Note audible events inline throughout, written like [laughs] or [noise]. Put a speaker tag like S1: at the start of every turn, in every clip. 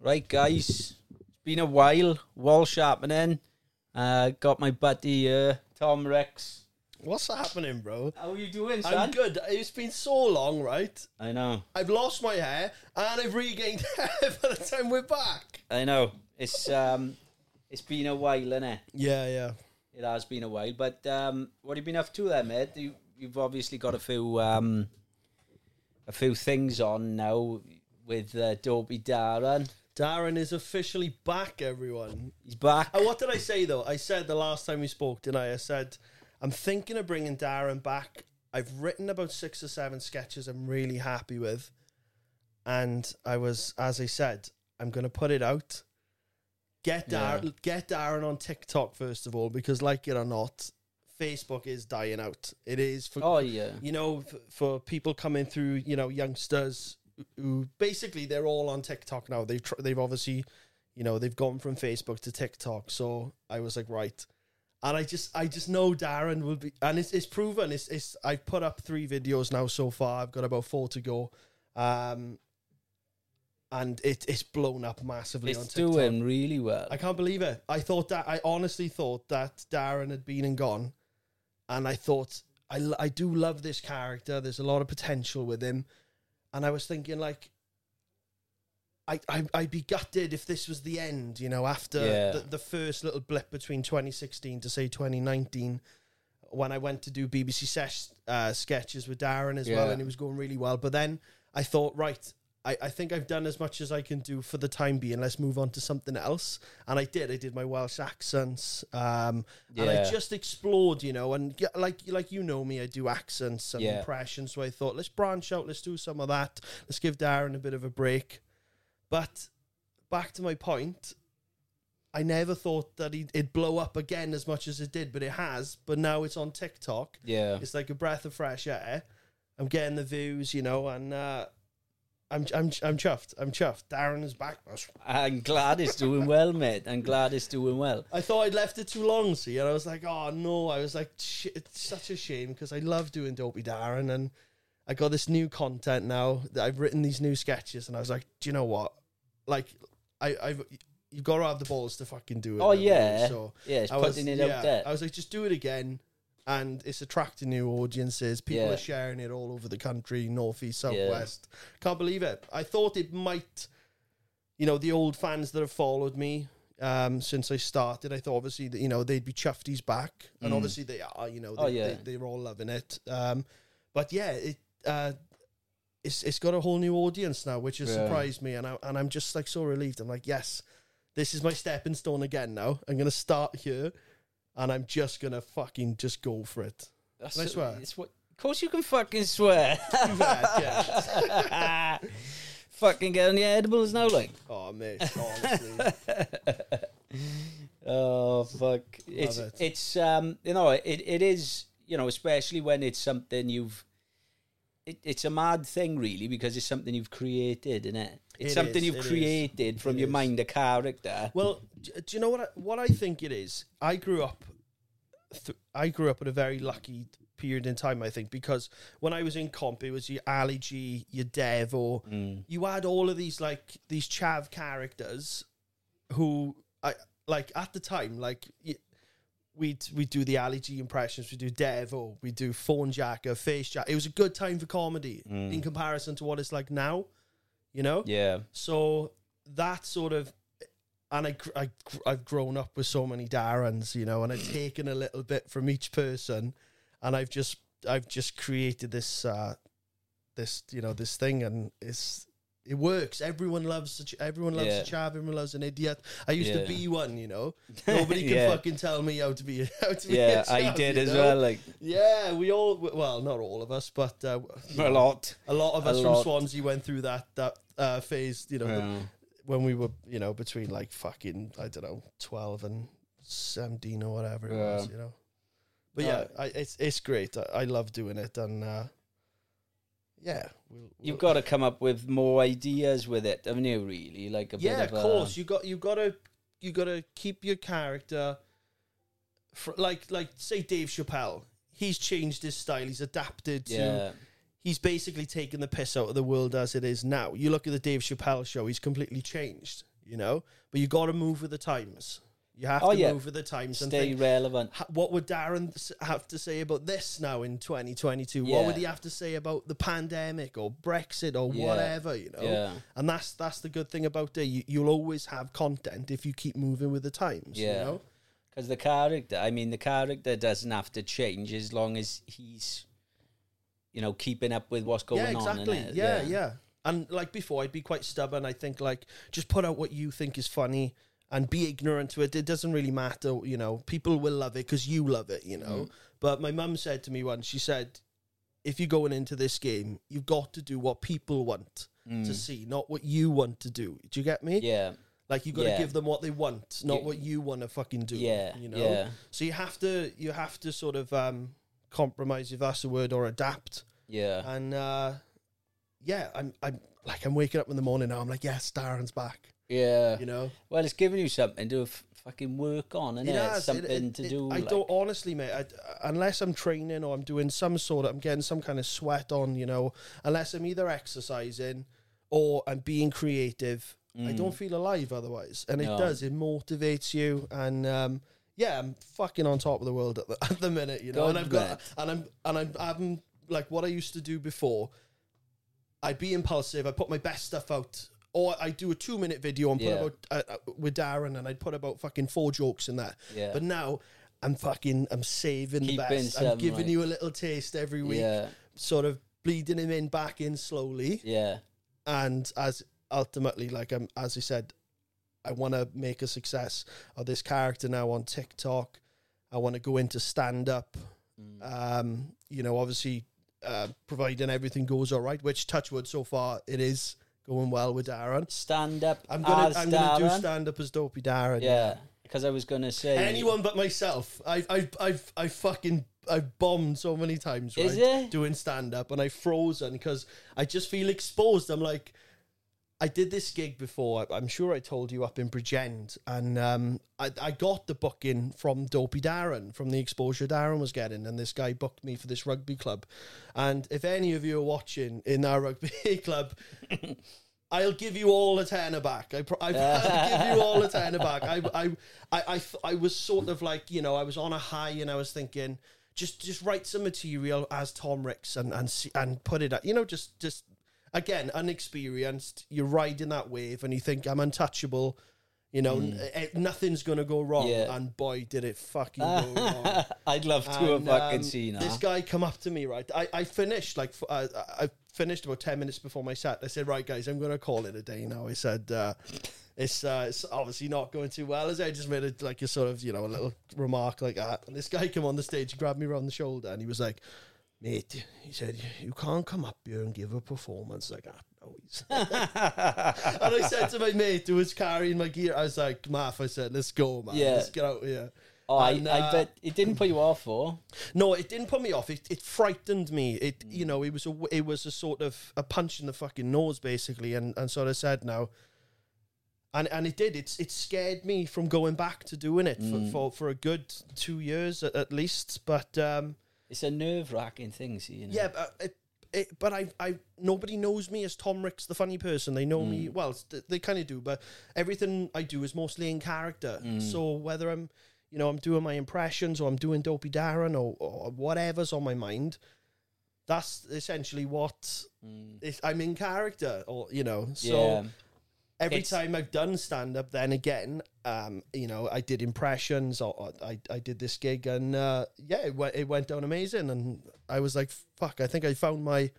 S1: Right, guys, it's been a while. Wall sharpening. Uh, got my buddy uh, Tom Rex.
S2: What's happening, bro?
S1: How are you doing, son?
S2: I'm good. It's been so long, right?
S1: I know.
S2: I've lost my hair and I've regained [laughs] hair by the time we're back.
S1: I know. It's um, it's been a while, innit?
S2: Yeah, yeah.
S1: It has been a while. But um, what have you been up to there, mate? You, you've obviously got a few um, a few things on now with uh, Dobie Darren.
S2: Darren is officially back, everyone.
S1: He's back.
S2: [laughs] And what did I say though? I said the last time we spoke, didn't I? I said I'm thinking of bringing Darren back. I've written about six or seven sketches I'm really happy with, and I was, as I said, I'm going to put it out. Get
S1: Yeah.
S2: Darren, get Darren on TikTok first of all, because like it or not, Facebook is dying out. It is for
S1: Oh yeah.
S2: you know, f- for people coming through, you know, youngsters who- who basically they're all on TikTok now. They've tr- they've obviously, you know, they've gone from Facebook to TikTok. So I was like, right, and I just I just know Darren will be, and it's it's proven. It's it's I've put up three videos now so far. I've got about four to go, um, and it it's blown up massively on
S1: It's
S2: TikTok.
S1: doing really well.
S2: I can't believe it. I thought that I honestly thought that Darren had been and gone, and I thought I l- I do love this character. There's a lot of potential with him, and I was thinking like. I, I, I'd be gutted if this was the end, you know, after
S1: Yeah.
S2: the, the first little blip between 2016 to say 2019, when I went to do BBC sesh, uh, sketches with Darren as well,
S1: Yeah.
S2: and it was going really well. But then I thought, right, I, I think I've done as much as I can do for the time being. Let's move on to something else. And I did. I did my Welsh accents, um, and I
S1: Yeah.
S2: just explored, you know. And yeah, like like you know me, I do accents and
S1: Yeah.
S2: impressions. So I thought, let's branch out. Let's do some of that. Let's give Darren a bit of a break. But back to my point, I never thought that he'd, it'd blow up again as much as it did, but it has. But now it's on TikTok.
S1: yeah.
S2: It's like a breath of fresh air. I'm getting the views, you know, and uh, I'm I'm I'm chuffed. I'm chuffed. Darren is back.
S1: I'm glad it's doing well, mate. I'm glad it's doing well.
S2: I thought I'd left it too long, see, and I was like, oh no. I was like, "Sh- it's such a shame because I love doing Dopey Darren, and I got this new content now that I've written these new sketches, and I was like, do you know what? Like, I I've you've got to have the balls to fucking do it.
S1: Oh
S2: haven't you?
S1: yeah.
S2: So
S1: yeah, it's
S2: I was-
S1: putting it
S2: yeah,
S1: out there.
S2: I was like, just do it again. And it's attracting new audiences. People
S1: Yeah.
S2: are sharing it all over the country, north, east, south,
S1: Yeah.
S2: west. Can't believe it. I thought it might, you know, the old fans that have followed me um, since I started, I thought obviously that, you know, they'd be chuffed he's back. And
S1: Mm.
S2: obviously they are, you know, they,
S1: Oh, yeah.
S2: they, they're all loving it. Um, but yeah, it, uh, it's, it's got a whole new audience now, which has
S1: Yeah.
S2: surprised me. And, I, and I'm just like so relieved. I'm like, yes, this is my stepping stone again now. I'm going to start here and I'm just going to fucking just go for it. [laughs]
S1: That's
S2: Can I swear?
S1: It's what, of course you can fucking swear.
S2: [laughs] yeah.
S1: [laughs] fucking get on your edibles now, like.
S2: Oh, mate, honestly.
S1: Oh fuck! It's
S2: it.
S1: it's um you know it it is you know especially when it's something you've. It, it's a mad thing, really, because it's something you've created, isn't it? It's
S2: It
S1: something
S2: is,
S1: you've
S2: it is.
S1: created from
S2: It
S1: your
S2: is.
S1: mind, a character.
S2: well, d- do you know what I, what I think it is? I grew up th- I grew up at a very lucky period in time, I think, because when I was in comp, it was your Ali G, your Dev, or you had all of these like these chav characters who I like at the time, like y- we'd we do the Ali G impressions, we do Dev, or we do Phone Jacker, Face Jack. It was a good time for comedy in comparison to what it's like now, you know. [laughs]
S1: yeah,
S2: So that sort of, and I, gr- I, gr- I've grown up with so many Darrens, you know, and
S1: Mm.
S2: I've taken a little bit from each person, and I've just, I've just created this, uh, this, you know, this thing, and it's, it works. Everyone loves, such, everyone loves
S1: Yeah.
S2: a chav. Everyone loves an idiot. I used
S1: Yeah.
S2: to be one,
S1: [laughs]
S2: you know. Nobody can
S1: Yeah.
S2: fucking tell me how to be, [laughs] how to be.
S1: yeah,
S2: a
S1: I
S2: chav,
S1: did
S2: you
S1: as
S2: know?
S1: well, like
S2: Yeah, we all, well, not all of us, but uh,
S1: a lot.
S2: a lot of
S1: A
S2: us
S1: lot. Uh-huh.
S2: from Swansea went through that that uh, phase, you know, the-
S1: Yeah.
S2: when we were, you know, between like fucking I don't know, twelve and seventeen or whatever it
S1: Yeah.
S2: was, you know. But yeah,
S1: Alright.
S2: I, it's it's great. I, I love doing it, and uh, yeah, we'll,
S1: You've
S2: we'll-
S1: got to come up with more ideas with it, haven't you? Really, like a
S2: yeah,
S1: bit
S2: of
S1: of
S2: course. You got you got to you got to keep your character, fr- like like say Dave Chappelle. He's changed his style. He's adapted
S1: A,
S2: to
S1: yeah,
S2: he's basically taken the piss out of the world as it is now. You look at the Dave Chappelle show, he's completely changed. you know. But you got to move with the times. You have
S1: Oh,
S2: to
S1: yeah.
S2: move with the times and
S1: Stay
S2: think,
S1: relevant.
S2: "Ha- what would Darren s- have to say about this now in 2022? What
S1: Yeah.
S2: would he have to say about the pandemic or Brexit or
S1: Yeah.
S2: whatever, you know?
S1: Yeah.
S2: And that's that's the good thing about it. You, you'll always have content if you keep moving with the times, you
S1: Yeah.
S2: know?
S1: Because the character, I mean, the character doesn't have to change as long as he's, you know, keeping up with what's going
S2: yeah, exactly.
S1: on. innit?
S2: Yeah, yeah, And like before, I'd be quite stubborn. I think like just put out what you think is funny and be ignorant to it. It doesn't really matter, you know. People will love it because you love it, you
S1: Mm.
S2: know. But my mum said to me once, she said, "If you're going into this game, you've got to do what people want to see, not what you want to do. Do you get me?
S1: Mm. Yeah.
S2: Like you got to
S1: Yeah.
S2: give them what they want, not
S1: You-
S2: what you want to fucking do.
S1: Yeah,
S2: you know.
S1: yeah.
S2: So you have to you have to sort of um compromise if that's a word or adapt
S1: Yeah.
S2: and uh, yeah, I'm I'm like I'm waking up in the morning now. I'm like, yes, Darren's back.
S1: Yeah.
S2: You know,
S1: Well, it's giving you something to f- fucking work on, and
S2: It
S1: it?
S2: has,
S1: It's something
S2: it-
S1: to
S2: it-
S1: do.
S2: I
S1: like-
S2: don't honestly, mate. I, unless I'm training or I'm doing some sort of, I'm getting some kind of sweat on. You know, unless I'm either exercising or I'm being creative, I
S1: mm,
S2: don't feel alive otherwise. And it
S1: No.
S2: does. It motivates you and. um yeah, I'm fucking on top of the world at the, [laughs] at the minute, you know. and
S1: God,
S2: I've got, and I'm, and I'm, having like what I used to do before. I'd be impulsive. I put my best stuff out, or I do a two minute video and put
S1: Yeah.
S2: about uh, uh, with Darren, and I'd put about fucking four jokes in that.
S1: Yeah.
S2: But now I'm fucking I'm saving
S1: Keeping
S2: the best. I'm
S1: some,
S2: giving
S1: like-
S2: you a little taste every week,
S1: Yeah.
S2: sort of bleeding him in back in slowly,
S1: Yeah.
S2: and as ultimately, like I'm as I said, I want to make a success of this character now on TikTok. I want to go into stand up.
S1: Mm.
S2: Um, you know, obviously, uh, providing everything goes all right, which Touchwood so far it is going well with Darren.
S1: Stand up.
S2: I'm gonna
S1: as
S2: I'm gonna do
S1: Darren.
S2: stand up as Dopey Darren.
S1: Yeah. Because I was gonna say.
S2: Anyone but myself. I've I've I've I fucking I've bombed so many times, right?
S1: Is it?
S2: Doing stand up and I frozen because I just feel exposed. I'm like I did this gig before. I- I'm sure I told you up in Bridgend, and um, I, I got the booking from Dopey Darren from the exposure Darren was getting, and this guy booked me for this rugby club. And if any of you are watching in our rugby [laughs] club, I'll give you all a tenner back. I, pro- I I'll give you all a tenner back. I, I, I, I, th- I was sort of like, you know, I was on a high and I was thinking, just, just write some material as Tom Ricks and, and, see, and put it out. You know, just, just again, unexperienced. You're riding that wave and you think I'm untouchable. You know, n- eh, nothing's going to go wrong.
S1: Yeah.
S2: And boy, did it fucking go wrong.
S1: I'd love to have
S2: And,
S1: fucking
S2: um,
S1: seen that.
S2: This guy come up to me, right? I, I finished like f- uh, I finished about ten minutes before my set. I said, right, guys, I'm going to call it a day now. I said, uh, it's uh, it's obviously not going too well. As I just made it like a sort of you know a little remark like that. And this guy came on the stage, he grabbed me around the shoulder, and he was like. Mate, he said, you can't come up here and give a performance like that. [laughs] No, he said. and I said to my mate who was carrying my gear, I was like, Math, I said, let's go, man.
S1: Yeah.
S2: Let's get out of here.
S1: oh, I,
S2: And,
S1: I
S2: uh,
S1: bet it didn't put you off, for.
S2: no, it didn't put me off. It, it frightened me. It you know it was a w- it was a sort of a punch in the fucking nose basically, and and sort of said no. And and it did. It's it scared me from going back to doing it for, for, for a good two years at, at least. But um,
S1: It's a nerve wracking thing, see, you know.
S2: yeah, but uh, it, it, but I, I, nobody knows me as Tom Ricks, the funny person. They know me well. it's- They, kind of do, but everything I do is mostly in character. So whether I'm, you know, I'm doing my impressions or I'm doing Dopey Darren or, or whatever's on my mind, that's essentially what it's- I'm in character. Or you know, so
S1: Mm. Yeah.
S2: every
S1: It's-
S2: time I've done stand up, then again, um, you know, I did impressions or, or I, I did this gig and uh, yeah, it, went it went down amazing. And I was like, fuck, I think I found my,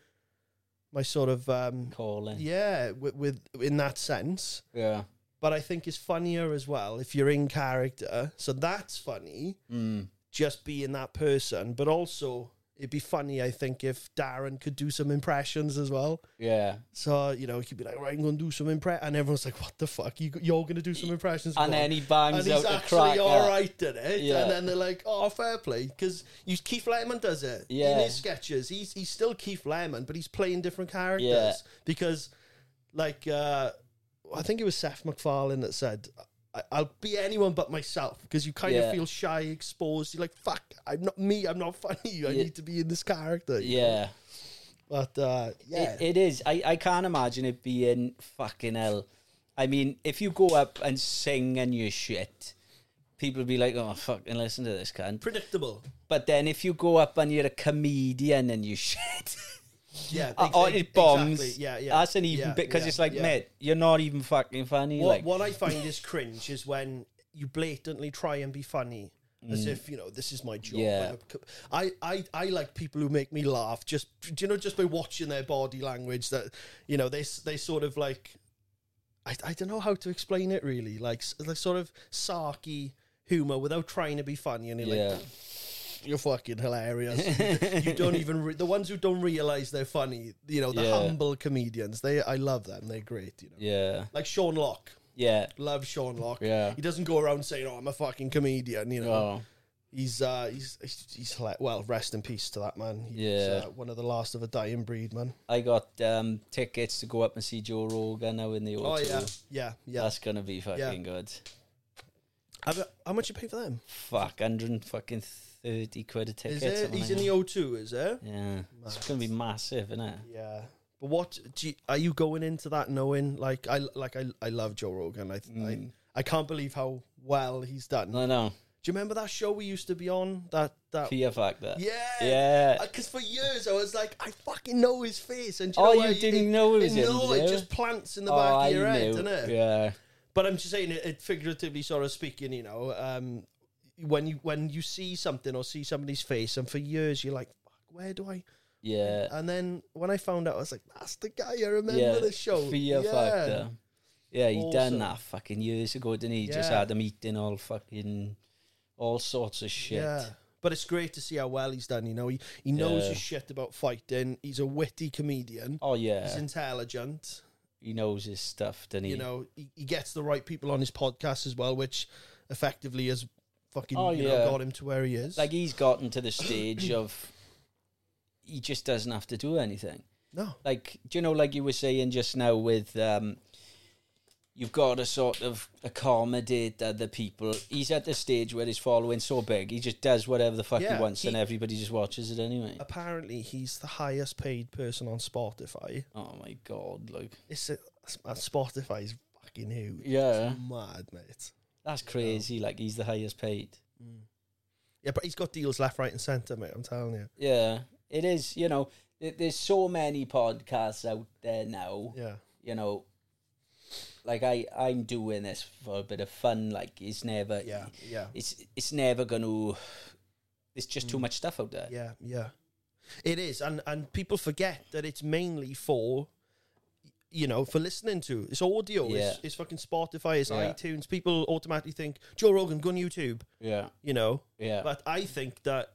S2: my sort of, um,
S1: Calling. Yeah.
S2: yeah, with, with, in that sense.
S1: Yeah.
S2: But I think it's funnier as well if you're in character. So that's funny,
S1: Mm.
S2: just being that person. But also, it'd be funny, I think, if Darren could do some impressions as well. So you know, he'd be like, "Right, I'm gonna do some impress," and everyone's like, "What the fuck? You, you're gonna do some impressions?"
S1: And
S2: bro."
S1: then he bangs
S2: and he's
S1: out the
S2: actually
S1: crack.
S2: all right at it.
S1: Yeah.
S2: And then they're like, "Oh, fair play," because you Keith Lemon does it in
S1: Yeah.
S2: his sketches. He's he's still Keith Lemon, but he's playing different characters
S1: Yeah.
S2: because, like, uh, I think it was Seth MacFarlane that said. "I- I'll be anyone but myself because you kind of
S1: Yeah.
S2: feel shy, exposed. You're like, "Fuck, I'm not me. I'm not [laughs] funny. I need to be in this character." you know?
S1: Yeah.
S2: but uh, yeah,
S1: It, it is. I, I can't imagine it being fucking hell. I mean, if you go up and sing and you shit, people will be like, "Oh, fucking listen to this cunt."
S2: Predictable.
S1: But then if you go up and you're a comedian and you [laughs] shit,
S2: Yeah.
S1: Uh, or
S2: ex-
S1: Oh, it bombs,
S2: Exactly. Yeah, yeah.
S1: that's an even
S2: Yeah,
S1: bit because
S2: yeah,
S1: it's like,
S2: yeah.
S1: mate, you're not even fucking funny.
S2: What,
S1: like,
S2: what I find is cringe is when you blatantly try and be funny. As if you know this is my job.
S1: Mm. Yeah.
S2: I'm a co- I, I I like people who make me laugh. Just do you know just by watching their body language that you know they s- they sort of like I, I don't know how to explain it really like s- like sort of sarky humor without trying to be funny and you're like
S1: yeah,
S2: you're fucking hilarious.
S1: [laughs]
S2: You- you don't even re- the ones who don't realize they're funny. You know the
S1: Yeah.
S2: humble comedians. They I love them. They're great. You know,
S1: yeah,
S2: like Sean Locke.
S1: yeah.
S2: Love Sean Locke.
S1: Yeah.
S2: he doesn't go around saying, "Oh, I'm a fucking comedian." You know,
S1: Oh,
S2: he's uh, he's he's, he's hila- well, rest in peace to that man. He's,
S1: Yeah.
S2: uh, one of the last of a dying breed, man.
S1: I got um, tickets to go up and see Joe Rogan now in the autumn.
S2: Oh yeah, yeah, yeah.
S1: That's gonna be fucking
S2: Yeah.
S1: good.
S2: Have a- how much you pay for them?
S1: Fuck, hundred and fucking thirty quid a ticket.
S2: Is it?
S1: something
S2: He's
S1: like
S2: in the
S1: that.
S2: O2, is it?
S1: Yeah, it's gonna be massive, isn't it?
S2: Yeah. But what do you, are you going into that knowing like I like I, I love Joe Rogan. I,
S1: Mm.
S2: I I can't believe how well he's done.
S1: No, no,
S2: Do you remember that show we used to be on? That that
S1: fear factor.
S2: Oh. yeah
S1: yeah.
S2: Because for years I was like, I fucking know his face, and do
S1: Oh,
S2: know
S1: you
S2: what?
S1: didn't know it was him,
S2: No,
S1: yeah?
S2: it just plants in the
S1: Oh,
S2: back
S1: I
S2: of your head,
S1: knew.
S2: doesn't it?
S1: Yeah,
S2: But I'm just saying, it, it figuratively sort of speaking, you know, um, when you when you see something or see somebody's face, and for years you're like, Fuck, where do I?
S1: yeah.
S2: And then when I found out, I was like, that's the guy. I remember
S1: yeah,
S2: the show.
S1: Fear
S2: yeah.
S1: Factor. Yeah, he
S2: Awesome.
S1: done that fucking years ago, didn't he? Just
S2: Yeah.
S1: had him eating all fucking all sorts of shit.
S2: Yeah. But it's great to see how well he's done. You know, he, he knows
S1: Yeah.
S2: his shit about fighting. He's a witty comedian.
S1: Oh
S2: He's
S1: yeah,
S2: intelligent.
S1: he knows his stuff, doesn't he?
S2: You know, he, he gets the right people on his podcast as well, which effectively has fucking
S1: Oh,
S2: you
S1: yeah.
S2: know, got him to where he is.
S1: like he's gotten to the stage of he just doesn't have to do anything.
S2: no.
S1: like do you know like you were saying just now with um you've got to sort of accommodate other people he's at the stage where he's following so big he just does whatever the fuck
S2: Yeah,
S1: he wants and
S2: he- Uh,
S1: everybody just watches it anyway
S2: Apparently, he's the highest paid person on Spotify.
S1: oh my god like
S2: It's a, Spotify is fucking huge.
S1: yeah
S2: It's mad, mate.
S1: that's crazy like he's the highest paid
S2: Yeah, but he's got deals left, right, and centre, mate. I'm telling you.
S1: yeah it is you know th- there's so many podcasts out there now
S2: Yeah.
S1: you know like i i'm doing this for a bit of fun like it's never
S2: Yeah. Yeah.
S1: it's it's never going to. There's just too much stuff out there.
S2: Mm. Yeah, yeah. It is, and and people forget that it's mainly for, you know, for listening to. It's audio. It's,
S1: Yeah.
S2: it's fucking Spotify. It's
S1: Yeah.
S2: iTunes. People automatically think Joe Rogan, go on YouTube.
S1: Yeah,
S2: You know,
S1: yeah,
S2: but I think that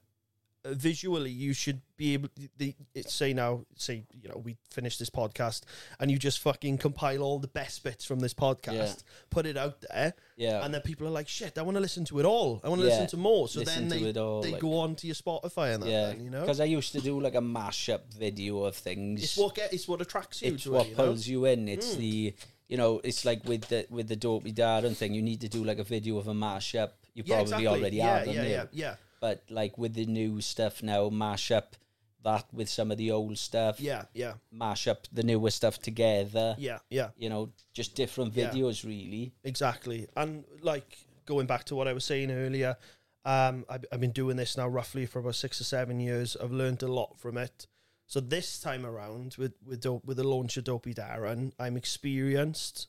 S2: uh, visually you should be able the it- say now say you know we finish this podcast and you just fucking compile all the best bits from this podcast
S1: Yeah.
S2: put it out there
S1: yeah.
S2: and then people are like shit i want to listen to it all i want to
S1: Oh. Yeah.
S2: listen to more so
S1: Listen
S2: then
S1: to
S2: they
S1: it all,
S2: they
S1: like-
S2: go on to your spotify and that
S1: yeah,
S2: then, you know
S1: because I used to do like a mashup video of things.
S2: It's what get, it's what attracts you
S1: it's
S2: to
S1: what
S2: it. You know? Mm.
S1: pulls you in. It's the you know, it's like with the with the dopey darling thing. You need to do like a video of a mashup. You
S2: Yeah,
S1: probably
S2: exactly.
S1: already
S2: yeah,
S1: have,
S2: yeah,
S1: haven't
S2: yeah,
S1: you?
S2: yeah, yeah,
S1: But like with the new stuff now, mashup that with some of the old stuff,
S2: yeah, yeah,
S1: mash up the newer stuff together.
S2: yeah, yeah,
S1: You know, just different
S2: Yeah.
S1: videos, really.
S2: exactly. And like going back to what I was saying earlier, um, I've, I've been doing this now roughly for about six or seven years. I've learned a lot from it. So this time around, with with Do- with the launch of Dopey Darren, I'm experienced.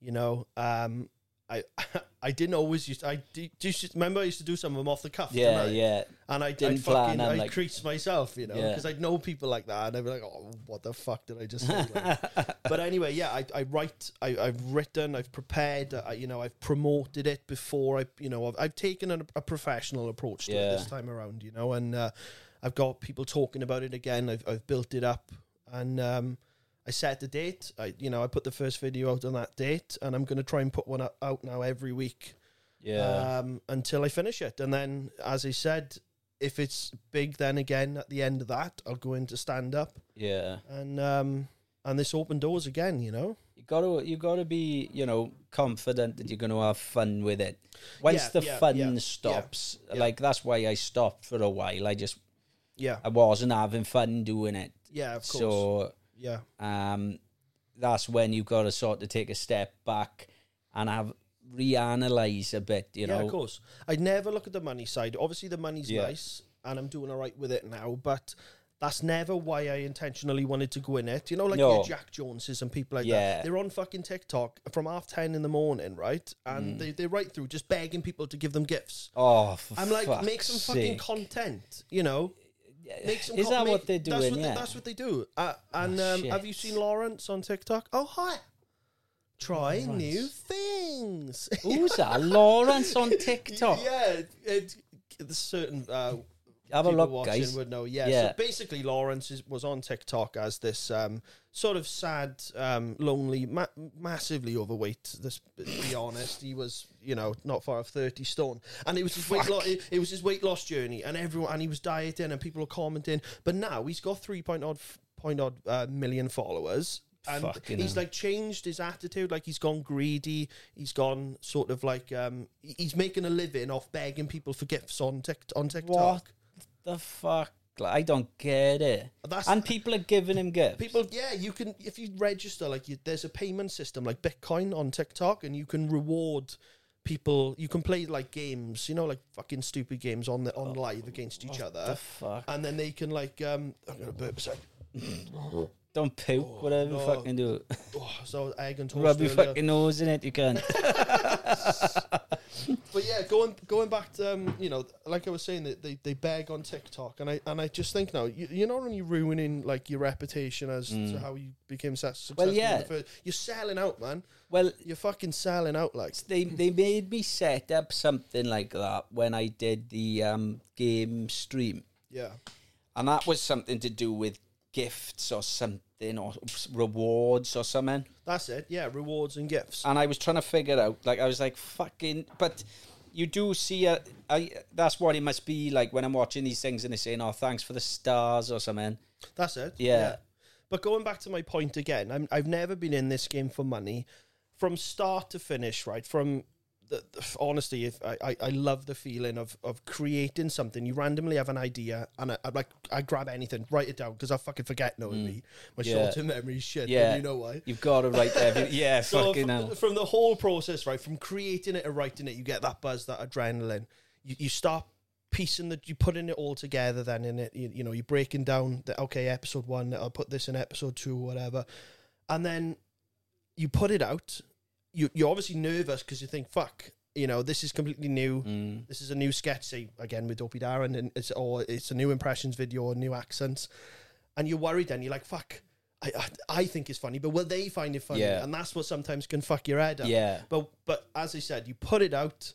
S2: You know, um, I [laughs] I didn't always used. I do, do you remember I used to do some of them off the cuff.
S1: Yeah,
S2: didn't I?
S1: yeah.
S2: And I
S1: Didn't
S2: didn't
S1: plan,
S2: fucking,
S1: I'm
S2: I
S1: like-
S2: creased myself, you know,
S1: Yeah.
S2: because I'd know people like that, and I'd be like, "Oh, what the fuck did I
S1: [laughs]
S2: just?" say? Like- but anyway, yeah, I, I write, I, I've written, I've prepared, I, you know, I've promoted it before. I, you know, I've, I've taken an, a professional approach to
S1: Yeah.
S2: it this time around, you know, and uh, I've got people talking about it again. I've, I've built it up, and um, I set the date. I, you know, I put the first video out on that date, and I'm going to try and put one out- out now every week
S1: Yeah.
S2: um, until I finish it. And then, as I said, if it's big, then again at the end of that, I'll go into stand up
S1: yeah.
S2: and um, and this open doors again. You know,
S1: you gotta you gotta be you know confident that you're gonna have fun with it once
S2: Yeah,
S1: the
S2: yeah,
S1: fun
S2: yeah,
S1: stops
S2: yeah.
S1: like that's why i stopped for a while i just
S2: yeah,
S1: i wasn't having fun doing it
S2: yeah, of course,
S1: so
S2: yeah,
S1: um that's when you've got to sort of take a step back and have reanalyze a bit. You
S2: yeah,
S1: know,
S2: of course. I never look at the money side. Obviously, the money's
S1: Yeah.
S2: nice, and I'm doing all right with it now. But that's never why I intentionally wanted to go in it. You know, like
S1: No.
S2: your Jack Joneses and people like
S1: Yeah.
S2: that. They're on fucking TikTok from half ten in the morning, right?
S1: Mm.
S2: And they they're right through just begging people to give them gifts.
S1: oh, for
S2: I'm like,
S1: fuck's
S2: make some fucking
S1: sake.
S2: content. You know. Make some
S1: Is
S2: con-
S1: that
S2: make-
S1: what they're
S2: That's what,
S1: doing?
S2: they,
S1: Yeah. Ah,
S2: that's what they do. Uh, and um,
S1: shit.
S2: have you seen Lawrence on TikTok? Oh, hi. Try new things. [laughs]
S1: Who's that? Lawrence on TikTok.
S2: Yeah, it, it, the certain uh,
S1: Have a
S2: people
S1: look,
S2: watching
S1: guys.
S2: would know. Yeah,
S1: Yeah.
S2: so basically, Lawrence is, was on TikTok as this um, sort of sad, um, lonely, ma- massively overweight. This, to be honest, he was you know not far off thirty stone, and it was his weight loss. It, it was his weight loss journey, and everyone and he was dieting, and people were commenting. But now he's got three point odd f- point odd uh, million followers. And
S1: Fucking
S2: he's
S1: hell.
S2: like changed his attitude. Like he's gone greedy. He's gone sort of like um he- he's making a living off begging people for gifts on Tik on TikTok.
S1: What the fuck? Like, I don't get it.
S2: That's-
S1: and people are giving him gifts.
S2: People, yeah, you can if you register like you, there's a payment system like Bitcoin on TikTok, and you can reward people. You can play like games, you know, like fucking stupid games on the on live against each
S1: the
S2: other,
S1: fuck?
S2: and then they can like um. I'm gonna burp a sec.
S1: Don't poop, whatever you
S2: Oh, no.
S1: fucking do.
S2: Oh, so egg and toast.
S1: Rub your
S2: earlier.
S1: fucking nose in it, you
S2: [laughs]
S1: can.
S2: But yeah, going going back to um, you know, like I was saying, they, they, they beg on TikTok, and I and I just think now you, you're not only ruining like your reputation as to how you became su- successful. in
S1: Mm. yeah.
S2: the first- you're selling out, man.
S1: well,
S2: You're fucking selling out, like
S1: they they made me set up something like that when I did the um, game stream.
S2: yeah.
S1: And that was something to do with gifts or something or rewards or something.
S2: That's it. Yeah, rewards and gifts.
S1: and I was trying to figure out. Like I was like, fucking. But you do see a. I. That's what it must be like when I'm watching these things and they're saying, "Oh, thanks for the stars" or something.
S2: That's it.
S1: Yeah.
S2: But going back to my point again, I'm, I've never been in this game for money, from start to finish. Right from the, the- honestly, if I, I, I love the feeling of of creating something. You randomly have an idea, and I, I like I grab anything, write it down because I fucking forget. Knowing me, my
S1: Mm. Yeah.
S2: short term memory is shit.
S1: Yeah.
S2: Yeah, you know why.
S1: You've got to write
S2: [laughs]
S1: every. Yeah,
S2: So
S1: fucking
S2: from,
S1: hell.
S2: from the whole process, right, from creating it and writing it, you get that buzz, that adrenaline. You, you start piecing the, you putting it all together. Then in it, you, you know, you're breaking down the okay, episode one. I'll put this in episode two, whatever, and then you put it out. You you're obviously nervous because you think, fuck, you know, this is completely new.
S1: Mm.
S2: This is a new sketch. Say again with Dopey Darren, and it's or it's a new impressions video, or new accents and you're worried then you're like fuck I, I I think it's funny but will they find it funny
S1: Yeah.
S2: and that's what sometimes can fuck your head up
S1: Yeah.
S2: but but as I said you put it out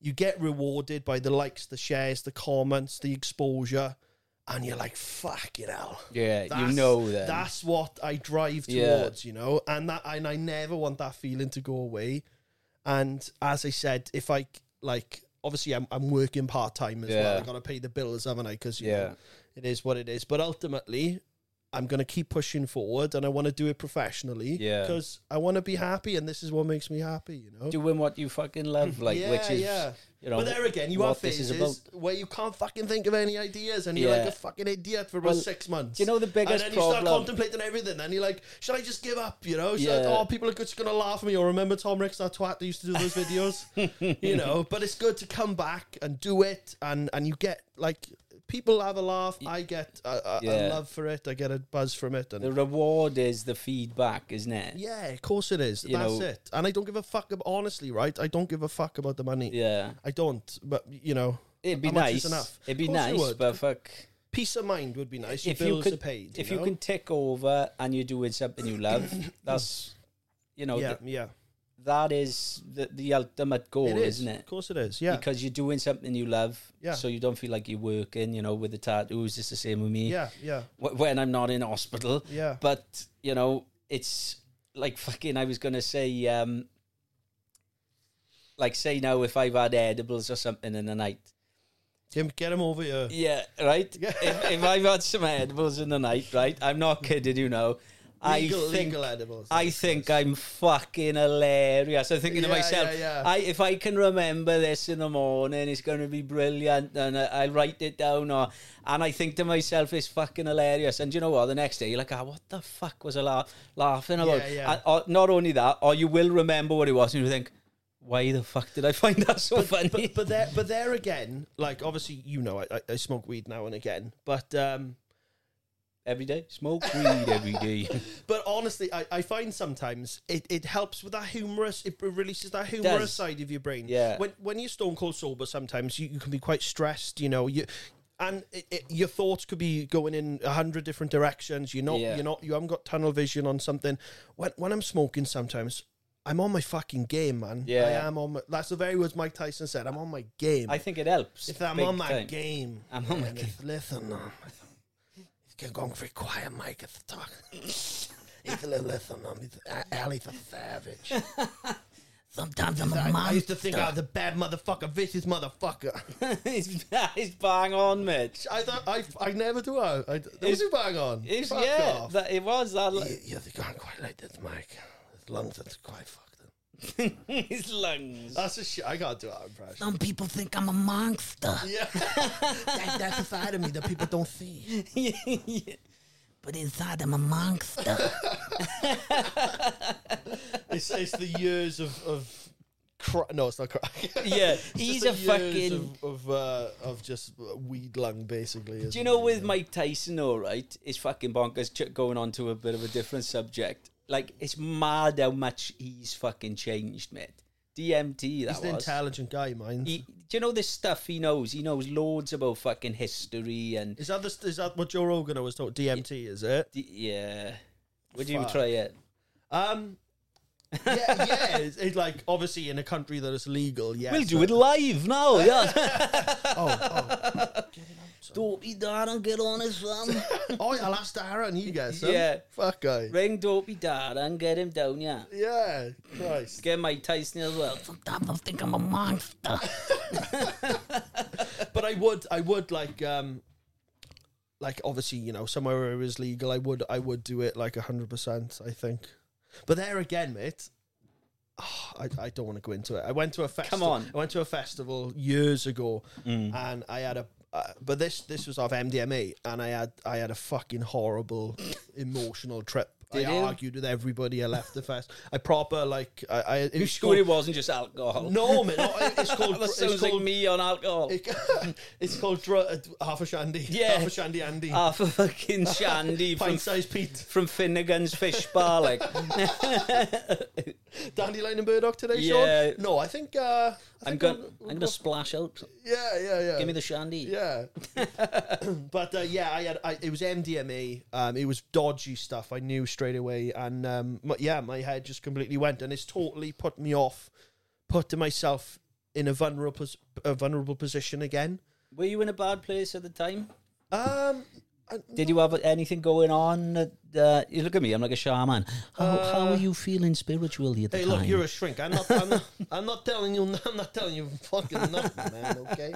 S2: you get rewarded by the likes the shares the comments the exposure and you're like fucking hell
S1: Yeah, you know that.
S2: that's what I drive
S1: Yeah.
S2: towards you know and that and I never want that feeling to go away and as I said if I c- like obviously I'm, I'm working part-time as well
S1: Yeah.
S2: I gotta pay the bills haven't I because you
S1: Yeah.
S2: know, it is what it is. But ultimately, I'm going to keep pushing forward and I want to do it professionally
S1: Yeah.
S2: because I want to be happy and this is what makes me happy, you know?
S1: Doing what you fucking love, like
S2: [laughs] yeah,
S1: which is,
S2: yeah.
S1: you know,
S2: but there again, you
S1: what
S2: have
S1: this is
S2: phases
S1: about.
S2: where you can't fucking think of any ideas and you're
S1: Yeah.
S2: like a fucking idiot for
S1: Well,
S2: about six months.
S1: do you know the biggest
S2: And then you start
S1: problem-
S2: contemplating everything and you're like, should I just give up, you know? Should I-
S1: Yeah.
S2: oh, people are just going to laugh at me or remember Tom Ricks, that twat that used to do
S1: [laughs]
S2: those videos, you know? But it's good to come back and do it and, and you get like... People have a laugh. I get a, a,
S1: Yeah.
S2: a love for it. I get a buzz from it. And
S1: the reward is the feedback, isn't it?
S2: yeah, of course it is.
S1: You
S2: That's
S1: know-
S2: it. And I don't give a fuck. About, honestly, right? I don't give a fuck about the money.
S1: Yeah.
S2: I don't. But you know,
S1: It'd be
S2: how much
S1: nice.
S2: is enough?
S1: It'd be
S2: Of course you
S1: nice,
S2: would.
S1: but fuck.
S2: peace of mind would be nice. Your
S1: if you
S2: bills
S1: could,
S2: are paid.
S1: if
S2: you,
S1: you
S2: know?
S1: can tick over and you're doing something you
S2: [coughs]
S1: love, that's, you know,
S2: yeah,
S1: th-
S2: yeah,
S1: that is the, the ultimate goal,
S2: it is.
S1: isn't it?
S2: Of course it is. Yeah,
S1: because you're doing something you love,
S2: Yeah.
S1: so you don't feel like you're working. You know, with the tattoos, it's the same with me.
S2: yeah, yeah,
S1: Wh- When I'm not in hospital,
S2: yeah.
S1: but you know, it's like fucking. I was gonna say, um, like, say now if I've had edibles or something in the night,
S2: Tim, get him over here.
S1: yeah, right.
S2: Yeah.
S1: if, if I've had some edibles in the night, right, I'm not kidding. You know,
S2: Legal,
S1: I think
S2: legal edibles.
S1: I think I'm fucking hilarious. I'm thinking to
S2: Yeah,
S1: myself,
S2: yeah, yeah.
S1: I, if I can remember this in the morning, it's going to be brilliant, and I, I'll write it down. Or, and I think to myself, it's fucking hilarious. And you know what? The next day, you're like, ah, what the fuck was I la- laughing about?
S2: Yeah, yeah.
S1: And, or, not only that, or you will remember what it was, and you think, why the fuck did I find that so funny?
S2: but but there but there again, like obviously you know I, I, I smoke weed now and again, but um
S1: every day, smoke weed every day. [laughs]
S2: but honestly I, I find sometimes it, it helps with that humorous it releases that humorous
S1: does.
S2: side of your brain.
S1: Yeah.
S2: When when you're stone cold sober sometimes you, you can be quite stressed, you know, you and it, it, your thoughts could be going in a hundred different directions. You're not,
S1: Yeah.
S2: you're not, you haven't got tunnel vision on something. When when I'm smoking, sometimes I'm on my fucking game, man.
S1: Yeah.
S2: I am on. My, that's the very words Mike Tyson said. I'm on my game.
S1: I think it helps.
S2: If I'm
S1: big
S2: on my
S1: time.
S2: game,
S1: I'm on my
S2: and if- Listen, um, if you're going for quiet, Mike, at the [laughs] talk. Ethan, listen, um, it's A- Ali's
S1: [laughs]
S2: a savage.
S1: Sometimes I'm
S2: I, I used to think I was a bad motherfucker, vicious motherfucker.
S1: [laughs]
S2: [laughs]
S1: it's, [laughs] it's bang on, Mitch.
S2: I thought I, I never do. I, I is it bang on?
S1: It's,
S2: Fuck
S1: yeah,
S2: off.
S1: that, it was that.
S2: You- you're going quite like this, Mike. As long as it's quite fucked. up.
S1: his [laughs] lungs.
S2: That's a shit. I can't do that impression.
S3: Some people think I'm a monster,
S2: Yeah,
S3: That-
S2: that's a side of me that people don't see.
S3: but inside I'm
S2: [laughs]
S3: a monster.
S2: It's, it's the years of of cra- no, it's not [laughs] crack.
S1: yeah, he's a
S2: Just the years
S1: fucking.
S2: of of, uh, of just weed lung basically.
S1: do you know with Mike Tyson, all right, it's fucking bonkers. Ch- going on to a bit of a different subject, like it's mad how much he's fucking changed, mate. DMT, that
S2: he's an
S1: was.
S2: intelligent guy, mind.
S1: He- do you know this stuff he knows? He knows loads about fucking history and
S2: is that the, is that what Joe Rogan was talking? DMT is it?
S1: D- yeah. Would you
S2: Fuck.
S1: try it?
S2: Um, yeah, yeah. [laughs] It's, it's like obviously in a country that is legal. Yeah,
S1: We'll do it live now. Yeah.
S2: Oh,
S3: Don't be done and get on his son.
S2: oh, oh, I'll ask Aaron. You guys, huh?
S1: Yeah.
S2: fuck guy.
S1: [laughs] Ring Dopey Dad and get him down. Yeah.
S2: Yeah, Christ.
S1: Get Mike Tyson as well.
S3: Sometimes I think I'm a monster.
S2: but I would, I would like, um, like obviously, you know, somewhere where it was legal, I would, I would do it like hundred percent. I think, but there again, mate, ah, I, I don't want to go into it. I went to a festival.
S1: on. Mm.
S2: I went to a festival years ago, and I had a. Uh, but this this was off MDMA, and I had I had a fucking horrible emotional trip.
S1: Did
S2: I
S1: you?
S2: argued with everybody. I left the fest. I proper like I. I it
S1: You
S2: was
S1: sure it
S2: called-
S1: wasn't just alcohol?
S2: No, man. No, it-
S1: [laughs]
S2: it's called.
S1: that
S2: it's
S1: sounds
S2: called
S1: like me on alcohol.
S2: it- [laughs] it's called dr- uh, half a shandy.
S1: [laughs] Yeah.
S2: half a shandy Andy.
S1: Half a fucking
S2: [laughs]
S1: shandy from
S2: Pint sized
S1: [laughs]
S2: Pete.
S1: from Finnegan's fish bar,
S2: [laughs]
S1: like
S2: Dandelion and burdock today,
S1: Yeah.
S2: Sean. No, I think. Uh, I
S1: I'm
S2: think
S1: gonna
S2: we'll-
S1: I'm
S2: we'll
S1: gonna
S2: go-
S1: splash out.
S2: Yeah, yeah, yeah.
S1: Give me the shandy.
S2: Yeah,
S1: [laughs]
S2: but uh, [laughs] yeah, I had I, it was MDMA. Um, it was dodgy stuff. I knew straight away, and um, my, yeah, my head just completely went, and it's totally put me off, put to myself in a vulnerable pos- a vulnerable position again.
S1: Were you in a bad place at the time?
S2: Um, I-
S1: Did you have anything going on? That, uh, you look at me. I'm like a shaman.
S3: How, how are you feeling spiritually at the
S2: Uh, Hey,
S3: time?
S2: look, you're a shrink. I'm not. I'm not, I'm not telling you. [laughs] I'm not telling you fucking nothing, man. Okay.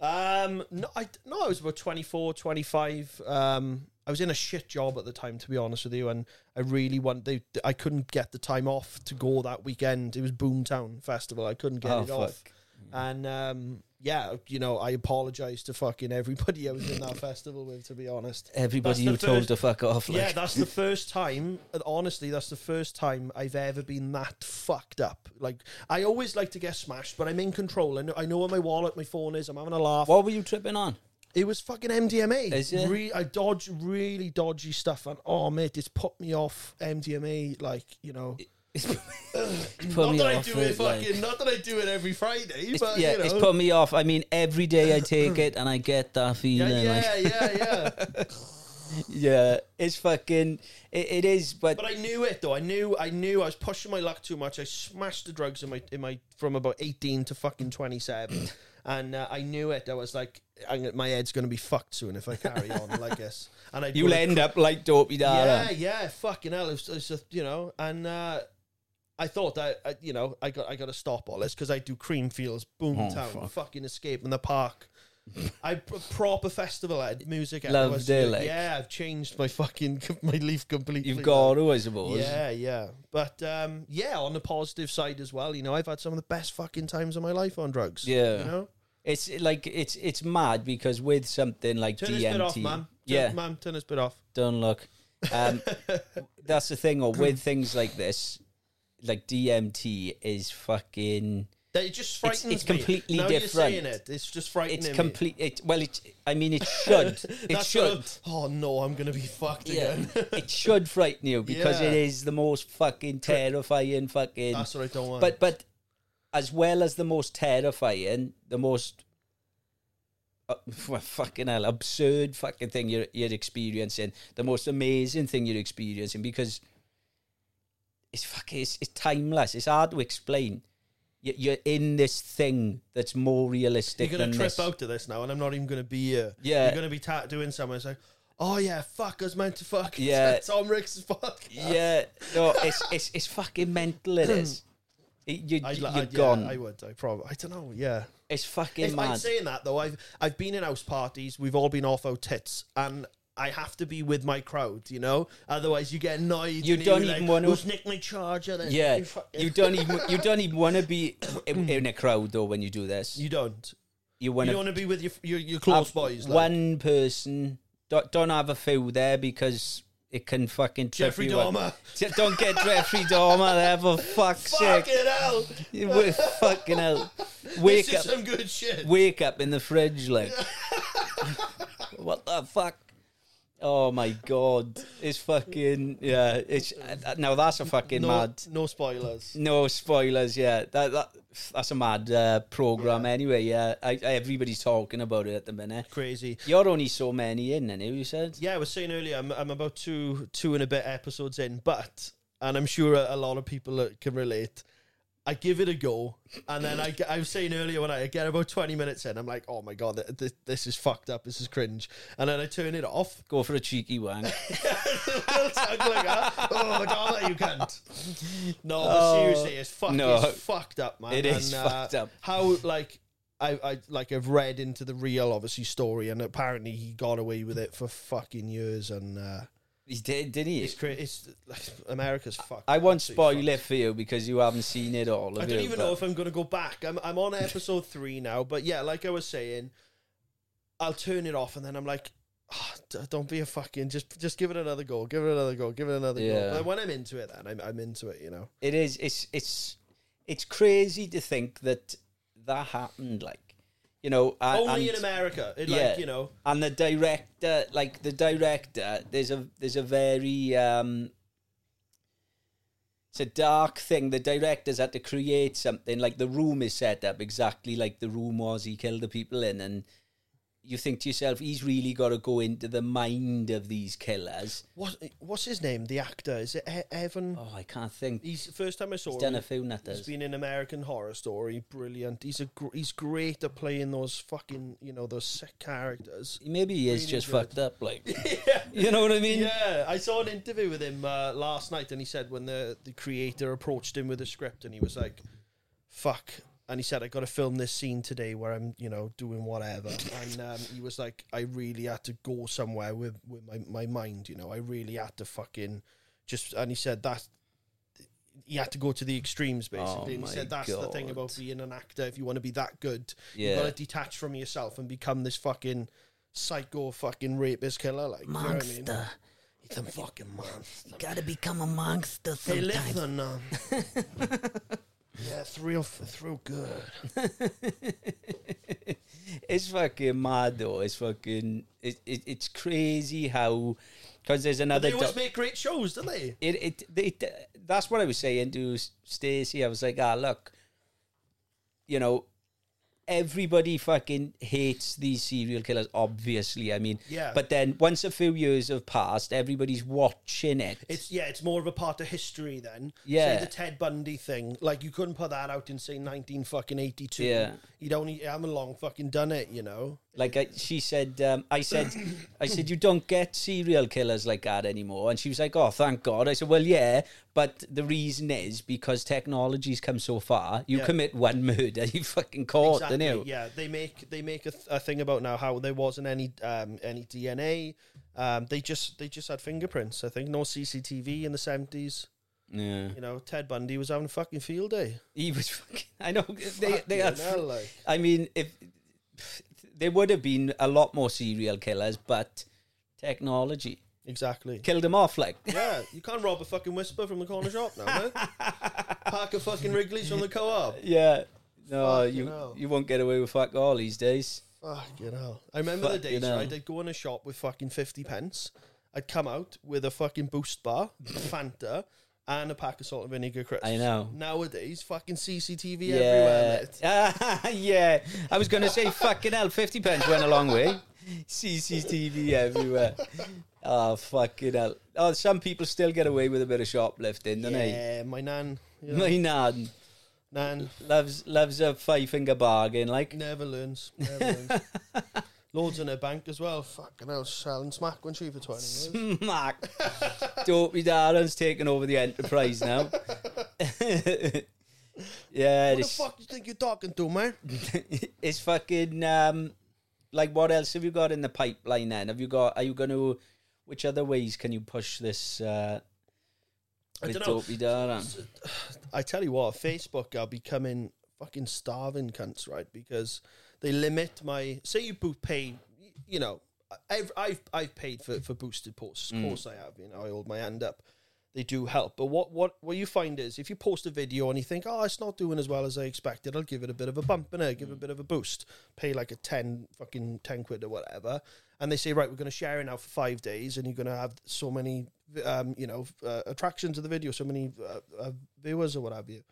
S2: Um. No. I. No. I was about 24, 25. Um. I was in a shit job at the time, to be honest with you, and I really want. They. I couldn't get the time off to go that weekend. It was Boomtown Festival. I couldn't get
S1: Oh,
S2: it off.
S1: fuck.
S2: And um. Yeah. You know. I apologize to fucking everybody I was in that festival with, to be honest.
S1: Everybody you
S2: That's the
S1: told
S2: first-
S1: to fuck off. Like,
S2: Yeah, that's the first time. and Honestly, that's the first time I've ever been that fucked up. Like, I always like to get smashed, but I'm in control. I know, I know where my wallet, my phone is. I'm having a laugh.
S1: what were you tripping on?
S2: It was fucking MDMA.
S1: Is it?
S2: Re- I dodge really dodgy stuff, and oh mate, it's put me off MDMA. Like, you know,
S1: It's
S2: not
S1: put
S2: that I do it,
S1: like-
S2: fucking. Not that I do it every Friday,
S1: It's-
S2: but
S1: yeah,
S2: you know.
S1: it's put me off. I mean, every day I
S2: [clears throat]
S1: take it and I get that
S2: yeah,
S1: feeling. like,
S2: yeah, yeah, yeah.
S1: [laughs] yeah, it's fucking. It, it is, but,
S2: But I knew it though. I knew I knew I was pushing my luck too much. I smashed the drugs in my in my from about eighteen to fucking
S1: [clears throat]
S2: twenty seven, and uh, I knew it. I was like, I'm, gonna- my head's gonna be fucked soon if I carry on like this. And I
S1: you'll end up like Dopey
S2: yeah,
S1: Dara.
S2: yeah, fucking hell. It's, it's just, you know, and uh, I thought I, I,
S1: Oh, [laughs]
S2: you know, I got I got to stop all this because I do Creamfields, Boomtown, fucking Escape in the Park. I pr- proper festival head music.
S1: Loved
S2: hours.
S1: it, like.
S2: Yeah, I've changed my fucking [laughs] my leaf completely.
S1: You've
S2: like.
S1: got to, I suppose.
S2: Yeah, yeah. But um, yeah, on the positive side as well, you know, I've had some of the best fucking times of my life on drugs.
S1: Yeah.
S2: You know?
S1: It's like it's it's mad because with something like
S2: Turn
S1: DMT,
S2: this bit off, man. Turn,
S1: yeah,
S2: man, turn this bit off.
S1: don't look.
S2: [laughs]
S1: Um, that's the thing, or with things like this, like DMT is fucking.
S2: That it just frightens
S1: it's
S2: me.
S1: completely
S2: now
S1: different.
S2: You're saying it. It's just frightening.
S1: It's
S2: me.
S1: complete. It well, it. I mean, it
S2: [laughs]
S1: should. It
S2: That's
S1: should.
S2: sort of, oh no, I'm gonna be fucked
S1: Yeah,
S2: again. [laughs]
S1: it should frighten you because it
S2: Yeah.
S1: is the most fucking terrifying fucking.
S2: That's what I don't want.
S1: But but as well as the most terrifying, the most uh, [laughs] well, fucking hell, absurd fucking thing you're you're experiencing, the most amazing thing you're experiencing because it's fucking it's, it's timeless. It's hard to explain. You- You're in this thing that's more realistic
S2: you're gonna
S1: than
S2: trip
S1: this.
S2: out to this now, and I'm not even gonna be here.
S1: Yeah.
S2: You're gonna be ta- doing something. It's like, oh yeah, fuck, I was meant to fuck. [laughs]
S1: Yeah.
S2: Tom Ricks fuck.
S1: Yeah, no, it's it's it's fucking mental. It is.
S2: [laughs]
S1: It- You,
S2: I'd,
S1: you're
S2: li- I'd, yeah,
S1: gone.
S2: I would. I probably. I don't know. Yeah.
S1: it's fucking
S2: If I'm
S1: mad.
S2: saying that though, I've I've been in house parties. We've all been off our tits, and I have to be with my crowd. You know, otherwise you get annoyed.
S1: You
S2: and
S1: don't
S2: you're
S1: even
S2: like,
S1: wanna-
S2: Who's nicked my charger? Then
S1: Yeah,
S2: You, fuck-
S1: you don't
S2: [laughs]
S1: even you don't even want to be in, in a crowd though when you do this.
S2: You don't.
S1: You want
S2: You
S1: to
S2: don't want to be with your your, your close boys. Like.
S1: one person. Don't, don't have a few there because it can fucking trip
S2: Jeffrey
S1: you up.
S2: Dahmer.
S1: J- Don't get Jeffrey Dahmer there
S2: [laughs]
S1: for fuck's sake.
S2: Fuck it out.
S1: You were fucking hell.
S2: This
S1: Wake
S2: is
S1: up,
S2: some good shit.
S1: wake up in the fridge like. [laughs] what the fuck? Oh my god! It's fucking yeah. It's uh, now that's a fucking
S2: No,
S1: mad.
S2: no spoilers.
S1: No spoilers. Yeah, that, that that's a mad uh, program. Anyway, yeah, I, I, everybody's talking about it at the minute.
S2: Crazy.
S1: You're only so many in, and you said
S2: Yeah, I was saying earlier, I'm, I'm about two two and a bit episodes in, but and I'm sure a, a lot of people uh, can relate. I give it a go, and then I, get- I was saying earlier when I get about 20 minutes in, I'm like, oh my god, th- th- this is fucked up, this is cringe, and then I turn it off. [laughs]
S1: go for a cheeky wank.
S2: It's like, huh? oh god, you can't. No, but
S1: Oh,
S2: seriously, it's fucked.
S1: no.
S2: It's fucked up, man.
S1: It is
S2: uh,
S1: fucked up.
S2: How like. I, I like I've read into the real obviously story and apparently he got away with it for fucking years and uh,
S1: he did, didn't he?
S2: It's cra- it's like, America's fucked.
S1: I won't
S2: Absolutely
S1: spoil it for you because you haven't seen it all.
S2: fucked. I
S1: have
S2: don't
S1: you?
S2: even
S1: But
S2: know if I'm gonna go back. I'm I'm on episode [laughs] three now, but yeah, like I was saying, I'll turn it off and then I'm like, "Ah, d- don't be a fucking just just give it another go, give it another go, give it another
S1: Yeah.
S2: go. But when I'm into it, then I'm I'm into it, you know.
S1: it is. It's it's it's crazy to think that that happened. Like you know, and,
S2: Only
S1: and-
S2: in America, it,
S1: yeah.
S2: like you know,
S1: and the director like the director there's a there's a very um it's a dark thing the directors had to create something like the room is set up exactly like the room was he killed the people in and you think to yourself he's really got to go into the mind of these killers
S2: what what's his name? The actor is it e- Evan?
S1: oh i can't think
S2: He's first time I saw
S1: he's
S2: him.
S1: done a few nutters
S2: He's been in American Horror Story, brilliant. He's a gr- he's great at playing those fucking you know those sick characters.
S1: maybe he is
S2: really
S1: just
S2: good.
S1: fucked up
S2: [laughs]
S1: like [laughs] you know what i mean
S2: Yeah, I saw an interview with him uh, last night, and he said when the the creator approached him with a script, and he was like, "Fuck." And he said, "I got to film this scene today where I'm, you know, doing whatever." And um, he was like, "I really had to go somewhere with with my, my mind, you know. I really had to fucking just." And he said that he had to go to the extremes basically.
S1: Oh
S2: and he
S1: my
S2: said that's the thing
S1: God.
S2: about being an actor. If you want to be that good,
S1: Yeah.
S2: you've got to detach from yourself and become this fucking psycho fucking rapist killer. Like, you know what I mean?
S3: monster.
S2: It's a fucking monster.
S3: You gotta become a monster
S2: Hey,
S3: sometimes.
S2: listen, um, [laughs] yeah, it's real, it's real good.
S1: it's fucking mad though. It's fucking it, it it's crazy how because there's another
S2: They always
S1: doc-
S2: make great shows, don't they?
S1: it, it it that's what I was saying to Stacey. I was like, ah, look, you know, everybody fucking hates these serial killers. Obviously, I mean,
S2: Yeah.
S1: But then once a few years have passed, everybody's watching it.
S2: It's yeah, it's more of a part of history then.
S1: Yeah.
S2: Say the Ted Bundy thing, like you couldn't put that out in say nineteen fucking eighty two.
S1: Yeah.
S2: you don't. You haven't long fucking done it, you know.
S1: Like I, she said, um, I
S2: [coughs]
S1: said, I said, you don't get serial killers like that anymore. And she was like, oh, thank God. I said, well, yeah, But the reason is because technology's come so far. You
S2: Yeah.
S1: commit one [laughs] murder, you fucking caught,
S2: Exactly,
S1: didn't you?
S2: Yeah, they make they make a, th- a thing about now how there wasn't any um, any DNA. Um, they just they just had fingerprints. I think no CCTV in the seventies.
S1: Yeah.
S2: You know, Ted Bundy was having a fucking field day.
S1: He was fucking. I know they they
S2: Fucking
S1: had.
S2: hell, like.
S1: I mean, if there would have been a lot more serial killers, but technology
S2: Exactly.
S1: killed them off. Like, [laughs]
S2: Yeah, you can't rob a fucking whisper from the corner shop now, man. Park a fucking Wrigley's from the co-op.
S1: yeah, no,
S2: Fucking
S1: you
S2: hell.
S1: you won't get away with fuck all these days.
S2: Fucking hell. I remember the
S1: Fucking
S2: days where
S1: hell.
S2: right, I'd go in a shop with fucking 50 pence. I'd come out with a fucking boost bar, Fanta, and a pack of salt and vinegar crisps.
S1: I know.
S2: Nowadays, fucking CCTV everywhere,
S1: Yeah, [laughs]
S2: mate.
S1: yeah. I was gonna say fucking hell. Fifty pence went a long way. CCTV
S2: [laughs]
S1: everywhere. Oh fucking hell! Oh, some people still get away with a bit of shoplifting, don't they?
S2: Yeah, my nan. You
S1: [laughs]
S2: know,
S1: My nan
S2: nan
S1: loves loves a five finger bargain. Like,
S2: never learns. Never
S1: [laughs]
S2: learns. Loads in her bank as well. Fucking hell, selling smack when she eh?
S1: [laughs]
S2: for 20 years.
S1: Mark. Dopey Darren's taking over the enterprise now. [laughs] yeah,
S2: What the
S1: it's,
S2: fuck do you think you're talking to, man?
S1: [laughs] it's fucking um like what else have you got in the pipeline then? Have you got are you gonna which other ways can you push this uh
S2: I
S1: with
S2: don't know.
S1: Dopey Darren?
S2: I tell you what, Facebook are becoming fucking starving cunts, right? Because they limit my. Say you boot pay, you know, I've I've, I've paid for, for boosted posts. Of course I have. You know, I hold my hand up. They do help, but what what what you find is if you post a video and you think, oh, it's not doing as well as I expected, I'll give it a bit of a bump and I give it a bit of a boost. Pay like a ten fucking ten quid or whatever, and they say, right, we're going to share it now for five days, and you're going to have so many, um, you know, uh, attractions of the video, so many uh, uh, viewers or what have you.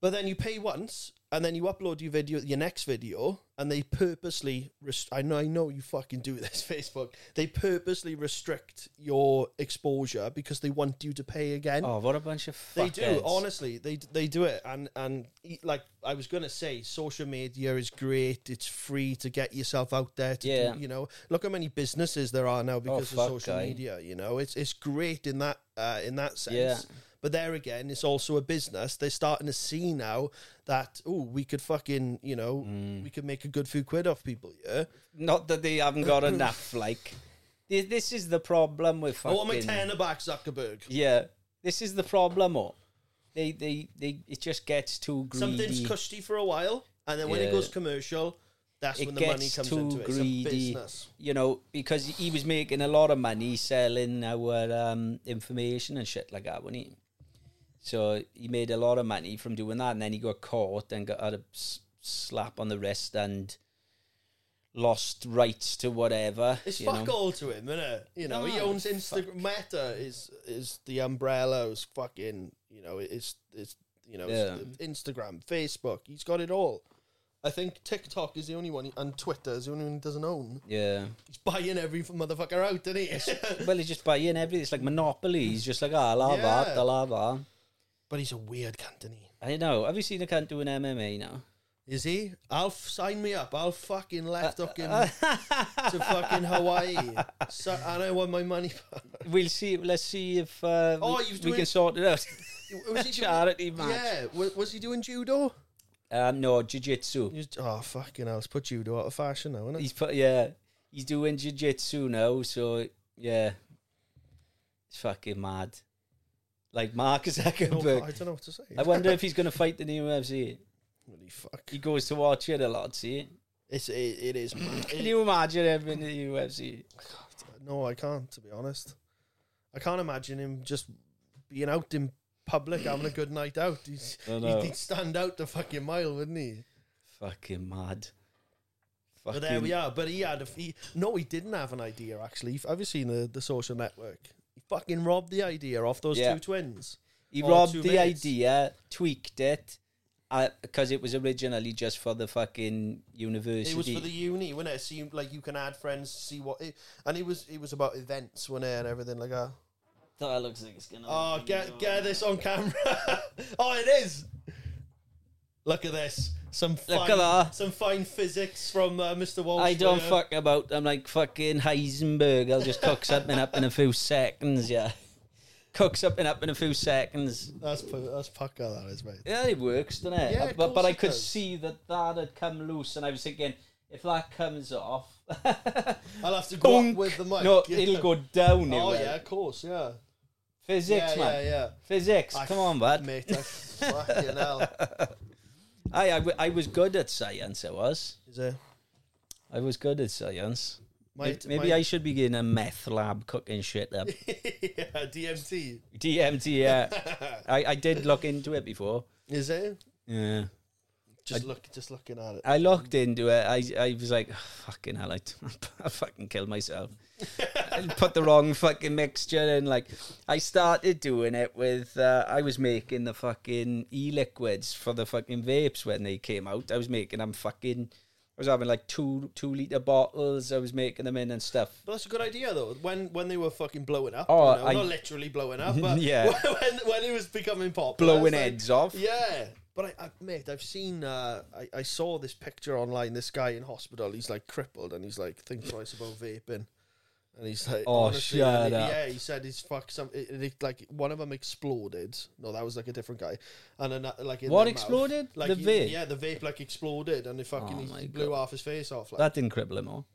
S2: But then you pay once, and then you upload your video, your next video, and they purposely. Rest- I know, I know you fucking do [laughs] this, Facebook. They purposely restrict your exposure because they want you to pay again.
S1: Oh, what a bunch of
S2: They
S1: fuckheads.
S2: do honestly. They they do it, and and e- like I was gonna say, social media is great. It's free to get yourself out there. To
S1: Yeah. Oh,
S2: do, you know, look how many businesses there are now because
S1: fuck,
S2: of social
S1: guy.
S2: media. You know, it's it's great in that uh, in that sense.
S1: Yeah.
S2: But there again, it's also a business. They're starting to see now that oh, we could fucking you know
S1: Mm.
S2: we could make a good few quid off people. Yeah.
S1: Not that they haven't
S2: [laughs]
S1: got enough, like Thi- this is the problem with
S2: Oh, I
S1: fucking
S2: want my tenner back, Zuckerberg.
S1: Yeah. This is the problem or they, they, they it just gets too greedy.
S2: Something's cushy for a while, and then when
S1: Yeah.
S2: it goes commercial, that's
S1: It
S2: when the
S1: gets
S2: money comes
S1: too
S2: into it. It's a
S1: greedy.
S2: business.
S1: you know, because he was making a lot of money selling our um, information and shit like that, wasn't he? So he made a lot of money from doing that, and then he got caught and got had a s- slap on the wrist and lost rights to whatever.
S2: It's
S1: you
S2: fuck
S1: know.
S2: all to him, innit? You know, he
S1: No,
S2: owns Instagram. Meta is is the umbrella. Is fucking you know, it's it's you know, it's Instagram, Facebook. He's got it all. I think TikTok is the only one, and Twitter is the only one he doesn't own.
S1: Yeah.
S2: He's buying every motherfucker out, isn't he?
S1: Well, he's just buying everything. It's like monopoly. He's just like, ah, la that,
S2: Yeah.
S1: I'll have that.
S2: [laughs] but he's a weird cunt, isn't he?
S1: I know. Have you seen a cunt doing MMA now?
S2: Is he? I'll f- sign me up. I'll fucking left
S1: [laughs]
S2: hook him to fucking Hawaii. So, and I want my money [laughs] back.
S1: We'll see. Let's see if uh,
S2: Oh,
S1: we,
S2: he was
S1: we
S2: doing-
S1: can sort it out.
S2: Was
S1: [laughs]
S2: he doing,
S1: Charity match.
S2: yeah, was, was he doing judo?
S1: Um, no, jiu-jitsu.
S2: He was- oh fucking hell! Let's put judo out of fashion now, innit?
S1: He's put yeah. He's doing jiu-jitsu now, so yeah. It's fucking mad. Like Mark [laughs]
S2: No,
S1: Zuckerberg.
S2: I don't know what to say.
S1: I wonder if he's going to fight the new UFC.
S2: Holy fuck.
S1: He goes to watch it a lot, see?
S2: It's it, it is.
S1: [clears throat]
S2: mad.
S1: Can you imagine him in the UFC?
S2: no, I can't. To be honest, I can't imagine him just being out in public having a good night out. He's,
S1: I
S2: he'd, he'd stand out the fucking mile, wouldn't he?
S1: Fucking mad.
S2: But there we are. But he had a he, no. He didn't have an idea actually. Have you seen the the social network? He fucking robbed the idea off those
S1: Yeah.
S2: two twins.
S1: He
S2: Or
S1: robbed
S2: two
S1: the
S2: minutes.
S1: idea, tweaked it, because it was originally just for the fucking university.
S2: It was for the uni, wasn't it? Seemed like you can add friends, see what, it, and it was it was about events, wasn't it, and everything like that.
S1: That looks like it's gonna.
S2: Oh, get get this on camera. [laughs] oh, it is. Look at this. Some fine,
S1: Look at that.
S2: Some fine physics from uh, Mr. Walsh.
S1: I don't
S2: there.
S1: fuck about. I'm like fucking Heisenberg. I'll just cook something up in a few seconds. Yeah, cook something up in a few seconds.
S2: That's pu- that's pucker. That is mate.
S1: Yeah, it works, doesn't it?
S2: Yeah, of
S1: but but
S2: course
S1: I
S2: it
S1: could
S2: does.
S1: see that that had come loose, and I was thinking, if that comes off, [laughs]
S2: I'll have to go up
S1: Bonk.
S2: with the mic.
S1: no,
S2: Yeah.
S1: it'll go down. it
S2: [laughs] Oh
S1: will.
S2: yeah, of course. Yeah.
S1: physics,
S2: yeah,
S1: man.
S2: yeah, yeah.
S1: Physics.
S2: I-
S1: Come on, bud.
S2: mate. I,
S1: [laughs]
S2: fucking hell.
S1: I, I w- I was good at science. I was.
S2: Is it?
S1: I was good at science.
S2: My,
S1: May- Maybe
S2: [laughs]
S1: I should be getting a meth lab cooking shit up.
S2: yeah, DMT.
S1: DMT. Yeah, I, I did look into it before.
S2: Is it?
S1: Yeah.
S2: Just look, just looking at it.
S1: I looked into it. I I was like, "Oh, fucking hell, I, [laughs] I fucking killed myself. I put the wrong fucking mixture in. Like, I started doing it with, uh, I was making the fucking e liquids for the fucking vapes when they came out. I was making them fucking, I was having like two two litre bottles. I was making them in and stuff.
S2: But that's a good idea though. When when they were fucking blowing up,
S1: Oh,
S2: you know,
S1: I-
S2: not literally
S1: [laughs]
S2: blowing up, but
S1: Yeah.
S2: [laughs] when, when it was becoming popular,
S1: Blowing
S2: it's like-
S1: heads off.
S2: Yeah, but I, I mate, I've seen. Uh, I, I saw this picture online. This guy in hospital. He's like crippled, and he's like think twice about vaping. And he's like,
S1: Oh,
S2: honestly,
S1: shut
S2: and he-
S1: up.
S2: Yeah, he said he's fuck some. It, it- it- like one of them exploded. No, that was like a different guy. And then uh, like in
S1: What
S2: their mouth,
S1: exploded?
S2: like
S1: The
S2: he-
S1: vape?
S2: Yeah, the vape like exploded, and it
S1: Oh,
S2: fucking
S1: my
S2: he blew
S1: God.
S2: half his face off. Like,
S1: That didn't cripple him all.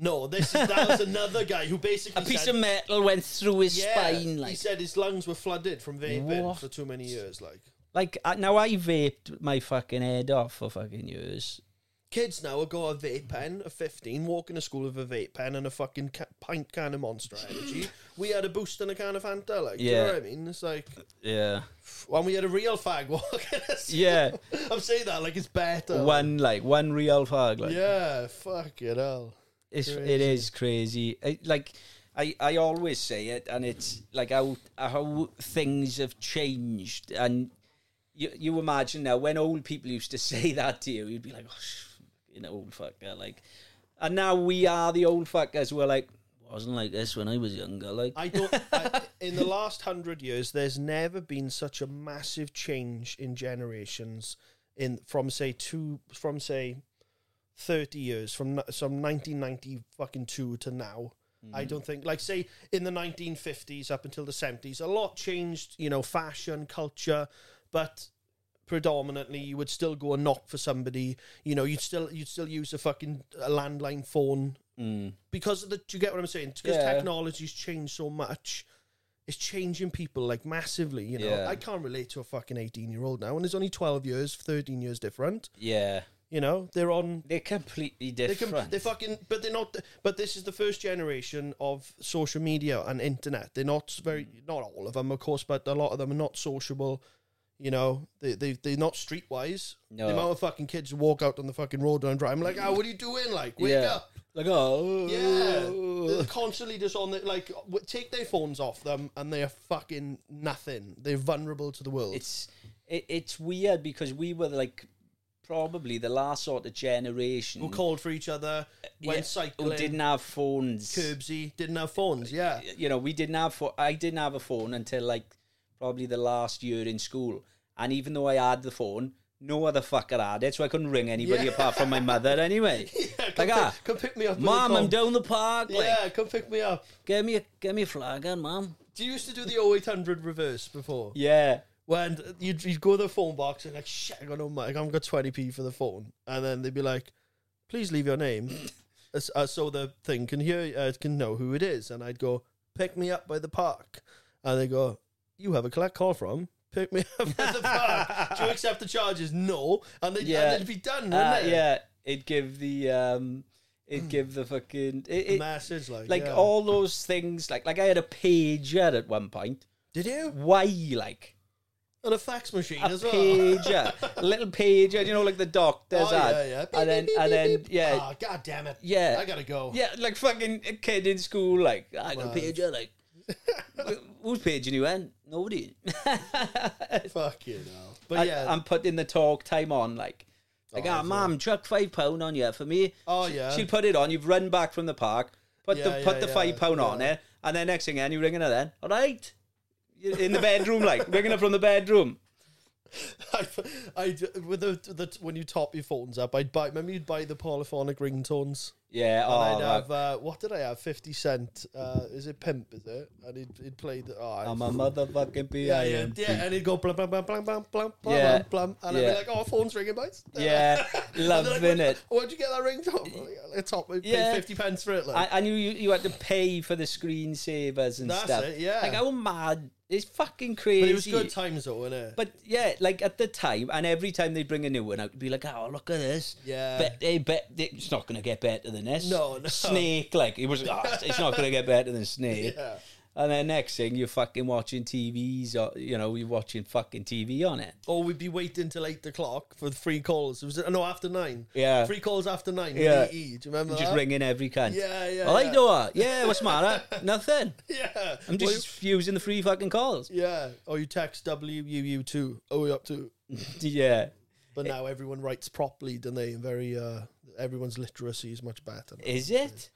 S2: no, this is, that was another guy who
S1: [laughs]
S2: basically
S1: A piece
S2: said,
S1: of metal went through his
S2: yeah,
S1: spine.
S2: he
S1: Like,
S2: said his lungs were flooded from vaping
S1: What?
S2: for too many years. Like
S1: like uh, now I vaped my fucking head off for fucking years.
S2: kids now have got a vape pen, a fifteen, walking to school with a vape pen and a fucking ca- pint can of Monster Energy. we had a boost and a can of Fanta. Like, do you
S1: Yeah.
S2: know what I mean? It's like
S1: Yeah.
S2: when we had a real fag walking. us.
S1: Yeah.
S2: [laughs] I'm saying that like it's
S1: [laughs]
S2: better.
S1: one like one real fog like
S2: yeah, fuck it all.
S1: it's it
S2: crazy.
S1: is crazy I, like I, I always say it and it's like how how things have changed and you you imagine now when old people used to [laughs] say that to you you'd be like oh sh- you know old fucker like and now we are the old fuckers we're like wasn't like this when I was younger like
S2: I don't. I, in the last hundred years, there's never been such a massive change in generations. In from say two from say thirty years from n- some nineteen ninety fucking two to now. I don't think like say in the nineteen fifties up until the seventies, a lot changed. You know, fashion, culture, but predominantly you would still go and knock for somebody. You know, you'd still you'd still use a fucking a landline phone because of the. Do you get what I'm saying? Because
S1: Mm. Yeah.
S2: technology's changed so much. It's changing people like massively, you know.
S1: Yeah.
S2: I can't relate to a fucking eighteen year old now, and it's only twelve years, thirteen years different.
S1: yeah
S2: You know, they're on
S1: they're completely
S2: they
S1: different
S2: can they fucking but they're not but this is the first generation of social media and internet they're not very not all of them of course but a lot of them are not sociable you know they, they they're not streetwise
S1: No.
S2: the amount of fucking kids who walk out on the fucking road and drive i'm like oh what are you doing like wake
S1: yeah
S2: up
S1: like oh
S2: yeah they're constantly just on the like w- take their phones off them and they're fucking nothing they're vulnerable to the world
S1: it's it, it's weird because we were like probably the last sort of generation
S2: who called for each other went
S1: yeah,
S2: cycling
S1: who didn't have phones.
S2: curbsy didn't have phones yeah
S1: You know, we didn't have pho- I didn't have a phone until like probably the last year in school, and even though I had the phone. No other fucker had it, so I couldn't ring anybody
S2: Yeah.
S1: apart from my mother
S2: [laughs]
S1: anyway.
S2: Yeah, [laughs] come,
S1: like, ah,
S2: pick, come pick me up.
S1: mom, I'm
S2: down.
S1: down the park. Like,
S2: Yeah, come pick me up.
S1: give me a give me a flagon, mom.
S2: Do you used to do the 0800 reverse before?
S1: Yeah,
S2: When you'd, you'd go to the phone box and like, shit, I got no money. I haven't got 20p for the phone. And then they'd be like, please leave your
S1: [coughs]
S2: name. uh, s- uh, so the thing can hear, uh, can know who it is. And I'd go, pick me up by the park. And they go, you have a collect call from. Pick me [laughs] up at the park. Do you accept the charges? No. And they'd,
S1: Yeah.
S2: and they'd be done, wouldn't
S1: uh,
S2: they?
S1: yeah. It'd give the um, it'd give the fucking it, it,
S2: Message like,
S1: like
S2: yeah.
S1: all those things. Like like I had a pager at one point.
S2: Did you?
S1: Why like?
S2: And a fax machine
S1: a
S2: as well.
S1: pager, a little pager, you know, like the doctor's
S2: Oh, yeah,
S1: ad.
S2: yeah. Beep,
S1: And then,
S2: beep, beep,
S1: and then,
S2: beep, beep.
S1: yeah,
S2: Ah, god damn it.
S1: Yeah.
S2: I gotta go.
S1: yeah, like fucking a kid in school, like "Ah, I got
S2: Wow.
S1: a pager,
S2: [laughs]
S1: like "Wh- whose paging you in? Nobody.
S2: Fucking hell. But
S1: I, um,
S2: yeah.
S1: I'm putting the talk time on, like. Like,
S2: Oh,
S1: ah,
S2: that's
S1: mum, chuck five pound on you for me.
S2: Oh, yeah.
S1: She'll put it on. You've run back from the park. Put the
S2: Yeah,
S1: put
S2: yeah,
S1: the
S2: yeah,
S1: five pound on
S2: yeah.
S1: there, and then [laughs] next thing, and you're ringing her. Then, all right, You're in the bedroom, like ringing her from the bedroom.
S2: [laughs] I, I with the, the when you top your phones up, I'd buy. Remember, you'd buy the polyphonic ringtones.
S1: Yeah,
S2: And
S1: oh,
S2: I'd
S1: right.
S2: have uh, what did I have? Fifty cent. Uh, is it pimp? Is it? And he'd, he'd play the. Oh,
S1: I'm a motherfucking B
S2: [laughs] yeah,
S1: I
S2: yeah,
S1: M.
S2: yeah, and he'd go blum blum blum blum blum blum
S1: Yeah.
S2: blum blum, and I'd
S1: Yeah.
S2: be like, "Oh, phone's ringing, boys."
S1: [laughs]
S2: [laughs]
S1: Yeah,
S2: And they're
S1: loving
S2: like,
S1: it.
S2: "Where- Where'd you get that ringtone? It's top. We
S1: Yeah.
S2: paid fifty pence for it. Like,
S1: I, I knew you, you had to pay for the screensavers and
S2: That's
S1: stuff.
S2: it, yeah.
S1: Like, how mad? It's fucking crazy.
S2: but it was good times though, wasn't it?
S1: But yeah, like at the time, and every time they bring a new one out, it'd be like, oh, look at this.
S2: Yeah.
S1: Bet, eh, bet, it's not going to get better than this.
S2: No, no.
S1: Snake, like, it was, "Ah, it's not going to get better than Snake.
S2: [laughs] Yeah.
S1: And then next thing, you're fucking watching TVs, or, you know, you're watching fucking TV on it.
S2: or Oh, we'd be waiting till eight o'clock for the free calls. It was no after nine.
S1: Yeah.
S2: free calls after nine.
S1: Yeah.
S2: Yeah, EE. do you remember?
S1: Just
S2: that?
S1: ringing every cunt.
S2: Yeah, yeah,
S1: All right,
S2: yeah.
S1: Noah. Yeah, what's the
S2: [laughs]
S1: matter? Nothing.
S2: Yeah,
S1: I'm
S2: Well,
S1: just using the free fucking calls.
S2: you- yeah. Or you text WUU two. Oh, you up to.
S1: Yeah.
S2: But now everyone writes properly, don't they? And very uh, everyone's literacy is much better.
S1: Is
S2: [laughs]
S1: it?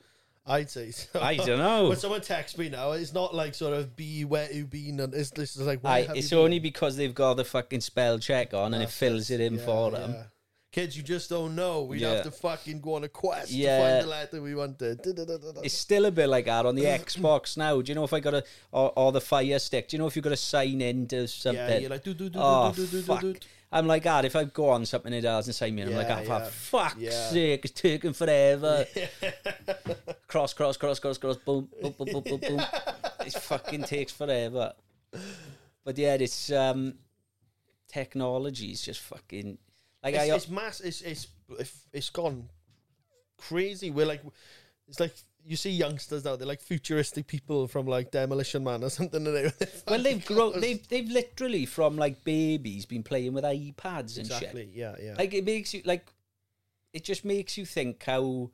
S2: I'd say. So.
S1: I don't know.
S2: [laughs] When someone texts me now, it's not like sort of be where you been, and it's this is like where
S1: Aye,
S2: have
S1: it's
S2: you been?
S1: only because they've got the fucking spell check on and it fills it in
S2: Yeah,
S1: for them.
S2: yeah. Kids, you just don't know. We'd
S1: um. Yeah.
S2: have to fucking go on a quest to
S1: Yeah.
S2: find the letter we wanted.
S1: It's still a bit like that on the Xbox now. Do you know if I got a or, or the Fire Stick? Do you know if you got to sign into something?
S2: Yeah, you're like do do do
S1: oh
S2: do do do
S1: fuck!
S2: do do.
S1: I'm like that. If I go on something, it doesn't sign me. in, I'm like,
S2: Yeah,
S1: ah,
S2: yeah.
S1: for fuck's
S2: Yeah.
S1: sake, it's taking
S2: [laughs]
S1: forever. cross, cross, cross, cross, cross. Boom, boom, boom, boom, boom, boom. It fucking takes forever. But yeah, it's um, technology is just fucking like I.
S2: It's, it's mass. It's it's if- it's gone crazy. We're like, it's like you see youngsters now. They're like futuristic people from like Demolition Man or something. And [laughs] they
S1: well, they've grown. They've they've literally from like babies been playing with iPads and shit.
S2: exactly. Yeah, yeah.
S1: Like it makes you like it just makes you think how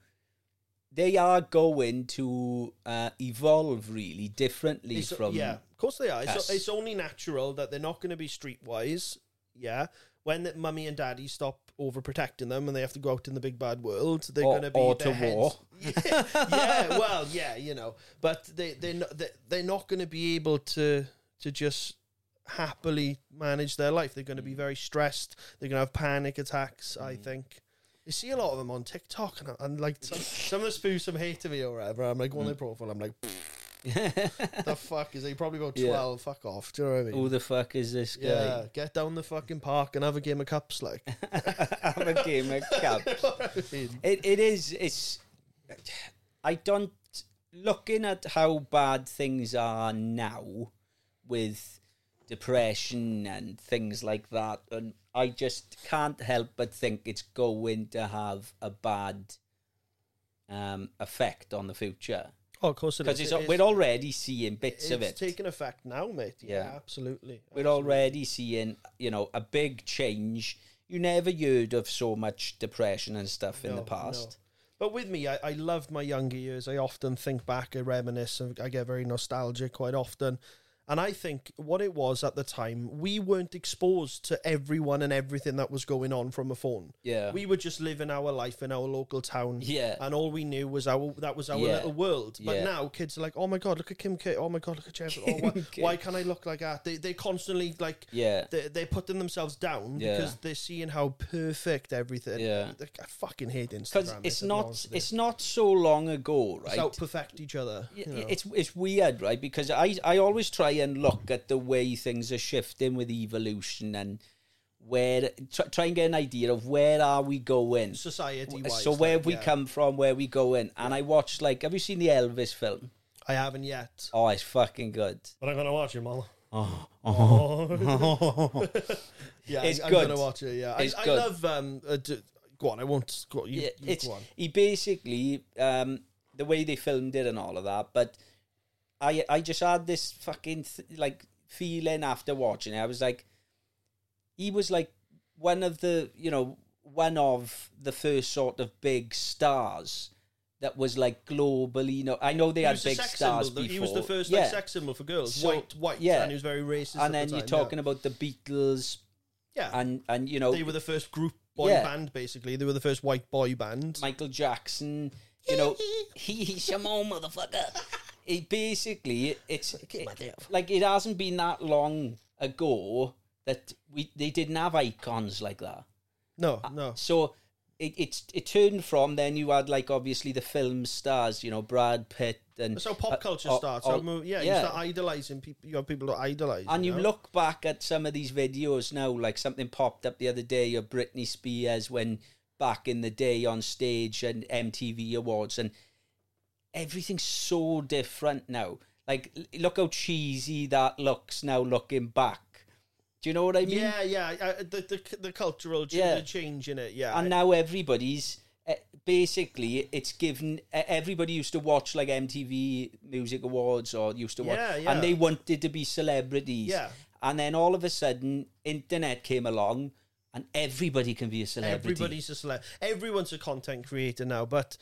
S1: they are going to uh, evolve really differently
S2: It's-
S1: from
S2: yeah, of course they are. It's,
S1: us.
S2: it's only natural that they're not going to be streetwise. Yeah, when the mummy and daddy stop overprotecting them and they have to go out in the big bad world, they're
S1: Or-
S2: going to be
S1: or
S2: their
S1: to
S2: heads- [laughs]
S1: war.
S2: yeah, well, yeah, you know, but they they are they they're not going to be able to to just happily manage their life. They're going to be
S1: Mm.
S2: very stressed. They're going to have panic attacks. I think. You see a lot of them on TikTok, and, and like some, some of the spoofs, some hate to me or whatever. I'm
S1: Mm.
S2: like, go on their profile. I'm like, the fuck is he? Probably about
S1: Yeah.
S2: twelve. Fuck off. Do you know what I
S1: [laughs]
S2: mean?
S1: who the fuck is this guy?
S2: yeah, get down the fucking park and have a game of cups. Like, [laughs]
S1: Have a game of cups.
S2: In-
S1: It it is it's I don't looking at how bad things are now with depression and things like that and I just can't help but think it's going to have a bad um effect on the future
S2: oh, of course it
S1: because
S2: is.
S1: it's, we're already seeing bits
S2: it's
S1: of it
S2: taking effect now, mate. Yeah,
S1: Yeah.
S2: absolutely.
S1: we're already seeing you know a big change you never heard of so much depression and stuff in the
S2: No,
S1: past
S2: no. But with me, I, I loved my younger years. I often think back, I reminisce, and I get very nostalgic quite often. And I think what it was at the time, we weren't exposed to everyone and everything that was going on from a phone.
S1: Yeah.
S2: We were just living our life in our local town.
S1: Yeah.
S2: And all we knew was our that was our
S1: Yeah.
S2: little world. But
S1: Yeah.
S2: now kids are like, oh my God, look at Kim K. Oh my God, look
S1: [laughs]
S2: at Jennifer. Oh, why,
S1: Kim K.
S2: why can't I look like that? They, they're constantly like,
S1: Yeah.
S2: they, they're putting themselves down
S1: Yeah.
S2: because they're seeing how perfect everything.
S1: Yeah.
S2: I fucking hate Instagram.
S1: because
S2: mate,
S1: it's
S2: to be
S1: not
S2: honest with you.
S1: it's not so long ago, right?
S2: It's out perfect each other.
S1: Y-
S2: you know.
S1: It's it's weird, right? Because I I always try and look at the way things are shifting with evolution and where try, try and get an idea of where are we going. So,
S2: society wise.
S1: where we come from, where we going, and I watched like have you seen the Elvis film?
S2: I haven't yet.
S1: Oh, it's fucking good.
S2: But I'm gonna watch it,
S1: [laughs]
S2: Mama. yeah,
S1: It's
S2: I, I'm
S1: good.
S2: gonna watch it. Yeah,
S1: It's
S2: I,
S1: good.
S2: I love. Um, uh, d- go on, I won't. Go, you,
S1: Yeah,
S2: you
S1: it's
S2: go on.
S1: he basically um, the way they filmed it and all of that. But I I just had this fucking th- like feeling after watching it. I was like, he was like one of the you know one of the first sort of big stars that was like globally. You know, I know they
S2: He
S1: had
S2: was a
S1: big
S2: sex
S1: stars
S2: symbol, though.
S1: before.
S2: He was the first
S1: yeah.
S2: like, sex symbol for girls.
S1: So-
S2: white, white,
S1: yeah.
S2: and he was very racist.
S1: and
S2: at
S1: then
S2: the
S1: you're
S2: time, yeah.
S1: talking about the Beatles
S2: yeah.
S1: and and you know
S2: they were the first group boy
S1: Yeah.
S2: band. Basically, they were the first white boy band.
S1: Michael Jackson. You
S2: [laughs]
S1: know, he he's some old motherfucker. It basically it's it- like it hasn't been that long ago that we they didn't have icons like that.
S2: No, no.
S1: So it it's it turned from then you had like obviously the film stars, you know, Brad Pitt and
S2: So pop culture
S1: uh, all-
S2: starts.
S1: all-
S2: I mean, yeah, you start idolizing people. You have people that idolize.
S1: And you
S2: know?
S1: look back at some of these videos now, like something popped up the other day of Britney Spears when back in the day on stage and MTV Awards, and everything's so different now. Like, l- look how cheesy that looks now looking back. Do you know what I mean?
S2: Yeah, yeah. Uh, the, the the cultural ch-
S1: Yeah.
S2: the change in it. Yeah.
S1: And now everybody's eh, basically it's given eh, everybody used to watch like MTV Music Awards or used to watch
S2: Yeah, yeah.
S1: and they wanted to be celebrities.
S2: Yeah.
S1: And then all of a sudden internet came along and everybody can be a celebrity.
S2: Everybody's a celeb. Everyone's a content creator now, but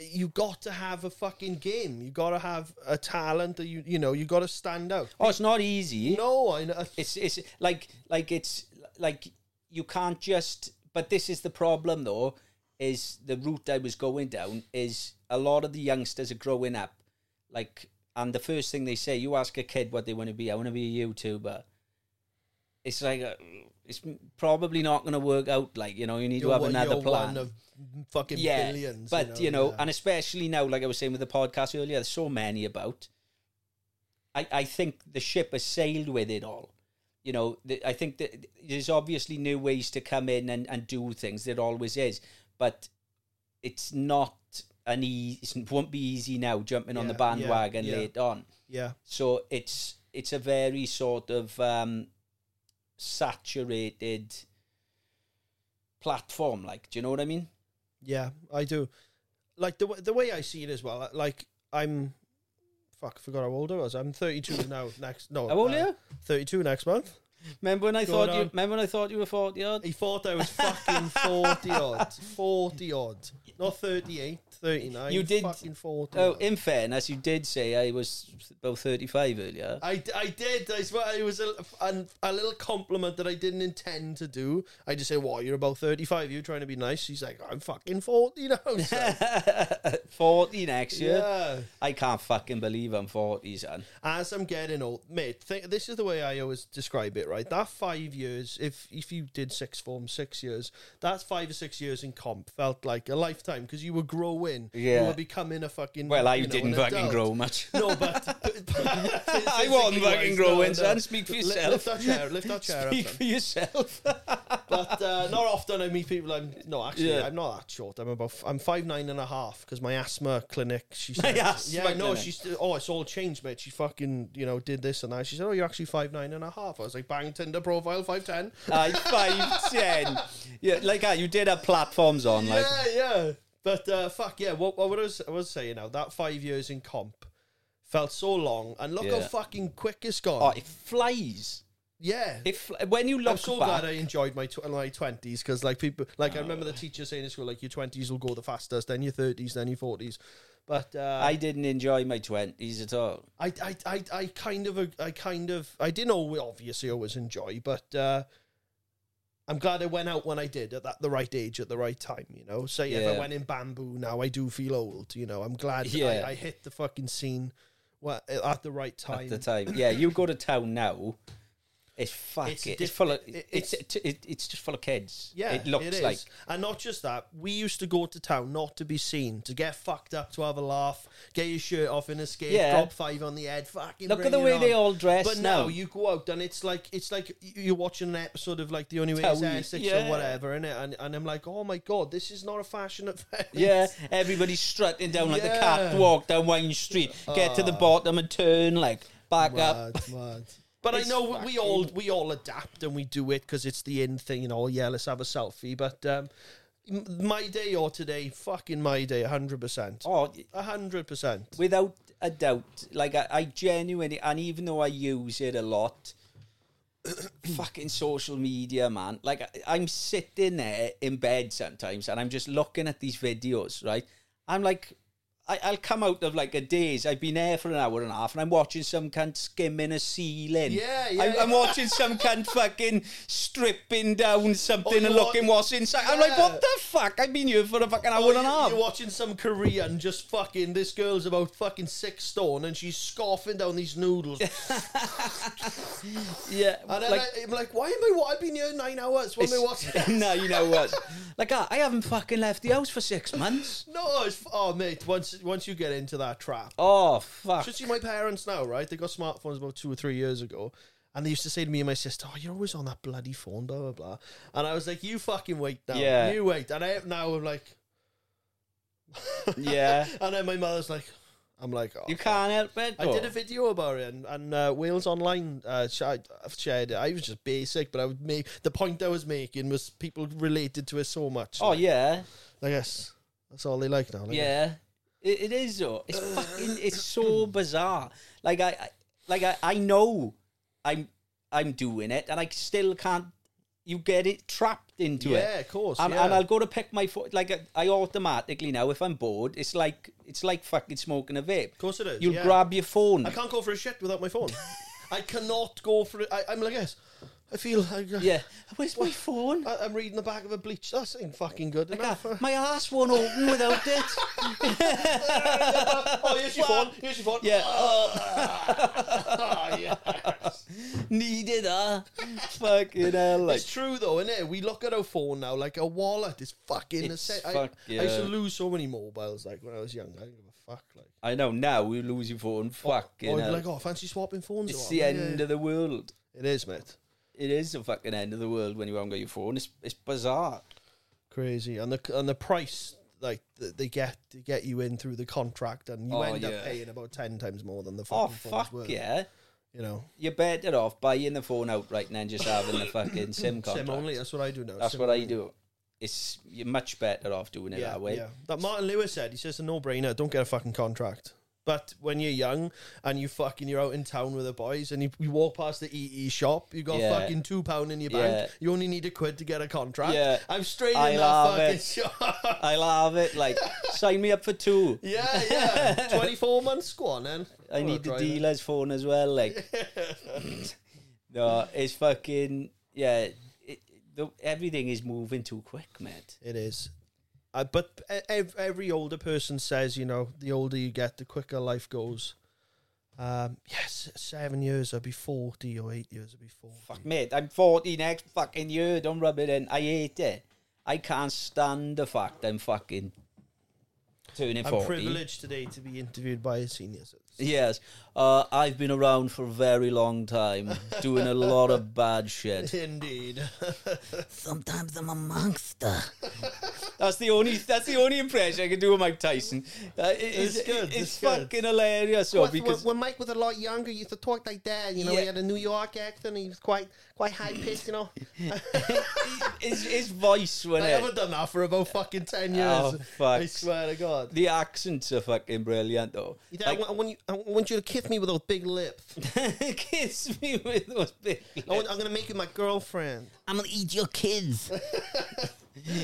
S2: you got to have a fucking game. You got to have a talent that you you know you got to stand out.
S1: Oh, it's not easy.
S2: No, I know.
S1: It's it's like like it's like you can't just. But this is the problem, though. Is the route I was going down is a lot of the youngsters are growing up, like, and the first thing they say, you ask a kid what they want to be. I want to be a YouTuber. It's like uh it's probably not going to work out. Like you know, you need
S2: You're
S1: to have
S2: one-
S1: another
S2: you're
S1: plan.
S2: One of fucking billions.
S1: But you know,
S2: yeah.
S1: and especially now, like I was saying with the podcast earlier, there's so many about. I, I think the ship has sailed with it all. You know, the, I think that there's obviously new ways to come in and, and do things. There always is, but it's not an easy. It won't be easy now jumping on the
S2: Yeah, yeah,
S1: bandwagon
S2: yeah.
S1: late on.
S2: yeah,
S1: So it's it's a very sort of um, saturated platform. Like, do you know what I mean?
S2: yeah, I do. Like the w- the way I see it as well. Like I'm, fuck, I forgot how old I was.
S1: [coughs]
S2: I'm 32 now. Next, no,
S1: How old
S2: uh,
S1: are you?
S2: 32 next month.
S1: Remember when I
S2: Go
S1: thought
S2: on. Oh,
S1: you? Remember when I thought you were forty odd?
S2: He thought I was fucking 40 odd. 40 odd. Not 38, 39.
S1: You did-
S2: Fucking 40.
S1: Oh,
S2: odd.
S1: in fairness, you did say I was about thirty-five earlier.
S2: I, I did. I swear it was a, a, a little compliment that I didn't intend to do. I just said, Well, you're about 35. You're trying to be nice. He's like, I'm fucking 40 now.
S1: [laughs]
S2: son."
S1: forty next year.
S2: yeah.
S1: I can't fucking believe I'm forty, son.
S2: as I'm getting old, mate, th- this is the way I always describe it, right? That five years, if if you did six form, six years, that five or six years in comp felt like a lifetime because you were growing. You
S1: Yeah.
S2: were becoming a fucking.
S1: Well, I
S2: you know,
S1: didn't
S2: an
S1: fucking
S2: adult.
S1: grow much.
S2: [laughs] No,
S1: [laughs]
S2: but. I
S1: wasn't fucking growing, son. Speak for yourself.
S2: Lift that chair,
S1: [laughs]
S2: lift that chair
S1: Speak
S2: up. son.
S1: for yourself. [laughs]
S2: But uh, not often I meet people. I'm no, actually,
S1: Yeah.
S2: I'm not that short. I'm about f- I'm five nine and a half because my asthma clinic. She
S1: [laughs]
S2: said,
S1: asthma
S2: yeah, no,
S1: clinic.
S2: she's oh, it's all changed, mate. She fucking you know did this and that. She said, oh, you're actually five nine and a half. I was like, bang, Tinder profile five ten.
S1: I five ten. Yeah, like ah, you did have platforms on, like
S2: yeah, yeah. But uh, fuck yeah, what, what I was I was saying now that five years in comp felt so long, and look how
S1: Yeah.
S2: fucking quick it's gone.
S1: oh, it flies.
S2: yeah,
S1: If when you look
S2: I'm so
S1: back, Oh.
S2: glad I enjoyed my tw- my twenties because like people like I remember the teacher saying in school like your twenties will go the fastest, then your thirties, then your forties. But uh,
S1: I didn't enjoy my twenties at all.
S2: I, I I I kind of ag- I kind of I didn't always, obviously always enjoy, but uh, I'm glad I went out when I did at that the right age at the right time. You know, say if I
S1: Yeah.
S2: went in bamboo now, I do feel old. You know, I'm glad
S1: Yeah.
S2: I, I hit the fucking scene well, at the right time.
S1: at the time. Yeah, you go to town now. It's fuck.
S2: It's
S1: It's,
S2: diff-
S1: full of.
S2: it-
S1: it's it's, it, it's just full of kids.
S2: Yeah,
S1: it looks
S2: is.
S1: like.
S2: and not just that. We used to go to town not to be seen, to get fucked up, to have a laugh, get your shirt off in a skate,
S1: Yeah.
S2: drop five on the head, fucking.
S1: Look
S2: bring
S1: at the
S2: it
S1: way
S2: on.
S1: they all dress
S2: But
S1: now.
S2: now you go out and it's like it's like y- you're watching an episode of like the only way is
S1: Town,
S2: Essex or
S1: yeah.
S2: whatever, innit? and and I'm like, oh my god, this is not a fashion event. [laughs]
S1: Yeah, everybody's strutting down like
S2: Yeah. Ah.
S1: the catwalk down Wine Street. Get to the bottom and turn like back up.
S2: mad, mad. But I
S1: It's
S2: know we- we all we all adapt and we do it because it's the in thing. You know, yeah, let's have a selfie. But um, m- my day or today, fucking my day, hundred percent.
S1: Oh,
S2: A hundred percent.
S1: without a doubt. Like I, I genuinely, and even though I use it a lot, [coughs] fucking social media, man. Like I, I'm sitting there in bed sometimes, and I'm just looking at these videos. Right, I'm like, I, I'll come out of like a daze. I've been there for an hour and a half, and I'm watching some cunt skimming a ceiling.
S2: Yeah, yeah,
S1: I'm, I'm
S2: yeah.
S1: watching some cunt
S2: [laughs]
S1: fucking stripping down something
S2: you're
S1: and looking
S2: Oh, wa-
S1: what's inside. I'm like,
S2: Yeah.
S1: what the fuck? I've been here for a fucking hour
S2: Oh,
S1: and a
S2: you-
S1: half.
S2: You're watching some Korean just fucking. This girl's about fucking six stone and she's scoffing down
S1: [laughs]
S2: these noodles. and
S1: yeah,
S2: then
S1: like-
S2: I, am like, why am I? wa- I've been here nine hours. Why am I
S1: [laughs]
S2: watching?
S1: It's- no, you know what? Like, I, I haven't fucking left the house for six months.
S2: No, it's, oh mate, once once you get into that trap,
S1: Oh, fuck.
S2: should see my parents now, right? They got smartphones about two or three years ago. And they used to say to me and my sister, "Oh, you're always on that bloody phone, blah blah blah." And I was like, "You fucking wait now,
S1: Yeah.
S2: you wait." And I now I'm like,
S1: Yeah.
S2: and then my mother's like, "I'm like, oh, [laughs]
S1: You can't help it.
S2: I
S1: though.
S2: did a video about it, and, and uh, Wales Online uh, sh- I- I've shared it. I was just basic, but I would make the point I was making was people related to it so much.
S1: Oh, yeah.
S2: I guess that's all they like now. like,
S1: Yeah, it, it is though. It's fucking. It's
S2: [clears throat]
S1: so bizarre. Like I, I like I, I know, I'm, I'm doing it, and I still can't. You get it trapped into it.
S2: yeah, of course.
S1: And,
S2: yeah.
S1: and I'll go to pick my phone. Like I automatically now, if I'm bored, it's like it's like fucking smoking a vape. Of
S2: course it is,
S1: You'll
S2: yeah.
S1: grab your phone.
S2: I can't go for a shit without
S1: [laughs]
S2: my phone. I cannot go for it. I, I'm like yes. I feel I,
S1: yeah. Where's my phone?
S2: I, am reading the back of a bleach. That's ain't fucking good
S1: God,
S2: enough.
S1: my ass won't open without it.
S2: [laughs] oh, here's your phone. Here's your phone.
S1: [laughs] Yeah.
S2: [laughs]
S1: Oh, [laughs]
S2: Ah, yes.
S1: Needed her. Fucking hell. Like,
S2: It's true though, isn't it? We look at our phone now like a wallet is fucking.
S1: It's
S2: asse-
S1: fuck,
S2: I, I used to
S1: yeah.
S2: lose so many mobiles like when I was young. I didn't give a fuck. Like,
S1: I know now we lose your phone. Fucking
S2: or I'd be
S1: hell.
S2: like, oh, fancy swapping phones.
S1: It's
S2: or
S1: the
S2: what?"
S1: end
S2: Yeah,
S1: of the world.
S2: It is, mate.
S1: It is the fucking end of the world when you haven't got your phone. It's it's bizarre.
S2: Crazy, and the and the price like th- they get to get you in through the contract, and you
S1: Oh,
S2: end
S1: yeah.
S2: up paying about ten times more than the fucking
S1: Oh
S2: phone's
S1: fuck
S2: worth,
S1: yeah!
S2: You know,
S1: You're better off buying the phone outright and then just having the
S2: [coughs]
S1: fucking SIM card.
S2: sim only. That's what I do now.
S1: That's
S2: sim
S1: what
S2: only.
S1: I do. It's you're much better off doing it
S2: Yeah,
S1: that way.
S2: yeah. That Martin Lewis said, he says, a no brainer, don't get a fucking contract. But when you're young and you fucking you're out in town with the boys and you, you walk past the EE shop, you got
S1: Yeah.
S2: fucking two pound in your bank.
S1: Yeah.
S2: You only need a quid to get a contract.
S1: Yeah.
S2: I'm straight
S1: I
S2: in
S1: love
S2: that fucking
S1: it.
S2: [laughs] shop.
S1: I love it.
S2: [laughs]
S1: Like sign me up for two.
S2: yeah,
S1: [laughs]
S2: yeah. Twenty four months, go on then.
S1: I
S2: Go on,
S1: need the
S2: try that.
S1: dealer's phone as well. Like,
S2: [laughs]
S1: no, it's fucking yeah. It, the, everything is moving too quick, mate.
S2: It is. Uh, but ev- every older person says, you know, the older you get, the quicker life goes. Um, yes, seven years, I'll be 40, or eight years, I'll be 40.
S1: Fuck, mate, I'm 40 next fucking year. Don't rub it in. I hate it. I can't stand the fact I'm fucking turning
S2: I'm
S1: 40.
S2: privileged today to be interviewed by a senior
S1: [laughs]
S2: citizen.
S1: Yes. Uh, I've been around for a very long time, doing
S2: [laughs]
S1: a lot of bad shit.
S2: Indeed.
S3: Sometimes I'm a monster.
S1: That's the only that's the only impression I can do of Mike Tyson. Uh, it- it's,
S2: It's good,
S1: It's,
S2: it's good.
S1: fucking hilarious, though,
S2: Well,
S1: because
S2: when Mike was a lot younger, he used to talk like that. You know,
S1: Yeah.
S2: he had a New York accent. He was quite quite high pitched.
S1: [laughs]
S2: You know,
S1: his, his voice when
S2: I
S1: it,
S2: haven't done that for about fucking ten years.
S1: Oh, fuck.
S2: I swear to God.
S1: the accents are fucking brilliant, though.
S2: You know, I, want, I want you, I want you to kiss me with those big lips.
S1: Like, [laughs] kiss me with those big.
S2: I [laughs] want, I'm going to make you my girlfriend.
S3: I'm gonna eat your kids.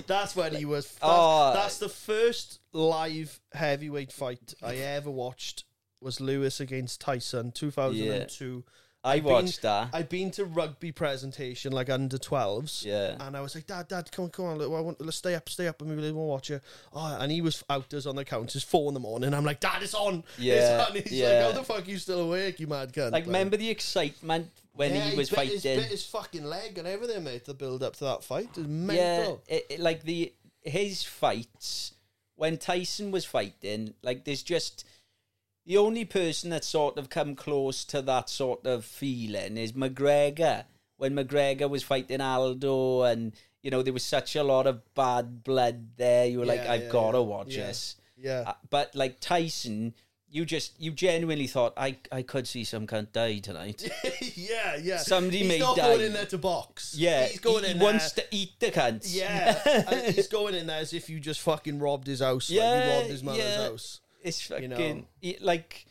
S2: That's when he was. That's,
S1: Oh.
S2: that's the first live heavyweight fight I ever watched. Was Lewis against Tyson, 2002.
S1: I
S2: been-
S1: watched that.
S2: I'd been to rugby presentation like under 12s.
S1: Yeah.
S2: And I was like, Dad, Dad, come on, come on, look, I want, let's stay up, stay up, and we really want to watch it. Oh, and he was out us on the counters four in the morning. I'm like, Dad, it's on.
S1: Yeah,
S2: It's on. [laughs] He's
S1: yeah.
S2: like, How the fuck are you still awake, you mad
S1: [laughs]
S2: cunt?
S1: Like, remember the excitement when
S2: Yeah,
S1: he was
S2: bit,
S1: fighting?
S2: His, bit his fucking leg and everything, mate, to build up to that fight. It's
S1: yeah,
S2: mental.
S1: it, it- like the his fights when Tyson was fighting. Like, there's just the only person that sort of come close to that sort of feeling is McGregor. When McGregor was fighting Aldo, and you know there was such a lot of bad blood there, you were like,
S2: Yeah,
S1: "I've
S2: yeah,
S1: got to
S2: yeah,
S1: watch
S2: yeah.
S1: this."
S2: Yeah.
S1: Uh, but like Tyson, you just you genuinely thought, "I I could see some cunt die tonight."
S2: [laughs] yeah, yeah.
S1: Somebody
S2: he's
S1: may
S2: not
S1: die.
S2: going in there to box.
S1: Yeah,
S2: he's going
S1: he
S2: in
S1: wants
S2: there.
S1: to [laughs] eat the cunts.
S2: yeah, and he's going in there as if you just fucking robbed his house. Yeah, like you
S1: Yeah,
S2: robbed his mother's
S1: yeah.
S2: house.
S1: it's fucking
S2: know.
S1: it- like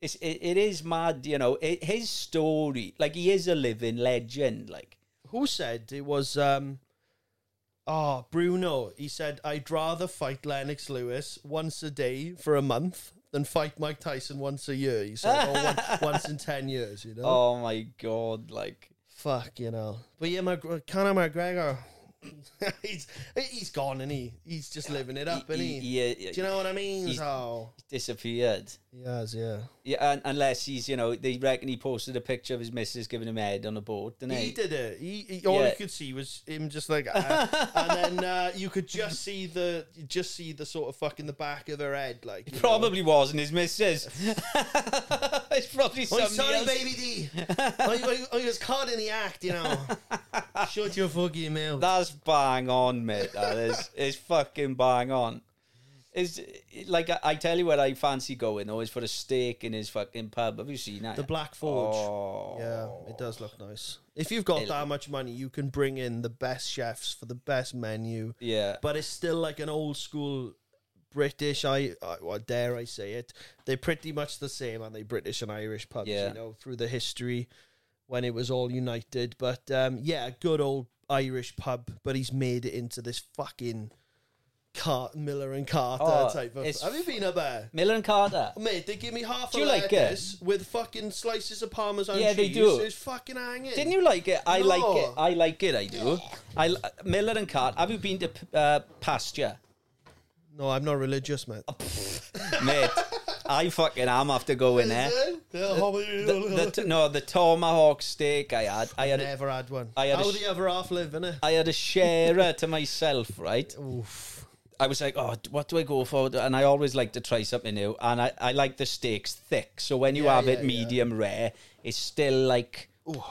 S1: it's it, it is mad. You know, it, his story, like he is a living legend. Like
S2: Who said it was? um Oh, Bruno, he said, I'd rather fight Lennox Lewis once a day for a month than fight Mike Tyson once a year. He said, or one,
S1: [laughs]
S2: once in 10 years, you know?
S1: Oh my god! Like
S2: Fuck, you know. But yeah, Mag- Conor McGregor, [laughs] he's, he's gone, and he? He's just living it up, and he?
S1: he, he,
S2: Do you know what I mean?
S1: He's-
S2: So,
S1: disappeared.
S2: yes, yeah.
S1: Yeah, un unless he's you know they reckon he posted a picture of his missus giving him head on a board, didn't he?
S2: He did it. He, he- all
S1: Yeah.
S2: you could see was him
S1: [laughs]
S2: just like, ah. and then uh, you could just see the, you just see the sort of fucking the back of her head, like you know.
S1: Probably wasn't his missus. [laughs] it's probably
S2: Oh,
S1: somebody
S2: sorry,
S1: else.
S2: baby
S1: [laughs]
S2: D. Oh, I, I, I was caught in the act, you know. Shut your fucking mouth.
S1: That's bang on, mate. That
S2: [laughs]
S1: is it's fucking bang on. It's like I, I tell you where I fancy going though is for a steak in his fucking pub. Have you seen that?
S2: the Black Forge.
S1: Oh.
S2: Yeah, it does look nice. If you've got
S1: It-
S2: that much money, you can bring in the best chefs for the best menu.
S1: Yeah.
S2: But it's still like an old school British. I, I well, dare I say it? They're pretty much the same, and they British and Irish pubs.
S1: Yeah.
S2: You know, through the history when it was all united. But um, yeah, good old Irish pub. But he's made it into this fucking. Car- Miller and Carter
S1: Oh,
S2: type of.
S1: it's
S2: Have you been up there?
S1: Miller and Carter.
S2: Oh, Mate, they give me half
S1: Do
S2: a
S1: you like it?
S2: lettuce with fucking slices of parmesan
S1: Yeah, they
S2: cheese.
S1: do.
S2: It's fucking hanging.
S1: Didn't you like it? I like it.
S2: No.
S1: I like it. I do. I li- Miller and Carter. Have you been to P- uh, Pasture?
S2: No, I'm not religious, mate.
S1: mate. I fucking am after
S2: [laughs]
S1: going there. [laughs] The,
S2: I've
S1: t- no, the tomahawk steak I had. I had. A,
S2: never had one.
S1: I had a
S2: How
S1: sh-
S2: the other half live, innit?
S1: I had a sharer to myself, right?
S2: Oof.
S1: I was like, oh, d- what do I go for? And I always like to try something new. And I, I like the steaks thick. So when you
S2: Yeah,
S1: have
S2: yeah,
S1: it
S2: yeah.
S1: medium rare, it's still like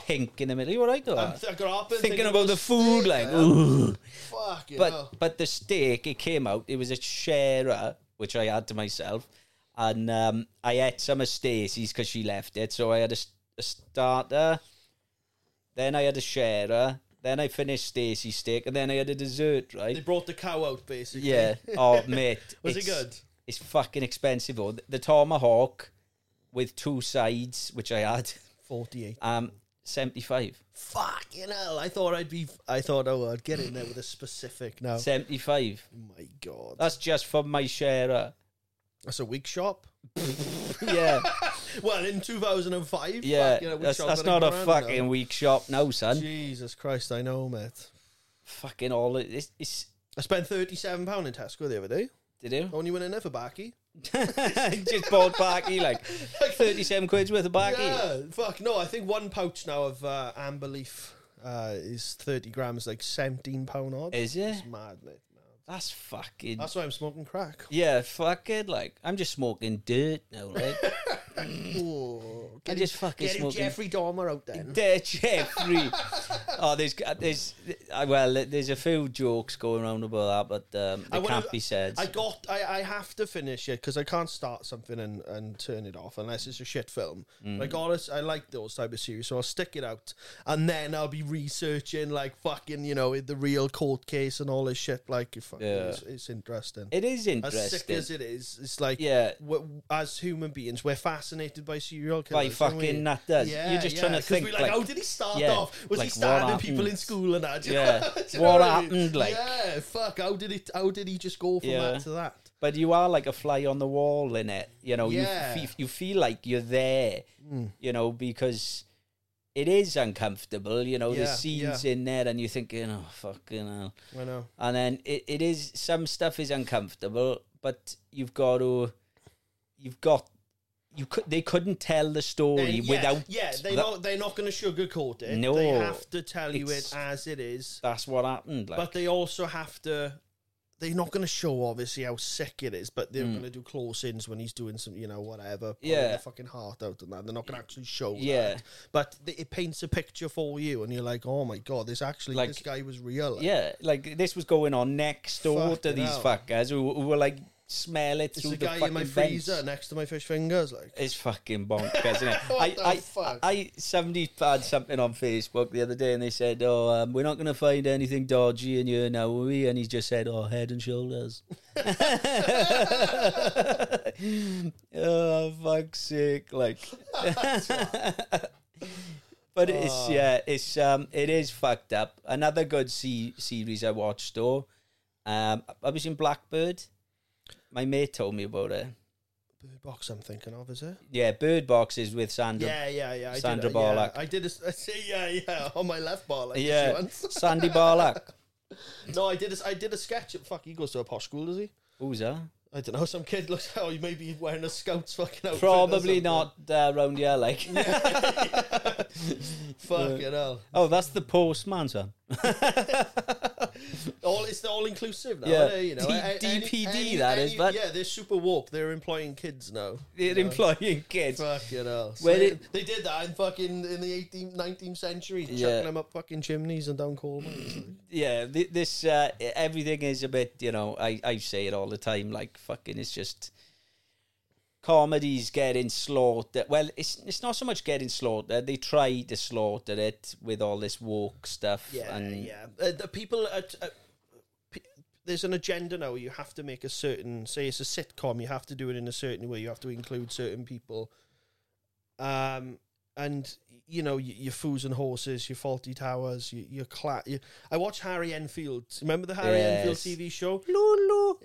S1: pink in the middle. You all right, though?
S2: I'm th- I got up and
S1: thinking, about the food, like, ooh.
S2: Fuck, you
S1: But
S2: know.
S1: but the steak, it came out. It was a sharer, which I had to myself, and um, I ate some of Stacey's because she left it. So I had a, s- a starter, then I had a sharer, then I finished Stacey's steak, and then I had a dessert.
S2: They
S1: Right?
S2: brought the cow out,
S1: [laughs]
S2: basically.
S1: Yeah. Oh mate,
S2: [laughs] Was it
S1: it's-
S2: good?
S1: It's fucking expensive. Though. The, the tomahawk with two sides, which I had,
S2: 48.
S1: um, seventy five.
S2: Fuck, you know. I thought I'd be. I thought, oh, I'd get in there with a specific now.
S1: Seventy five.
S2: Oh my God.
S1: That's just for my
S2: [laughs]
S1: sharer.
S2: That's a weak shop.
S1: Yeah.
S2: Well, in 2005.
S1: Yeah,
S2: fuck, you know, we
S1: that's,
S2: shot
S1: that's
S2: at
S1: not a
S2: grand,
S1: fucking
S2: though.
S1: weak shop now, son.
S2: Jesus Christ, I know, mate.
S1: Fucking all it- it's, it's
S2: I spent thirty-seven pound in Tesco the other day.
S1: did you?
S2: Only when I never [laughs] barky. Oh.
S1: [laughs] Just bought barky like thirty-seven quid's worth of barky.
S2: Yeah, fuck no. I think one pouch now of uh, amber leaf uh, is thirty grams, like seventeen pound odd.
S1: Is it?
S2: It's mad, mate. No.
S1: That's fucking.
S2: That's why I'm
S1: [laughs]
S2: smoking crack.
S1: yeah, fucking like I'm just smoking dirt now,
S2: [laughs]
S1: like
S2: Oh,
S1: I just fucking
S2: get him
S1: smoking-
S2: Jeffrey Dahmer out then.
S1: dirt Jeffrey. oh, there's there's uh, well, there's a few jokes going around about that, but um,
S2: I
S1: they
S2: wanna-
S1: can't be said.
S2: I got. I, I have to finish it because I can't start something and, and turn it off unless it's a shit film.
S1: Mm.
S2: Like honest, I like those type of series, so I'll stick it out, and then I'll be researching like fucking you know the real court case and all this shit. Like fuck,
S1: Yeah.
S2: it's, it's interesting.
S1: it is
S2: as sick
S1: interesting.
S2: as it is, it's like
S1: Yeah.
S2: w- as human beings, we're fascinated by serial
S1: By
S2: killers. aren't we?
S1: fucking nutters. You're just trying to
S2: 'cause we're
S1: think,
S2: Like, oh,
S1: like-
S2: how did he start
S1: yeah,
S2: off? Was
S1: like,
S2: he
S1: what
S2: stabbing people in
S1: happened?
S2: school and that? [laughs] Do you
S1: Yeah.
S2: know- do you
S1: What
S2: know I mean?
S1: happened, like-
S2: yeah, fuck. How did it? How did he just go from
S1: Yeah.
S2: that to that?
S1: but you are like a fly on the wall in it. You know,
S2: Yeah.
S1: you fe- you feel like you're there. You know, because it is uncomfortable. You know,
S2: Yeah,
S1: there's scenes
S2: yeah.
S1: in there, and you're thinking, oh fucking hell.
S2: I know.
S1: And then it, it is some stuff is uncomfortable, but you've got to, you've got, you could they couldn't tell the story
S2: yeah,
S1: Oh, without.
S2: yeah, they're
S1: that-
S2: not they're not going to sugarcoat it.
S1: No.
S2: they have to tell you
S1: It's-
S2: it as it is,
S1: That's what happened. Like,
S2: but they also have to. They're not going to show obviously how sick it is, but they're
S1: Mm.
S2: going to do close ins when he's doing some, you know, whatever. pulling
S1: Yeah.
S2: the fucking heart out and that. They're not going to actually show.
S1: yeah,
S2: that. but th- it paints a picture for you, and you're like, oh my god, this actually
S1: Like-
S2: this guy was real. Like,
S1: yeah. Like this was going on next door to
S2: Fucking
S1: these
S2: hell.
S1: fuckers who, who were like smell it
S2: it's
S1: through
S2: the
S1: the
S2: guy
S1: fucking
S2: in my
S1: vents.
S2: freezer next to my fish fingers. Like,
S1: It's fucking bonkers, isn't it?
S2: [laughs] What
S1: I,
S2: the
S1: I,
S2: fuck?
S1: I, somebody had something on Facebook the other day, and they said, "Oh, um, we're not going to find anything dodgy in here now, are we?" And he's just said, "Oh, head and shoulders." [laughs]
S2: [laughs]
S1: oh, fuck's sake! Like, but [laughs] but it's yeah, it's um, it is fucked up. Another good se- series I watched though, um, I was in Blackbird. My mate told me about it.
S2: Bird Box, I'm thinking of, is it?
S1: Yeah, Bird Box is with Sandra.
S2: Yeah, yeah, yeah. I
S1: Sandra
S2: did, a- yeah,
S1: Bullock.
S2: I did a s- [laughs] I see, yeah, yeah, on my left Barlock.
S1: Yeah,
S2: Yeah.
S1: Sandy Barlack.
S2: [laughs] No, I did. A, s- I did a sketch. Of, fuck, he goes to a posh school, does he?
S1: Who's that?
S2: I don't know. Some kid looks. [laughs] Oh, he may be wearing a scout's fucking outfit. or
S1: Probably
S2: something.
S1: not uh, round here. Like,
S2: [laughs] Fucking hell.
S1: oh, that's the postman, son.
S2: All it's all inclusive now.
S1: Yeah.
S2: Yeah. You know,
S1: D-
S2: A- any-
S1: DPD
S2: any-
S1: that
S2: any-
S1: is, but-
S2: yeah, they're super woke. They're employing kids now.
S1: They're employing kids.
S2: Fucking hell. So
S1: Where
S2: they,
S1: did-
S2: they did that in fucking in the 18th, 19th century, chucking
S1: Yeah.
S2: them up fucking chimneys and down coal mines.
S1: yeah, thi- this uh, everything is a bit, you know, I, I say it all the time, like fucking, it's just comedies getting slaughtered. Well, it's it's not so much getting slaughtered. They try to slaughter it with all this woke stuff.
S2: Yeah,
S1: and
S2: yeah. Uh, the people at. Uh, p- there's an agenda now. You have to make a certain, say it's a sitcom. You have to do it in a certain way. You have to include certain people. Um, and you know y- your foos and horses, your faulty towers, your, your cla- your- I watch Harry Enfield. Remember the Harry Enfield
S1: Yes.
S2: TV show?
S1: [laughs]
S2: [laughs]
S1: Lulu,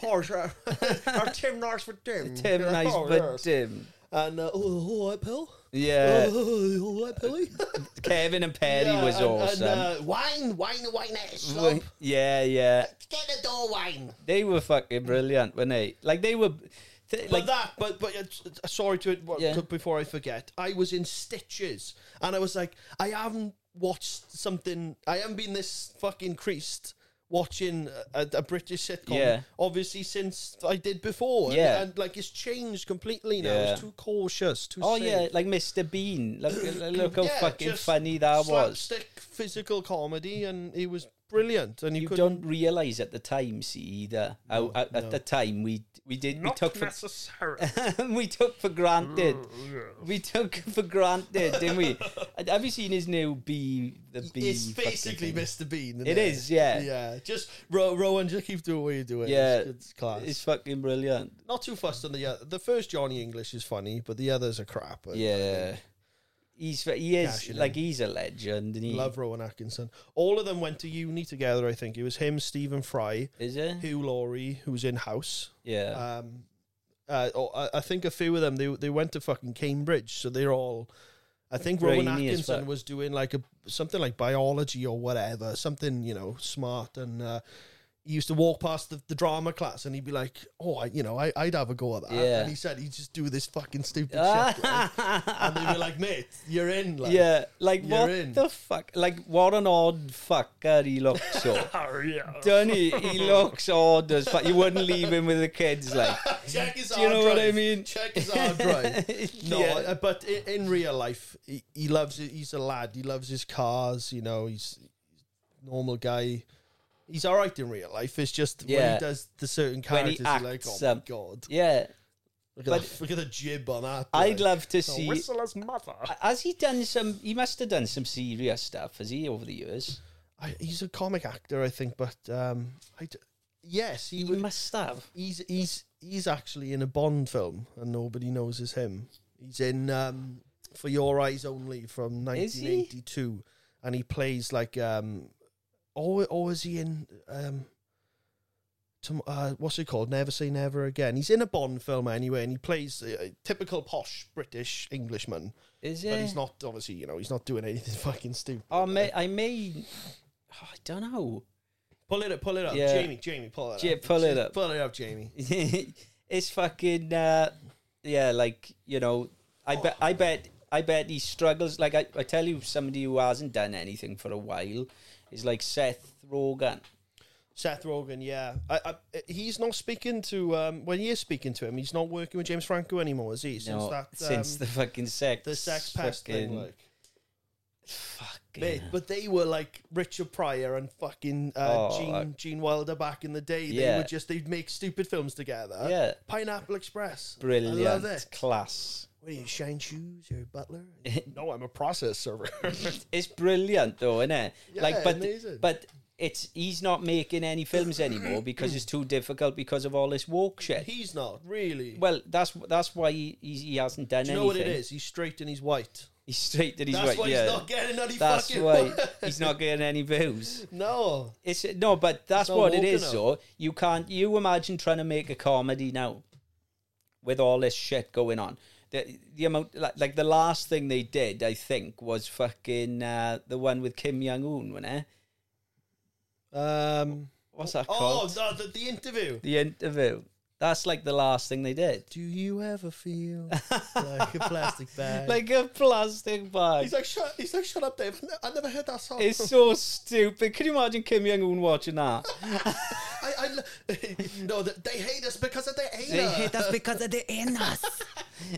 S1: [laughs]
S2: Horse, uh, or Tim Nars for Tim.
S1: Tim,
S2: Yeah,
S1: nice,
S2: oh,
S1: but
S2: yes.
S1: Tim.
S2: and uh, oh, all right, pal.
S1: Yeah,
S2: [laughs] oh, all right, Pilly.
S1: [laughs] Kevin and Perry
S2: Yeah,
S1: was
S2: and- and,
S1: awesome.
S2: uh, wine, wine, wine,
S1: eh,
S2: slope.
S1: yeah, yeah,
S2: Get the door wine.
S1: they were fucking brilliant, weren't they? Like they were, th-
S2: But
S1: like
S2: that, but but it's- it's- sorry to what,
S1: Yeah.
S2: before I forget. I was in stitches, and I was like, I haven't watched something. I haven't been this fucking creased watching a, a British sitcom.
S1: Yeah.
S2: Obviously, since I did before. and-
S1: Yeah.
S2: And, like it's changed completely now.
S1: Yeah.
S2: It's too cautious. Too.
S1: Oh
S2: safe.
S1: yeah, like Mr. Bean.
S2: [clears throat]
S1: Look, look how
S2: Yeah,
S1: fucking
S2: just
S1: funny that was.
S2: slapstick physical comedy, and it was brilliant. And you,
S1: You
S2: couldn't.
S1: don't realise at the time, see either. how, at, at the time, we we did we took for
S2: necessarily.
S1: [laughs]
S2: Oh,
S1: we took for granted. We took for granted, didn't
S2: [laughs]
S1: we? Have you seen his new B? The B.
S2: it's
S1: fucking
S2: basically
S1: thing?
S2: Mr. Bean.
S1: It is, yeah.
S2: Yeah. Just Ro- Rowan, just keep doing what you're doing.
S1: Yeah,
S2: It's, it's class.
S1: It's fucking brilliant.
S2: not too fussed on the uh, the first Johnny English is funny, but the others are crap. I- I
S1: Yeah.
S2: think.
S1: He's he is
S2: Cashing
S1: like
S2: in.
S1: he's a legend, and he
S2: Love Rowan Atkinson. All of them went to uni together. I think it was him, Stephen Fry,
S1: is it.
S2: Hugh Laurie, who's in House.
S1: Yeah,
S2: Um, uh, oh, I- I think a few of them they they went to fucking Cambridge, so they're all. I think Rowan
S1: Brainy as
S2: Atkinson
S1: fuck.
S2: was doing like a something like biology or whatever, something you know smart, and uh, he used to walk past the, the drama class and he'd be like, "Oh, I, you know, I, I'd have a go at that."
S1: Yeah.
S2: And he said he'd just do this fucking
S1: [laughs]
S2: stupid shit, like. and they'd be like, "Mate, you're in." Like,
S1: yeah. Like
S2: You're
S1: what
S2: in.
S1: the fuck? Like what an odd fucker he
S2: [laughs]
S1: looks. So.
S2: Oh,
S1: Donny, he looks odd as fuck. You wouldn't leave him with the kids, like.
S2: Check his
S1: Do you
S2: hard
S1: know what
S2: drive.
S1: I mean?
S2: Check his hard drive.
S1: [laughs]
S2: No,
S1: Yeah.
S2: uh, but in, in real life, he, he loves it. He's a lad. He loves his cars. You know, he's a normal guy. He's all right in real life. It's just when
S1: Yeah.
S2: he does the certain
S1: When he
S2: characters, you're like,
S1: acts,
S2: oh my
S1: um,
S2: god,
S1: yeah,
S2: look at, the, look at the jib on that.
S1: I'd
S2: like.
S1: love to see.
S2: Whistler's mother.
S1: Has he done some? He must have done some serious stuff, has he, over the years?
S2: I, he's a comic actor, I think, but um, I d- yes, he,
S1: He
S2: was.
S1: must have.
S2: he's he's he's actually in a Bond film, and nobody knows is him. He's in um, For Your Eyes Only from
S1: Is he?
S2: 1982, and he plays like um, or or is he in um, tom- uh, what's it called? Never Say Never Again. He's in a Bond film anyway, and he plays a, a typical posh British Englishman,
S1: Is
S2: but
S1: it?
S2: he's not obviously you know he's not doing anything [laughs] fucking stupid.
S1: Oh, may, I may. oh, I don't know.
S2: Pull it up, pull it up,
S1: Yeah.
S2: Jamie, Jamie, pull it
S1: Ja-
S2: up,
S1: pull it up.
S2: pull it up, Jamie.
S1: it's fucking. Uh, yeah, like you know, I bet. I bet. I bet he struggles. Like I, I tell you, somebody who hasn't done anything for a while is like Seth Rogen.
S2: Seth Rogen, yeah. I, I, he's not speaking to um, when he is speaking to him. He's not working with James Franco anymore, is he? Since
S1: no,
S2: that, um,
S1: since the fucking sex,
S2: the sex pest thing,
S1: fucking-
S2: like,
S1: fucking-
S2: Mate, but they were like Richard Pryor and fucking uh,
S1: Oh,
S2: Gene
S1: like-
S2: Gene Wilder back in the day.
S1: Yeah.
S2: They were just they'd make stupid films together.
S1: Yeah.
S2: Pineapple Express,
S1: brilliant,
S2: I love it.
S1: class.
S2: What are you, shine shoes? You're a
S1: [laughs]
S2: butler? no, I'm a process server.
S1: It's brilliant though, isn't it?
S2: Yeah,
S1: like, but
S2: amazing.
S1: but it's he's not making any films anymore because it's too difficult because of all this woke shit.
S2: he's not really.
S1: Well, that's that's why he he, he hasn't done
S2: Do you
S1: anything.
S2: know what it is? He's straight and he's white.
S1: He's straight to his
S2: That's
S1: right.
S2: why
S1: yeah.
S2: he's not getting any
S1: That's
S2: fucking
S1: why he's not getting any views.
S2: [laughs] No.
S1: It's no, but that's
S2: no
S1: what it
S2: walking
S1: is.
S2: up.
S1: So you can't. You imagine trying to make a comedy now with all this shit going on. The, the amount, like, like the last thing they did, I think, was fucking uh, the one with Kim Jong Un, wasn't it?
S2: Um.
S1: What's that
S2: Oh,
S1: called?
S2: no, the, the interview.
S1: The interview. That's like the last thing they did.
S2: Do you ever [laughs] feel like a plastic bag?
S1: Like a plastic bag.
S2: [laughs] he's like shut. He's like shut up, Dave. I never heard that song.
S1: it's so stupid. Can you imagine Kim Jong Un watching that?
S2: [laughs] I, I lo- [laughs] no, th- they hate us because of their hate.
S3: They hate us because they're
S2: [laughs]
S3: in us.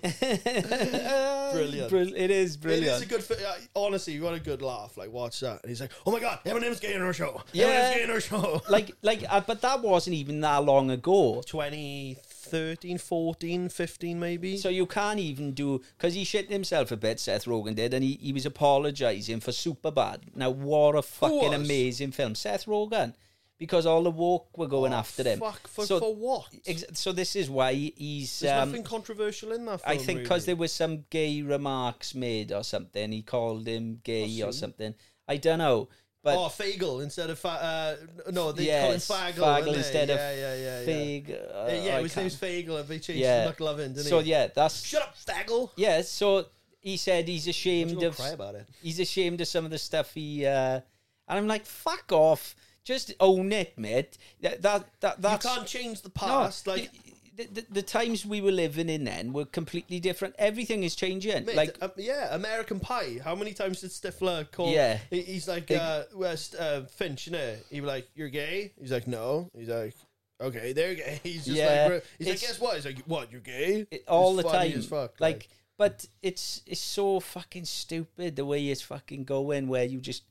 S2: [laughs] Brilliant.
S1: Brill- It is
S2: It
S1: brilliant.
S2: is a good. Fi- uh, honestly, you want a good laugh. Like watch that, and he's like, "Oh my god, Eminem's getting our show.
S1: Yeah.
S2: Eminem's getting our show."
S1: like, like, uh, but that wasn't even that long ago.
S2: 2013, 14, 15 maybe.
S1: So you can't even do because he shit himself a bit. Seth Rogen did, and he, he was apologising for Superbad. Now what a fucking
S2: was?
S1: amazing film, Seth Rogen, because all the woke were going after him.
S2: Oh, Fuck for,
S1: so,
S2: for what?
S1: ex- so this is why he's.
S2: There's
S1: Um,
S2: nothing controversial in that.
S1: I
S2: Film,
S1: think because there was some gay remarks made or something. He called him gay or something. I don't know, but
S2: oh Fagel instead of fa- uh, n- no, they
S1: yes,
S2: call him Fagel,
S1: Fagel
S2: didn't they?
S1: instead
S2: yeah,
S1: of
S2: yeah, yeah, yeah.
S1: Fig. uh,
S2: Yeah, yeah,
S1: I
S2: his
S1: can't-
S2: name's Fagel, and they changed
S1: Yeah.
S2: to McLovin, didn't
S1: So
S2: he?
S1: yeah, that's
S2: Shut up, Fagel.
S1: yeah. So he said he's
S2: You
S1: ashamed
S2: don't
S1: of
S2: cry about it.
S1: he's ashamed of some of the stuff he uh, and I'm like fuck off, just own it, mate. That that, that that's
S2: you can't change the
S1: no,
S2: past. like,
S1: the, the, the times we were living in then were completely different. Everything is changing.
S2: mate,
S1: like
S2: uh, yeah, American Pie. How many times did Stifler call?
S1: Yeah.
S2: he- he's like
S1: They-
S2: uh, West uh, Finch, you know. He was like, "You're gay." He's like, "No." He's like. Okay, they're gay. [laughs] He's just
S1: Yeah,
S2: like, bro- he's like,
S1: it's-
S2: guess what? He's like, what? You're gay?
S1: it- all
S2: It's
S1: the
S2: funny
S1: time.
S2: as fuck,
S1: like, but it's it's so fucking stupid the way it's fucking going, where you just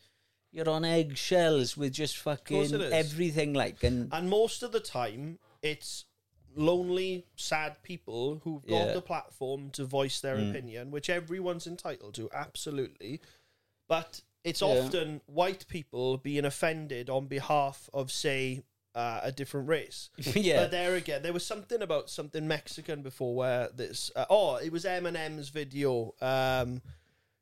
S1: you're on eggshells with just
S2: course
S1: fucking
S2: it is.
S1: everything, like, and
S2: And most of the time, it's lonely, sad people who've got
S1: Yeah. Mm.
S2: the platform to voice their opinion, which everyone's entitled to, absolutely. But it's
S1: Yeah.
S2: often white people being offended on behalf of, say, uh, a different race.
S1: [laughs] yeah,
S2: But there again, there was something about something Mexican before where this. Uh, oh, it was Eminem's video. Um,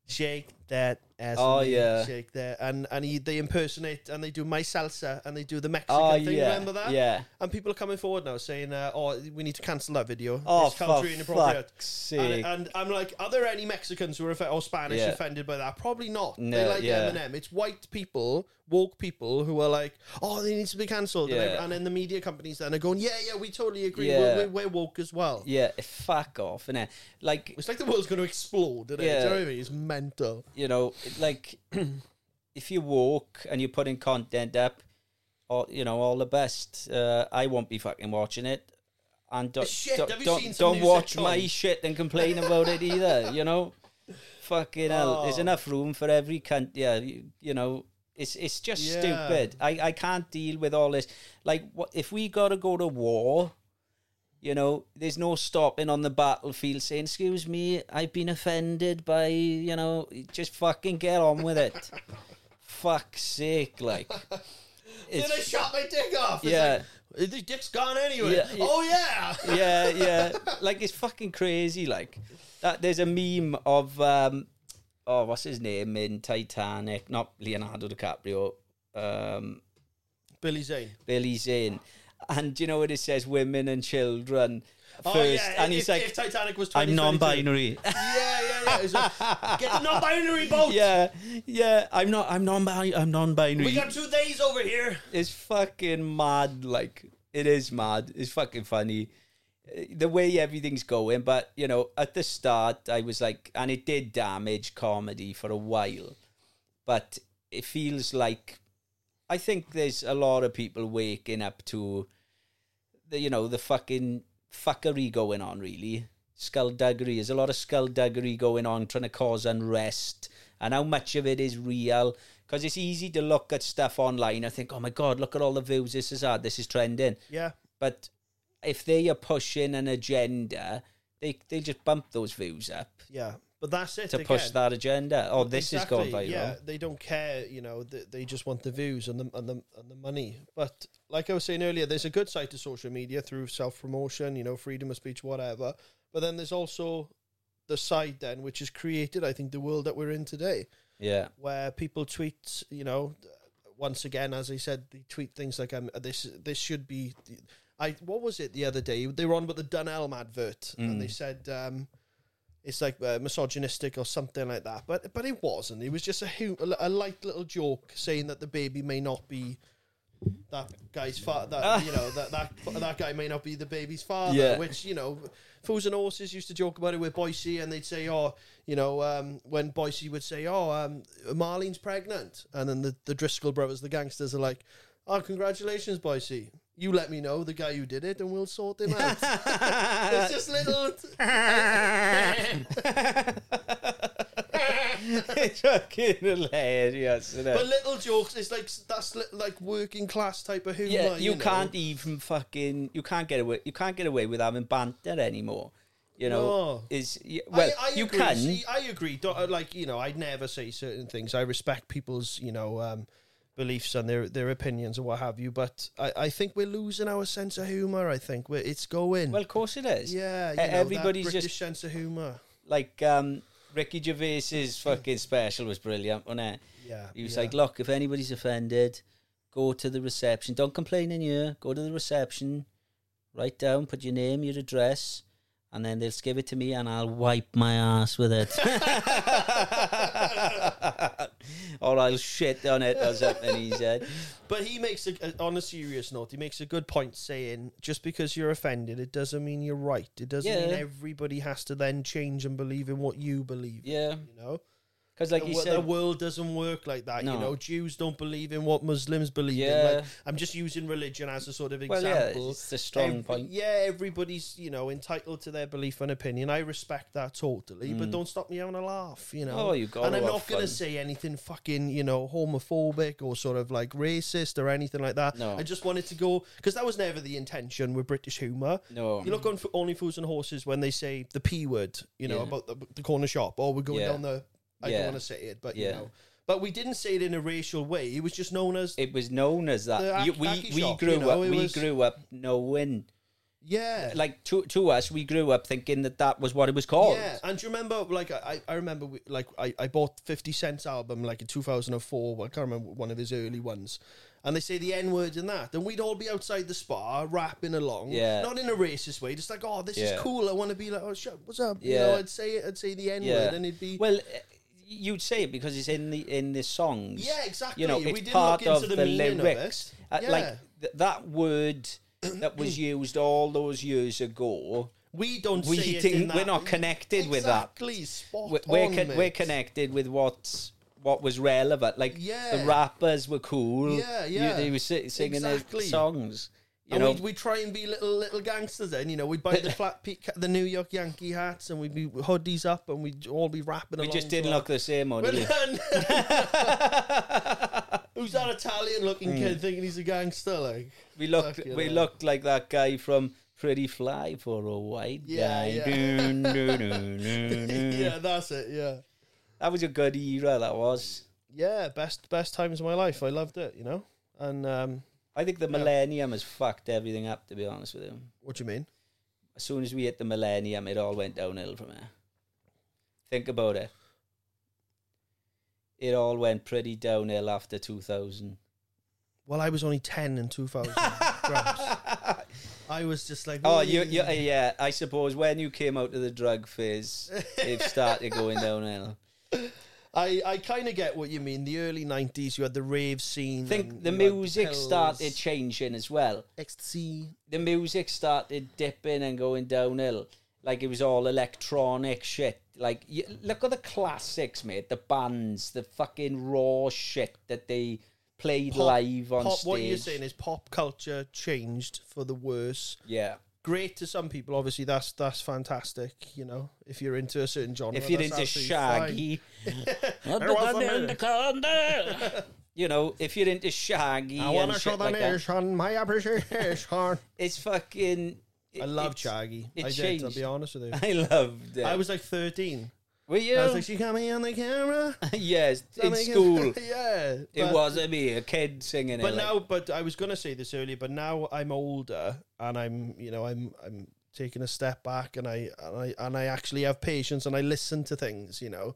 S2: shake that ass.
S1: Oh,
S2: for me,
S1: yeah.
S2: Shake that, and and he, they impersonate and they do my salsa and they do the Mexican
S1: oh
S2: thing.
S1: yeah,
S2: Remember that?
S1: yeah.
S2: And people are coming forward now saying, uh, "Oh, we need to cancel that video.
S1: Oh,
S2: it's country
S1: for
S2: inappropriate."
S1: fuck's
S2: And,
S1: sake!
S2: and I'm like, are there any Mexicans who are offended or Spanish
S1: Yeah.
S2: offended by that? Probably not.
S1: No,
S2: they like
S1: yeah.
S2: Eminem. It's white people, woke people who are like, oh, they need to be cancelled. And,
S1: Yeah.
S2: every- and then the media companies then are going, yeah, yeah, we totally agree.
S1: Yeah.
S2: We're, we're, we're woke as well.
S1: yeah, fuck off, and like
S2: It's like the world's going to explode. Isn't it?
S1: Yeah.
S2: Do you know what I mean? It's mental.
S1: you know, like [clears throat] if you walk and you're putting content up, all you know, all the best. Uh, I won't be fucking watching it. And don't
S2: Shit,
S1: don't,
S2: have you
S1: don't,
S2: seen some
S1: don't
S2: new
S1: watch
S2: sitcom?
S1: my shit and complain about it
S2: [laughs]
S1: either. You know, fucking hell. There's
S2: Oh.
S1: enough room for every cunt. Yeah, you, you know, it's it's just
S2: Yeah.
S1: stupid. I I can't deal with all this. Like, what if we gotta go to war? You know, there's no stopping on the battlefield saying, "Excuse me, I've been offended by," you know, just fucking get on with
S2: [laughs]
S1: it. Fuck's sake, like.
S2: Then I
S1: It's,
S2: shot my dick off. It's
S1: Yeah.
S2: like, the dick's gone anyway.
S1: Yeah, yeah.
S2: Oh, yeah. [laughs]
S1: yeah, yeah. Like it's fucking crazy. Like that. There's a meme of um, oh, what's his name in Titanic? Not Leonardo DiCaprio. Um,
S2: Billy Zane.
S1: Billy Zane. And you know what it says? Women and children
S2: Oh,
S1: first.
S2: yeah.
S1: and
S2: if,
S1: he's like,
S2: if Titanic was 20,
S1: I'm non-binary.
S2: [laughs] Yeah, yeah, yeah. It's like, Get the non-binary
S1: [laughs]
S2: boat.
S1: yeah, yeah. I'm not. I'm non. I'm
S2: We
S1: non-binary.
S2: got two days over here.
S1: It's fucking mad. Like it is mad. It's fucking funny. Uh, The way everything's going, but you know, at the start, I was like, and it did damage comedy for a while, but it feels like I think there's a lot of people waking up to the, you know, the fucking fuckery going on, really. Skullduggery. There's a lot of skullduggery going on, trying to cause unrest. And how much of it is real? Because it's easy to look at stuff online and think, oh my God, look at all the views this has had. This is trending.
S2: Yeah.
S1: But if they are pushing an agenda, they, they just bump those views up
S2: Yeah, but that's it.
S1: to push that agenda. Oh, this is going viral.
S2: Yeah, they don't care. You know, they, they just want the views and the and the and the money. But like I was saying earlier, there's a good side to social media through self promotion. You know, freedom of speech, whatever. But then there's also the side then, which has created, I think, the world that we're in today,
S1: Yeah.
S2: where people tweet, you know, once again, as I said, they tweet things like, um, this, this should be. I What was it the other day? They were on about the Dunelm advert, and they said, um, it's like uh, misogynistic or something like that. But but it wasn't. It was just a, hu- a, a light little joke saying that the baby may not be that guy's father. That you know that, that that guy may not be the baby's father.
S1: Yeah.
S2: Which you know, fools and horses used to joke about it with Boise, and they'd say, oh, you know, um, when Boise would say, oh, um, Marlene's pregnant, and then the, the Driscoll brothers, the gangsters, are like, oh, congratulations, Boise. You let me know the guy who did it, and we'll sort him out. [laughs] it's just little.
S1: [laughs] it's fucking hilarious. Isn't it?
S2: But little jokes, it's like that's li- like working class type of humor.
S1: yeah, you,
S2: know.
S1: can't even fucking you can't get away you can't get away with having banter anymore. You know,
S2: No.
S1: is e-, well you
S2: agree.
S1: can.
S2: See, I agree. Don't- uh, like you know, I'd never say certain things. I respect people's you know um, beliefs and their their opinions and what have you. But I, I think we're losing our sense of humor. I think we're, it's going.
S1: well, of course it is.
S2: yeah,
S1: E-
S2: you know,
S1: everybody's
S2: that British
S1: just
S2: sense of humor.
S1: like um, Ricky Gervais's fucking special was brilliant, wasn't it?
S2: Yeah,
S1: He was
S2: yeah.
S1: like, look, if anybody's offended, go to the reception. Don't complain in here. Go to the reception. Write down, put your name, your address, and then they'll give it to me, and I'll wipe my ass with it, [laughs] or I'll shit on it or something. He said,
S2: But he makes a, a- on a serious note. He makes a good point saying just because you're offended, it doesn't mean you're right. It doesn't mean
S1: Yeah.
S2: everybody has to then change and believe in what you believe.
S1: "Yeah,
S2: You know.
S1: because like
S2: the,
S1: he
S2: wo- the
S1: said,
S2: world doesn't work like that. You
S1: No.
S2: know, Jews don't believe in what Muslims believe in. Like,
S1: Yeah.
S2: I'm just using religion as a sort of
S1: well, yeah,
S2: example.
S1: it's a strong
S2: Every-
S1: point.
S2: Yeah, everybody's you know entitled to their belief and opinion. I respect that totally, but don't stop me having a laugh. You know,
S1: Mm. Oh, you gotta
S2: and I'm
S1: have
S2: not gonna
S1: fun.
S2: say anything fucking you know homophobic or sort of like racist or anything like that.
S1: No.
S2: I just wanted to go because that was never the intention with British humour.
S1: No.
S2: you look on F- Only Fools and Horses when they say the p word. You know
S1: Yeah.
S2: about the, the corner shop or we're going
S1: Yeah.
S2: down the. I
S1: Yeah.
S2: don't want to say it, but you
S1: Yeah.
S2: know. But we didn't say it in a racial way. It was just known as
S1: It was known as that.
S2: The
S1: You-
S2: hack-
S1: we
S2: hacky
S1: we
S2: shop,
S1: grew
S2: you know,
S1: up.
S2: it
S1: We
S2: was-
S1: grew up knowing.
S2: yeah,
S1: like to to us, we grew up thinking that that was what it was called.
S2: Yeah, and do you remember? Like, I, I remember, we, like, I, I bought Fifty Cent's album, like in two thousand and four. I can't remember one of his early ones. And they say the N word in that, then we'd all be outside the spa rapping along,
S1: Yeah.
S2: not in a racist way, just like, oh, this
S1: Yeah.
S2: is cool. I want to be like, oh, shut, what's up? You
S1: Yeah.
S2: know, I'd say it, I'd say the N word, and it'd be,
S1: well, uh, you'd say it because it's in the in the songs.
S2: yeah, exactly.
S1: you know,
S2: we
S1: it's
S2: didn't
S1: part
S2: look into
S1: of
S2: the,
S1: the,
S2: meaning
S1: lyrics.
S2: of
S1: Uh,
S2: it. Yeah.
S1: Like th- that word that
S2: [clears throat]
S1: was used all those years ago.
S2: we don't.
S1: We
S2: say it
S1: didn't-
S2: in that.
S1: we're not connected
S2: exactly,
S1: with that.
S2: Spot
S1: We're we're,
S2: on,
S1: con-
S2: mate.
S1: we're connected with what's what was relevant. Like
S2: Yeah.
S1: the rappers were cool.
S2: Yeah,
S1: You-
S2: yeah.
S1: they were si- singing their
S2: Exactly.
S1: songs. You
S2: and
S1: know,
S2: we'd, we'd try and be little little gangsters then, you know.
S1: [laughs]
S2: We'd buy the flat peak, the New York Yankee hats, and we'd be with hoodies up, and we'd all be rapping.
S1: we just didn't look the same, or did
S2: [laughs]
S1: we?
S2: uh,
S1: [laughs]
S2: Who's that Italian-looking
S1: Hmm.
S2: kid thinking he's a gangster? Like,
S1: We looked,
S2: Fucking
S1: we
S2: hell.
S1: looked like that guy from Pretty Fly for a White
S2: Yeah,
S1: Guy.
S2: yeah.
S1: Dun, dun, dun, dun, dun.
S2: [laughs] yeah, that's it. Yeah,
S1: That was a good era. That was.
S2: yeah. Best best times of my life. I loved it. You know. And um,
S1: I think the millennium has fucked everything up. To be honest with you,
S2: what do you mean?
S1: as soon as we hit the millennium, it all went downhill from there. Think about it. It all went pretty downhill after 2000.
S2: Well, I was only ten in
S1: [laughs]
S2: two thousand. I was just like,
S1: Oh, you, you, yeah. I suppose when you came out of the drug phase, it started going downhill.
S2: I, I kind of get what you mean. The early '90s, you had the rave scene.
S1: think
S2: and
S1: the
S2: you had
S1: music
S2: pills,
S1: started changing as well.
S2: ecstasy.
S1: The music started dipping and going downhill. Like it was all electronic shit. Like you, look at the classics, mate. The bands, the fucking raw shit that they played live on
S2: pop,
S1: stage.
S2: What you're saying is pop culture changed for the worse.
S1: yeah.
S2: Great to some people, obviously. That's that's fantastic. You know, if you're into a certain genre,
S1: If you're
S2: that's
S1: into
S2: absolutely fine.
S1: Shaggy,
S3: What
S2: Everyone
S3: the
S2: from
S3: gun in
S2: here.
S3: the corner?
S1: you know, if you're into Shaggy
S2: I want
S1: and
S2: to show
S1: shit
S2: the
S1: like uh, that,
S2: nation my appreciation.
S1: it's fucking.
S2: I love
S1: it's-
S2: Shaggy.
S1: it
S2: I did. I'll
S1: changed.
S2: be honest with you.
S1: [laughs] I loved it.
S2: I was like 13.
S1: Were you?
S2: I was like, she got me on the camera.
S1: [laughs] yes, in
S2: Something- [laughs]
S1: school.
S2: yeah.
S1: It
S2: but-
S1: wasn't me, a kid singing it.
S2: But
S1: like-
S2: now, but I was going to say this earlier, but now I'm older and I'm, you know, I'm, I'm taking a step back and I and I and I actually have patience and I listen to things, you know.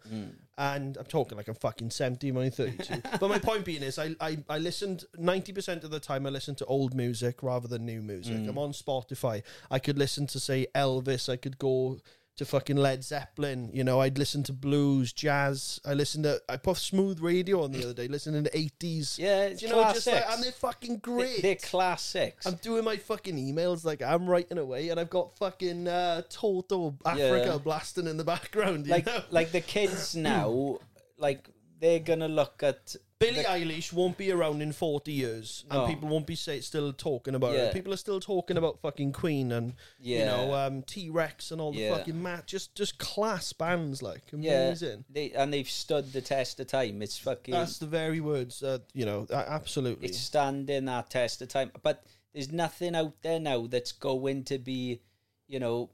S2: And I'm talking like I'm fucking 70, my 32. but my point being is I, I, I listened 90% of the time I listened to old music rather than new music. I'm on Spotify. I could listen to say Elvis, I could go to fucking Led Zeppelin, you know, I'd listen to blues, jazz. I listened to I puffed smooth radio on the other day, listening to eighties.
S1: Yeah, it's
S2: you know, just like,
S1: classics.
S2: and they're fucking
S1: They-
S2: great.
S1: They're classics.
S2: I'm doing my fucking emails like I'm writing away, and I've got fucking uh, Toto Africa
S1: Yeah.
S2: blasting in the background. [laughs] You
S1: like
S2: know?
S1: like the
S2: [clears throat]
S1: kids now, like they're gonna look at
S2: Billie Eilish won't be around in 40 years,
S1: No.
S2: and people won't be say, still talking about
S1: Yeah.
S2: it. People are still talking about fucking Queen and you
S1: Yeah.
S2: know um, T Rex and all the
S1: Yeah.
S2: fucking mat, just just class bands like
S1: yeah,
S2: amazing.
S1: they and they've stood the test of time. It's fucking
S2: That's the very words, uh, you know, a- absolutely.
S1: it's standing that test of time. But there's nothing out there now that's going to be, you know,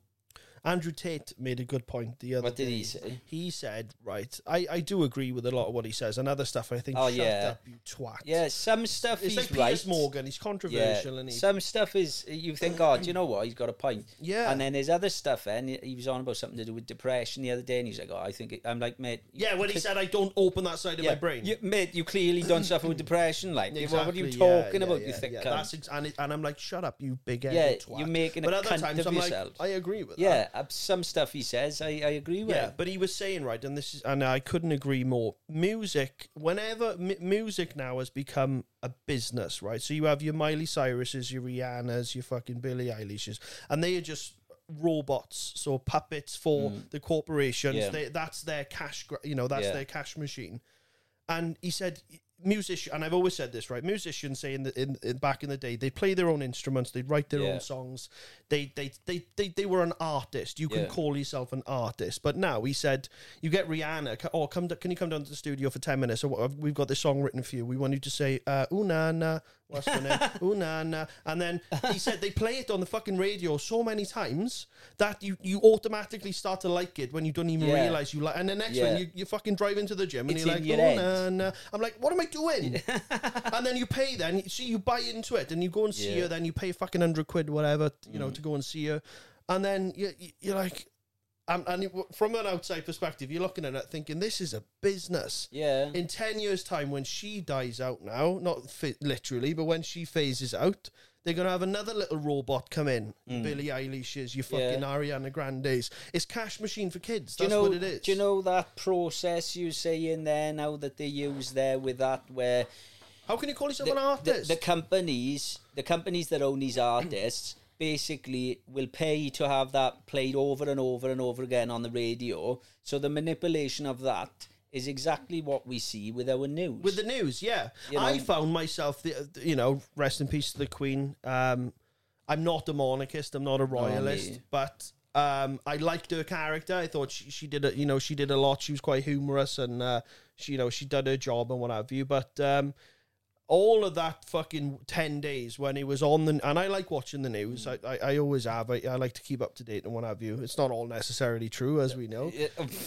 S2: Andrew Tate made a good point the other
S1: What did
S2: day.
S1: he say?
S2: He said, right, I, I do agree with a lot of what he says, and other stuff I think,
S1: Oh,
S2: shut
S1: yeah.
S2: up, you twat.
S1: yeah, some stuff
S2: It's
S1: he's
S2: like
S1: right.
S2: Piers Morgan. He's
S1: Yeah,
S2: controversial and he.
S1: some stuff is you think, oh, do you know what? He's got a point.
S2: Yeah.
S1: and then there's other stuff, and he- he was on about something to do with depression the other day, and he's like, oh, I think it, I'm like, mate,
S2: yeah, when he said, "I don't open that side of my brain."
S1: You, mate, you clearly don't suffer with depression. Like, what are you
S2: Exactly, yeah,
S1: talking
S2: yeah,
S1: about?
S2: yeah,
S1: you think,
S2: yeah.
S1: cunt?
S2: That's ex- and, it, and I'm like, shut up, you big
S1: Yeah,
S2: headed twat.
S1: you're making a
S2: But other
S1: cunt
S2: times,
S1: of
S2: I'm
S1: yourself.
S2: like, I agree with that.
S1: yeah, uh, some stuff he says, I, I agree with.
S2: Yeah, but he was saying right, and this is, and I couldn't agree more. Music, whenever m- music now has become a business, right? So you have your Miley Cyrus's, your Rihanna's, your fucking Billie Eilish's, and they are just robots, so puppets for the corporations.
S1: Mm. Yeah.
S2: They, that's their cash, gra- you know, that's
S1: Yeah.
S2: their cash machine. And he said, musician, and I've always said this, right? Musicians say in the in, in back in the day, they play their own instruments, they write their
S1: Yeah.
S2: own songs. They they, they they they were an artist. You can
S1: Yeah.
S2: call yourself an artist. But now he said, you get Rihanna. c- Oh, come! d- Can you come down to the studio for ten minutes? Or what- we've got this song written for you. We want you to say uh, "Ooh na na," what's her
S1: [laughs]
S2: name? "Ooh na na," and then he said they play it on the fucking radio so many times that you you automatically start to like it when you don't even
S1: Yeah.
S2: realize you like. And the next
S1: Yeah.
S2: one, you, you fucking drive into the gym and
S1: It's
S2: you're
S1: in
S2: like,
S1: your
S2: "Ooh
S1: head."
S2: na na." I'm like, what am I doing? and then you pay. Then so you buy into it, and you go and see
S1: Yeah. Mm.
S2: her. Then you pay fucking hundred quid, whatever, you know, to go and see her. And then you, you- you're like, um, and it, from an outside perspective, you're looking at it thinking this is a business.
S1: Yeah.
S2: In ten years' time, when she dies out now, not fi- literally, but when she phases out, they're gonna have another little robot come in.
S1: Mm.
S2: Billie Eilish's, your fucking Ariana Grande's. It's cash machine for kids.
S1: do you
S2: That's
S1: know?
S2: what it is.
S1: Do you know that process you say in there now that they use there with that where
S2: How can you call yourself
S1: the,
S2: an
S1: the,
S2: artist?
S1: the companies, the companies that own these artists, basically will pay to have that played over and over and over again on the radio. So the manipulation of that is exactly what we see with our news.
S2: with the news. Yeah,
S1: You
S2: I
S1: know?
S2: found myself, the, the- you know, rest in peace to the Queen. Um, I'm not a monarchist. I'm not a royalist,
S1: me.
S2: but um, I liked her character. I thought she, she did, a, you know, she did a lot. She was quite humorous, and uh, she, you know, she did her job and what have you. But um, all of that fucking 10 days when he was on the and i like watching the news
S1: Mm.
S2: I, I i always have I, I like to keep up to date and what have you it's not all necessarily true as we know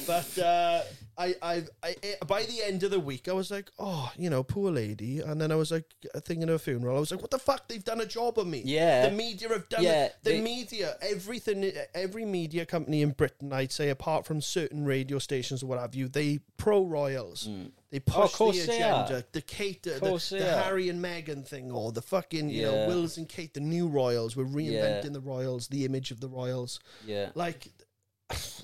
S2: but uh i i, I I- by the end of the week i was like oh you know poor lady and then i was like uh, thinking of a funeral i was like what the fuck they've done a job on me
S1: Yeah.
S2: the media have done
S1: Yeah,
S2: it. the
S1: they-
S2: media everything every media company in britain i'd say apart from certain radio stations or what have you they pro royals They push the
S1: Mm. course they are.
S2: agenda uh, the Kate, the,
S1: course
S2: the,
S1: they
S2: the
S1: are.
S2: Harry and Meghan thing, or the fucking you
S1: Yeah.
S2: know Wills and Kate, the new royals. We're reinventing
S1: Yeah.
S2: the royals, the image of the royals.
S1: yeah.
S2: Like,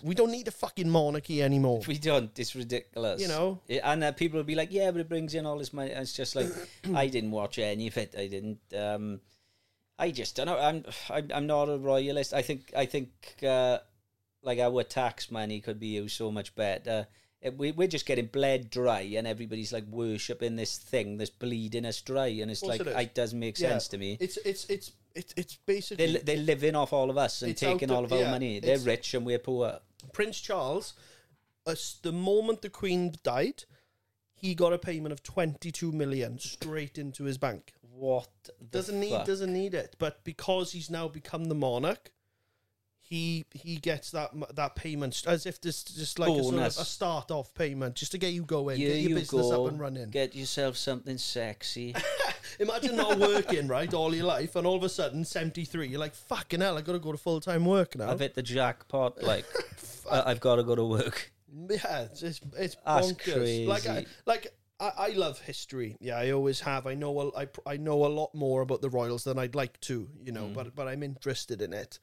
S2: [sighs] we don't need a fucking monarchy anymore.
S1: [laughs] we don't. It's ridiculous.
S2: You know?
S1: Yeah, and uh, people will be like, "Yeah, but it brings in all this money." And it's just like, [clears throat] I didn't watch any of it. I didn't. Um, I just don't know. I'm, I'm, I'm not a royalist. I think, I think, uh, like our tax money could be used so much better. It, we, we're just getting bled dry, and everybody's like worshipping this thing that's bleeding us dry, and it's
S2: Course
S1: like
S2: it is.
S1: it, doesn't make
S2: Yeah.
S1: sense to me.
S2: It's it's it's it's, it's
S1: They're,
S2: basically
S1: li- they're living off all of us and
S2: It's out
S1: taking
S2: of-
S1: all of our
S2: yeah,
S1: money. They're
S2: it's-
S1: rich and we're poor.
S2: Prince Charles. As the moment the Queen died, he got a payment of twenty two million straight into his bank.
S1: What the
S2: doesn't need
S1: fuck?
S2: doesn't need it. But because he's now become the monarch, he he gets that mo- that payment as if this just like a, sort of
S1: Bonus.
S2: a start off payment just to get you going,
S1: Here
S2: get your
S1: you
S2: business
S1: go.
S2: up and running. [laughs]
S1: Get yourself something sexy.
S2: Imagine not working, right, all your life, and all of a sudden, 73, you're like, fucking hell, i got to go to full time work now.
S1: I've hit the jackpot. Like, I- I've got to go to work.
S2: Yeah, it's it's, it's
S1: That's
S2: bonkers. Like I
S1: crazy.
S2: like I, I love history. Yeah, I always have. I know a, I pr- I know a lot more about the Royals than I'd like to, you
S1: Mm.
S2: know, but but I'm interested in it.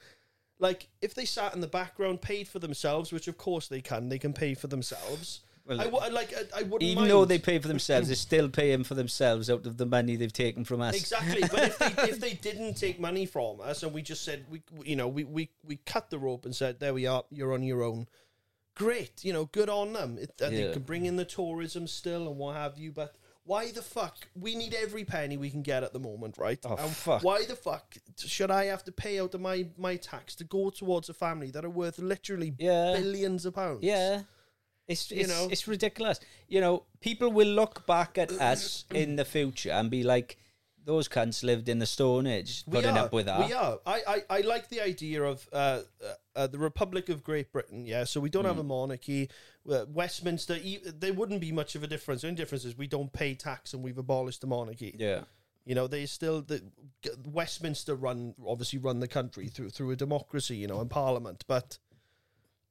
S2: Like if they sat in the background, paid for themselves, which of course they can. They can pay for themselves.
S1: Well,
S2: I, w- like I, I wouldn't
S1: Even
S2: mind.
S1: though they pay for themselves, they're still paying for themselves out of the money they've taken from us.
S2: Exactly, but if they,
S1: [laughs]
S2: if they didn't take money from us and we just said we we- you know we, we we cut the rope and said there we are you're on your own, great you know good on them it, and
S1: Yeah.
S2: they can bring in the tourism still and what have you. But why the fuck we need every penny we can get at the moment, right?
S1: Oh,
S2: And
S1: fuck.
S2: Why the fuck should I have to pay out of my my tax to go towards a family that are worth literally
S1: Yeah.
S2: billions of pounds?
S1: Yeah. It's,
S2: You
S1: it's,
S2: know? Uh,
S1: it's ridiculous. You know, people will look back at
S2: [clears throat]
S1: us in the future and be like, those cunts lived in the Stone Age,
S2: We
S1: putting
S2: are,
S1: up with that.
S2: We are. I, I, I like the idea of uh, uh, uh, the Republic of Great Britain. Yeah, so we don't
S1: Hmm.
S2: have a monarchy. Uh, Westminster, e- there wouldn't be much of a difference. The only difference is we don't pay tax and we've abolished the monarchy.
S1: Yeah.
S2: You know, they still the g- Westminster run obviously run the country through through a democracy. You know, and Parliament, but.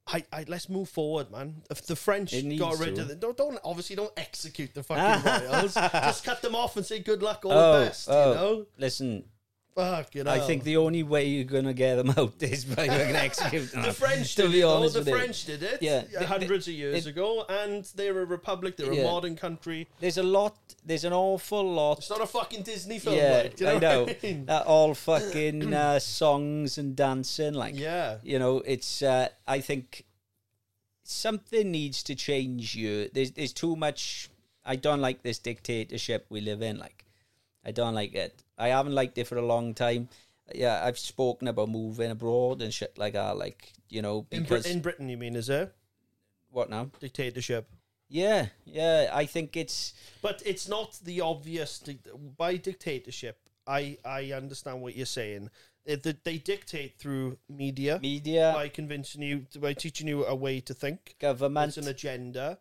S2: I, I, let's move forward, man. If the French
S1: It needs
S2: got rid
S1: to.
S2: of the don't, don't obviously don't execute
S1: [laughs]
S2: the fucking royals. Just cut them off and say good luck, all the
S1: Oh,
S2: best.
S1: oh.
S2: You know,
S1: Listen,
S2: fucking
S1: I
S2: hell.
S1: think the only way you're going to get them out is
S2: [laughs]
S1: by fucking executing
S2: The
S1: them,
S2: French
S1: Uh, to
S2: did
S1: be
S2: it. though.
S1: honest
S2: The
S1: with you.
S2: French did it.
S1: Yeah.
S2: Yeah, hundreds of years
S1: It-
S2: ago, and they're a republic. They're
S1: Yeah.
S2: a modern country.
S1: There's a lot, there's an awful lot
S2: It's not a fucking Disney film.
S1: [laughs] yeah,
S2: like, do you know
S1: I know.
S2: What I [laughs] mean?
S1: Uh, all fucking uh, songs and dancing, like
S2: Yeah.
S1: you know, it's. Uh, I think something needs to change here. There's there's too much. I don't like this dictatorship we live in. Like, I don't like it. I haven't liked it for a long time. Yeah, I've spoken about moving abroad and shit like that. Like, you know,
S2: In, Brit-
S1: because
S2: in Britain, you mean, is there
S1: what now?
S2: dictatorship?
S1: Yeah, yeah. I think it's
S2: But it's not the obvious. Dic- by dictatorship, I I understand what you're saying. They, they- they dictate through media
S1: media,
S2: by convincing you, by teaching you a way to think.
S1: government.
S2: It's an agenda.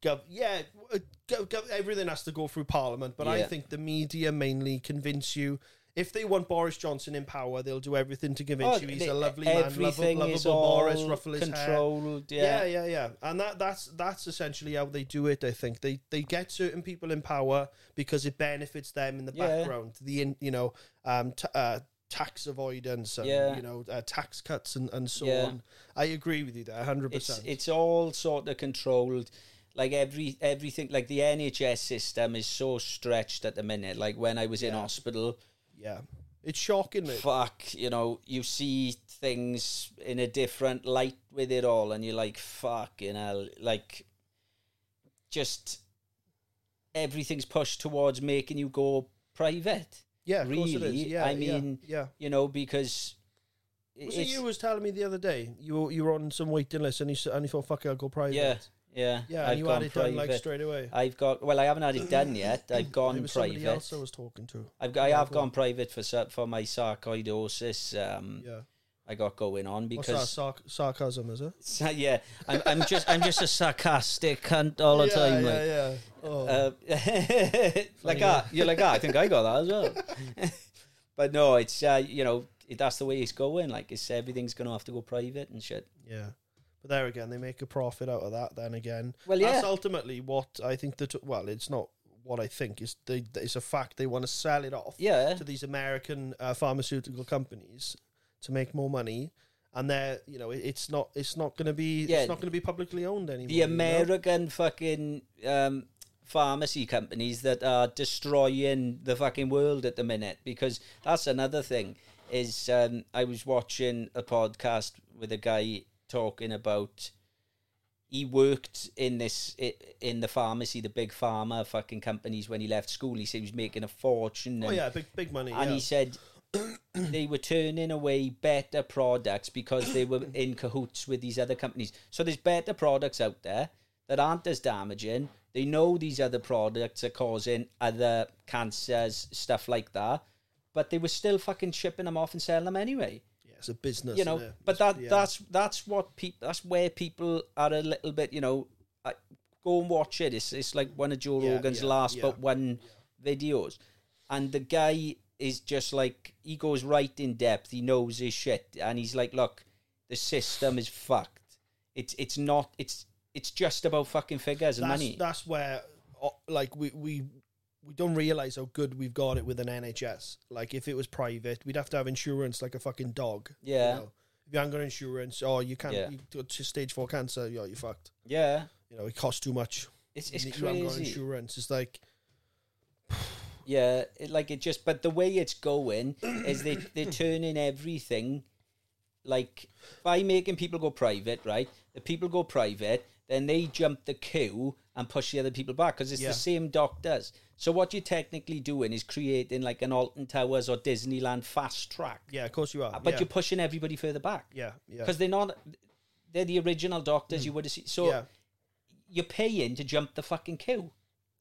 S2: Gov- yeah, uh, gov- gov- everything has to go through Parliament, but I
S1: Yeah.
S2: think the media mainly convince you. If they want Boris Johnson in power, they'll do everything to convince you he's
S1: they-
S2: a lovely man, lovable,
S1: Oh, everything
S2: lovable
S1: is
S2: Boris,
S1: all
S2: ruffle his hair.
S1: controlled.
S2: Yeah. yeah, yeah, and that that's that's essentially how they do it. I think they they get certain people in power because it benefits them in the
S1: Yeah.
S2: background. The in, you know um t- uh, tax avoidance and
S1: Yeah.
S2: you know uh, tax cuts and and so
S1: Yeah.
S2: on. I agree with you there, hundred
S1: it's
S2: percent.
S1: it's all sort of controlled like every everything like the NHS system is so stretched at the minute like when I was in
S2: Yeah.
S1: hospital
S2: Yeah. It's shocking, mate.
S1: fuck you know you see things in a different light with it all and you're like fucking hell like just everything's pushed towards making you go private
S2: yeah, of course it is.
S1: really,
S2: Yeah,
S1: I
S2: yeah,
S1: mean,
S2: yeah.
S1: you know because
S2: Was it
S1: it's-
S2: you who was telling me the other day you were, you were on some waiting list and you said, and you thought, fuck it, I'll go private.
S1: yeah yeah
S2: yeah, and you had
S1: gone
S2: it done like
S1: private.
S2: straight away.
S1: I've got well I haven't
S2: [clears throat]
S1: had it done yet I've
S2: it
S1: gone
S2: was somebody
S1: private
S2: else I was talking to.
S1: I've got, I have
S2: go on.
S1: gone private for sa- for my sarcoidosis. Um,
S2: Yeah,
S1: I got going on
S2: what's
S1: [laughs]
S2: that?
S1: because
S2: Sarc- sarcasm, is it?
S1: Sa- yeah, I'm, I'm just I'm just a sarcastic cunt all the
S2: yeah,
S1: time.
S2: yeah,
S1: like,
S2: yeah.
S1: Uh,
S2: Oh,
S1: [laughs] like ah, you're like ah, I think I got that as
S2: [laughs]
S1: well. [laughs] but no, it's uh, you know it, that's the way it's going. Like it's everything's gonna have to go private and shit.
S2: yeah. But there again, they make a profit out of that. Then again,
S1: Well,
S2: that's
S1: yeah.
S2: ultimately what I think. That well, it's not what I think. It's they. It's a fact. They want to sell it off.
S1: Yeah,
S2: to these American uh, pharmaceutical companies to make more money, and they're you know it, it's not it's not going to be
S1: Yeah.
S2: it's not going to be publicly owned anymore.
S1: the
S2: you know?
S1: American fucking um, pharmacy companies that are destroying the fucking world at the minute because that's another thing is um, I was watching a podcast with a guy talking about he worked in this i- in the pharmacy the big pharma fucking companies when he left school he said he was making a fortune
S2: Oh
S1: and
S2: yeah, big big money.
S1: and
S2: yeah.
S1: he said they were turning away better products because they were in cahoots with these other companies. So there's better products out there that aren't as damaging. They know these other products are causing other cancers, stuff like that, but they were still fucking shipping them off and selling them anyway.
S2: yeah, it's a business.
S1: You know,
S2: innit?
S1: but that
S2: yeah.
S1: that's that's what people that's where people are a little bit. You know, I, go and watch it. It's it's like one of Joe
S2: Yeah,
S1: Rogan's
S2: yeah,
S1: last
S2: yeah.
S1: but one videos, and the guy is just like he goes right in depth. He knows his shit, and he's like, "Look, the system is fucked. It's it's not. It's it's just about fucking figures and
S2: that's,
S1: money.
S2: that's where uh, like we we we don't realize how good we've got it with an NHS. Like if it was private, we'd have to have insurance like a fucking dog. you
S1: Yeah.
S2: know. If you haven't got insurance, or you can't,
S1: Yeah.
S2: you got to stage four cancer, you're, you're fucked.
S1: yeah,
S2: You know, it costs too much.
S1: it's it's
S2: you haven't got
S1: crazy.
S2: insurance. It's like,
S1: Yeah, it, like it just. But the way it's
S2: [clears throat]
S1: going is they they're turning everything like by making people go private, right? The people go private, then they jump the queue and push the other people back because it's
S2: Yeah.
S1: the same doctors. So what you're technically doing is creating like an Alton Towers or Disneyland fast track,
S2: yeah, of course you are.
S1: but
S2: yeah.
S1: you're pushing everybody further back
S2: yeah, yeah,
S1: because they're not. They're the original doctors you would have seen. So
S2: yeah,
S1: you're paying to jump the fucking queue.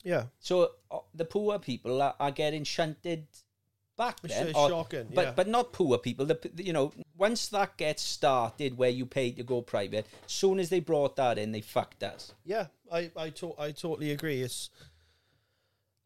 S2: yeah.
S1: So uh, the poor people are, are getting shunted back
S2: It's
S1: then.
S2: just shocking,
S1: But
S2: yeah.
S1: but not poor people. The, p- you know, once that gets started, where you pay to go private, soon as they brought that in, they fucked us.
S2: Yeah, I I, to- I totally agree. It's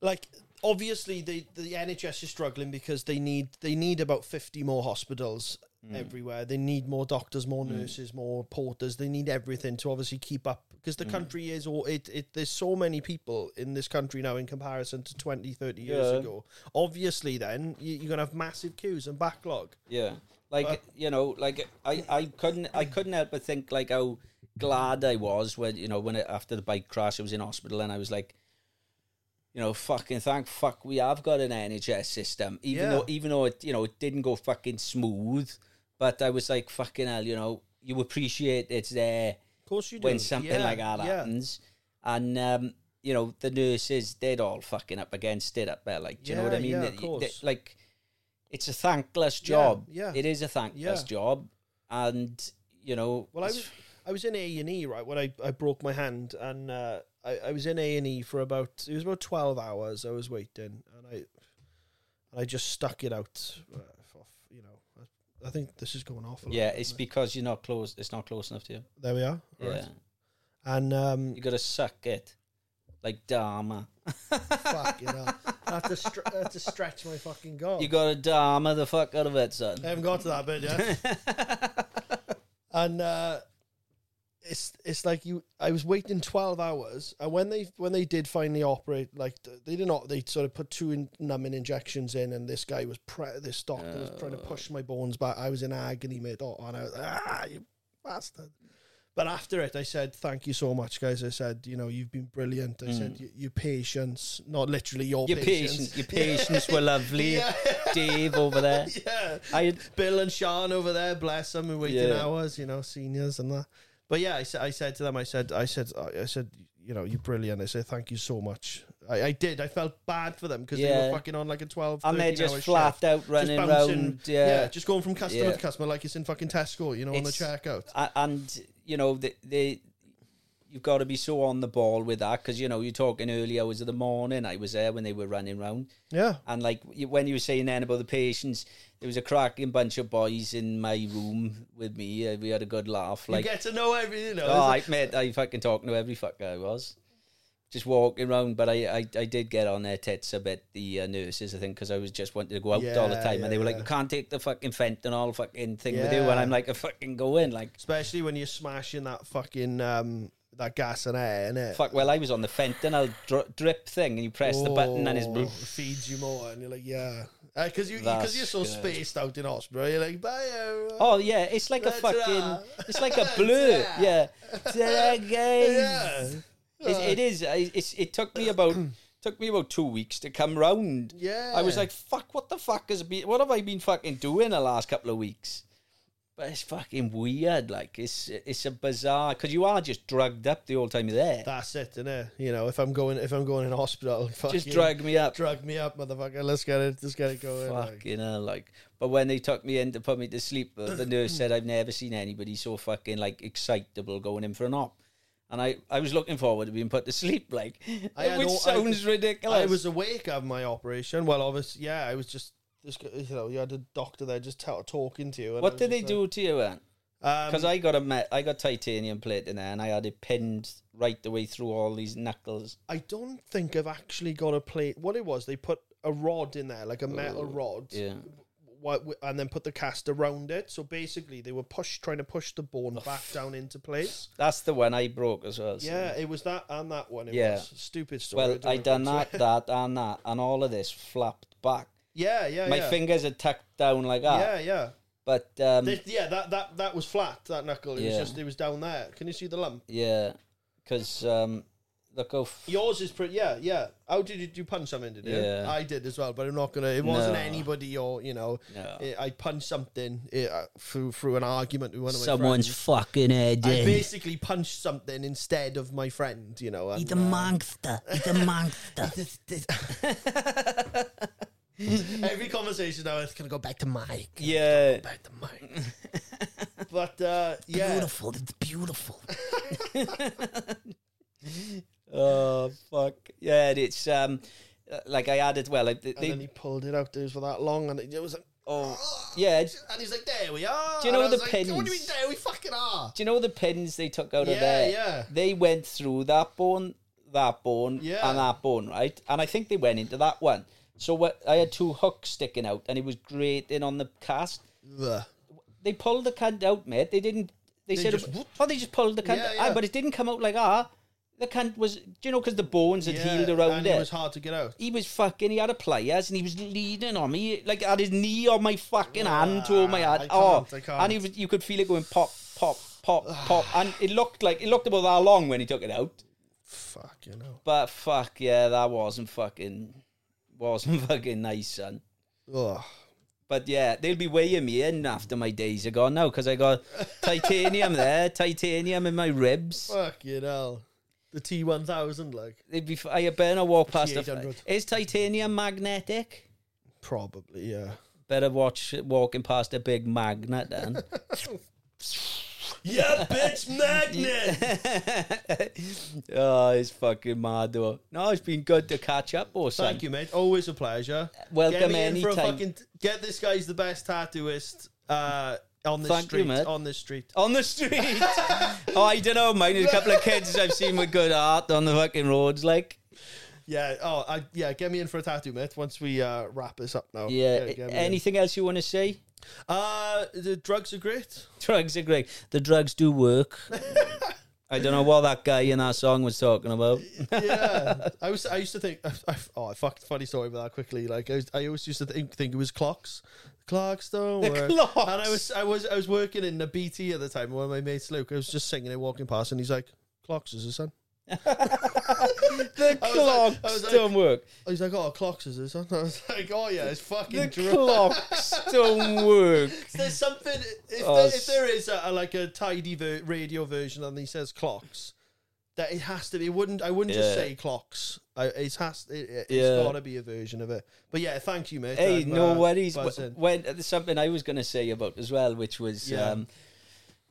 S2: like obviously the the NHS is struggling because they need they need about fifty more hospitals
S1: Mm.
S2: everywhere. They need more doctors, more nurses, more porters. They need everything to obviously keep up because
S1: Mm.
S2: the country is all it, it. There's so many people in this country now in comparison to 20, 30 years
S1: Yeah.
S2: ago. Obviously, then you, you're gonna have massive queues and backlog.
S1: Yeah, like
S2: But-
S1: you know, like I, I couldn't I couldn't help but think like how glad I was when you know when it, after the bike crash I was in hospital and I was like, you know, fucking thank fuck we have got an NHS system even
S2: Yeah.
S1: though even though it you know it didn't go fucking smooth, but I was like fucking hell you know you appreciate it's there
S2: Of course, you do
S1: when something
S2: Yeah,
S1: like that
S2: yeah.
S1: happens. And um, you know, the nurses they'd all fucking up against it up there. Like, do you know what
S2: Yeah,
S1: I mean?
S2: yeah,
S1: They-
S2: of
S1: they-
S2: course.
S1: like, it's a thankless
S2: Yeah,
S1: job.
S2: yeah.
S1: it is a thankless
S2: Yeah.
S1: job. And you know,
S2: Well, I
S1: it's-
S2: was I was in A and E right when I, I broke my hand, and uh, I I was in A and E for about it was about twelve hours. I was waiting, and I and I just stuck it out. Uh, for- you know, I, I think this is going off. A
S1: yeah,
S2: little bit,
S1: it's
S2: isn't it?
S1: because you're not close. It's not close enough to you.
S2: there we are.
S1: Yeah,
S2: Right. And um,
S1: [laughs] you got to suck it, like Dharma.
S2: fuck, you know, I have to str- I have to stretch my fucking goal.
S1: You got to Dharma the fuck out of it, son.
S2: I haven't got to that bit yet. and uh, it's it's like you. I was waiting twelve hours, and when they when they did finally operate, like th- they did not. They sort of put two in, numbing injections in, and this guy was pre- this doctor was trying to push my bones back. I was in agony, mate. Oh, and I was like, ah, you bastard. But after it, I said, "Thank you so much, guys." I said, "You know, you've been brilliant." I said, "Y- "Your patience, not literally your,
S1: [laughs]
S2: [laughs]
S1: Your
S2: patience."
S1: patience, your
S2: [laughs]
S1: patients were lovely. Dave over there.
S2: Yeah.
S1: I
S2: Bill and Sean over there, bless them, and waiting
S1: Yeah.
S2: hours, you know, seniors and that. But yeah, I said, I said to them, I said, I said, I said, you know, you're brilliant. I said, thank you so much. I, I did. I felt bad for them because they
S1: Yeah.
S2: were fucking on like a 12,
S1: and they're
S2: 13
S1: just
S2: hour
S1: flat
S2: shift.
S1: out
S2: Just
S1: running
S2: bouncing-
S1: round.
S2: just going from customer
S1: Yeah.
S2: to customer like it's in fucking Tesco, you know, on the
S1: It's-
S2: checkout.
S1: A- and you know they, they you've got to be so on the ball with that because you know you're talking early hours of the morning i was there when they were running round
S2: Yeah,
S1: and like you- when you were saying then about the patients there was a cracking bunch of boys in my room with me uh, we had a good laugh
S2: you
S1: like
S2: get to know every, you know.
S1: oh i mate i fucking talking to every fucker i was just walking round, but I, I, I did get on their tits a bit, the uh, nurses, I think, because I was just wanting to go out all the
S2: Yeah,
S1: time.
S2: yeah,
S1: and they were like,
S2: yeah.
S1: you can't take the fucking fentanyl fucking thing with you. And
S2: Yeah.
S1: I'm like, I fucking go in. Like,
S2: especially when you're smashing that fucking um that gas and air, innit?
S1: Fuck, well, I was on the fentanyl dr- drip thing, and you press the button, and it's.
S2: Oh, feeds you more, and you're like, yeah, because you
S1: That's
S2: because you're so
S1: good.
S2: spaced out in hospital. You're like, bye. everyone."
S1: Oh yeah, it's like a
S2: That's
S1: fucking,
S2: right.
S1: it's like
S2: [laughs]
S1: a blur. yeah, Ta-da, guys.
S2: yeah,
S1: It, it is. I- It's, it took me
S2: [clears throat]
S1: about took me about two weeks to come round.
S2: yeah.
S1: I was like, fuck, what the fuck has been? What have I been fucking doing the last couple of weeks? But it's fucking weird. Like it's it's a bizarre because you are just drugged up the whole time you're there.
S2: that's it, innit? You know, if I'm going if I'm going in hospital, [laughs]
S1: just
S2: fucking
S1: drug me up.
S2: drug me up, motherfucker. Let's get it, let's get it going. like.
S1: Fucking hell, like. But when they took me in to put me to sleep, uh, the
S2: [clears throat]
S1: nurse said, "I've never seen anybody so fucking like excitable going in for an op." And I, I was looking forward to being put to sleep, like,
S2: I
S1: [laughs]
S2: had
S1: which
S2: all- I-
S1: sounds ridiculous.
S2: I was awake of my operation. Well, obviously, yeah, I was just. This, g- you know, you had a doctor there just tell talking to you. and I
S1: what
S2: was
S1: did they
S2: just
S1: do to you, Anne?
S2: like,
S1: Because
S2: um,
S1: I got a met, I got titanium plate in there, and I had it pinned right the way through all these knuckles.
S2: I don't think I've actually got a plate. What it was, they put a rod in there, like a metal rod,
S1: Yeah.
S2: wha- wi- and then put the cast around it. So basically, they were push trying to push the bone back down into place.
S1: That's the one I broke as well. so-
S2: Yeah, it was that and that one. It
S1: Yeah.
S2: was stupid story.
S1: Well,
S2: don't
S1: I
S2: know
S1: done
S2: if it's-
S1: that, that, and that, and all of this flapped back.
S2: Yeah, yeah,
S1: My
S2: yeah.
S1: fingers are tucked down like that.
S2: Yeah, yeah.
S1: But um,
S2: This- yeah, that, that that was flat. That knuckle. It
S1: Yeah.
S2: was just it was down there. Can you see the lump?
S1: yeah, because um, look how f-
S2: Yours is pretty. Yeah, yeah. How did you, you punch something? Did you?
S1: Yeah.
S2: I did as well, but I'm not gonna. It wasn't
S1: No.
S2: anybody or you know.
S1: No.
S2: eh, I punched something eh, uh, through through an argument with one of my
S1: someone's
S2: friends.
S1: fucking [laughs] head
S2: I
S1: in.
S2: basically punched something instead of my friend. You know.
S3: He's
S2: And,
S3: a monster. He's a monster.
S2: every conversation now is gonna go back to Mike.
S1: yeah,
S2: Back to Mike.
S1: [laughs]
S2: but uh, yeah.
S3: Beautiful. It's beautiful.
S1: Oh fuck! Yeah, and it's um, uh, like I added. Well, like, they,
S2: And then
S1: they,
S2: he pulled it out. It was for that long, and it, it was like,
S1: oh
S2: "Ah." [laughs]
S1: yeah. d-
S2: And he's like, "There we are."
S1: Do you know
S2: And I
S1: the
S2: was like, What do you
S1: pins?
S2: mean, there we fucking are?
S1: Do you know the pins they took out of
S2: Yeah,
S1: there?
S2: yeah.
S1: They went through that bone, that bone,
S2: Yeah.
S1: and that bone, right? And I think they went into that one. So what? I had two hooks sticking out, and it was grating on the cast.
S2: Ugh.
S1: They pulled the cunt out, mate. They didn't. They,
S2: They
S1: said,
S2: just
S1: it-
S2: whoop.
S1: "Oh, they just pulled the cunt."
S2: Yeah,
S1: out.
S2: yeah.
S1: Aye, but it didn't come out like ah. The cunt was, do you know, because the bones had
S2: Yeah,
S1: healed around
S2: and
S1: it.
S2: It was hard to get out.
S1: he was fucking. He had a pliers and he was leaning on me, like had his knee on my fucking hand to my hand.
S2: I can't,
S1: oh,
S2: I can't.
S1: and he was, you could feel it going pop, pop, pop, pop, and it looked like it looked about that long when he took it out.
S2: Fuck, you know.
S1: But fuck yeah, that wasn't fucking wasn't [laughs] fucking nice, son.
S2: Ugh.
S1: But yeah, they'll be weighing me in after my days are gone now because I
S2: [laughs]
S1: got titanium there, titanium in my ribs.
S2: Fuck, you know. The T1000, like.
S1: They'd be, I better not walk past. The,
S2: 800.
S1: is titanium magnetic?
S2: Probably, yeah.
S1: Better watch walking past a big magnet then.
S2: Yeah,
S1: [laughs]
S2: bitch, magnet!
S1: oh, it's fucking mad though. No, it's been good to catch up, or
S2: Thank you, mate. Always a pleasure.
S1: Welcome
S2: get me in For a
S1: anytime.
S2: fucking get this guy's the best tattooist uh, on this
S1: Thank you,
S2: street.
S1: mate.
S2: on this street.
S1: On the street. [laughs] oh, I don't know, mate. There's a couple of kids I've seen with good art on the fucking roads, like.
S2: Yeah. Oh, I, yeah. Get me in for a tattoo, mate. Once we uh, wrap this up now.
S1: Yeah.
S2: get me in.
S1: Anything else you want to say? [laughs]
S2: Uh, the drugs are great.
S1: Drugs are great. The drugs do
S2: [laughs]
S1: work. I don't know what that guy in that song was talking about.
S2: yeah, [laughs] I was. I used to think. I, I, oh, fuck! Funny story about that. Quickly, like I, was, I always used to think, think it was clocks. [laughs] Clocks don't
S1: The
S2: work.
S1: clocks.
S2: And I was, I was, I was working in the BT at the time. One of my mates, Luke, I was just singing it, walking past, and he's like, "Clocks is a son."
S1: The
S2: I was
S1: clocks
S2: like- I was like-
S1: don't work.
S2: He's like, "Oh, clocks is a son." [laughs] I was like, "Oh yeah, it's
S1: The
S2: fucking drugs."
S1: clocks don't work.
S2: There's something. If,
S1: Oh,
S2: there,
S1: s-
S2: if there is a, a- like a tidy ver- radio version, and he says clocks. That it has to be. It wouldn't. I wouldn't
S1: Yeah.
S2: just say clocks. I, it has. It, it,
S1: Yeah.
S2: It's got to be a version of it. But yeah, thank you, mate.
S1: Hey,
S2: I'm,
S1: no
S2: uh,
S1: worries.
S2: buzzing.
S1: Wh- When uh, something I was going to say about as well, which was
S2: Yeah.
S1: um,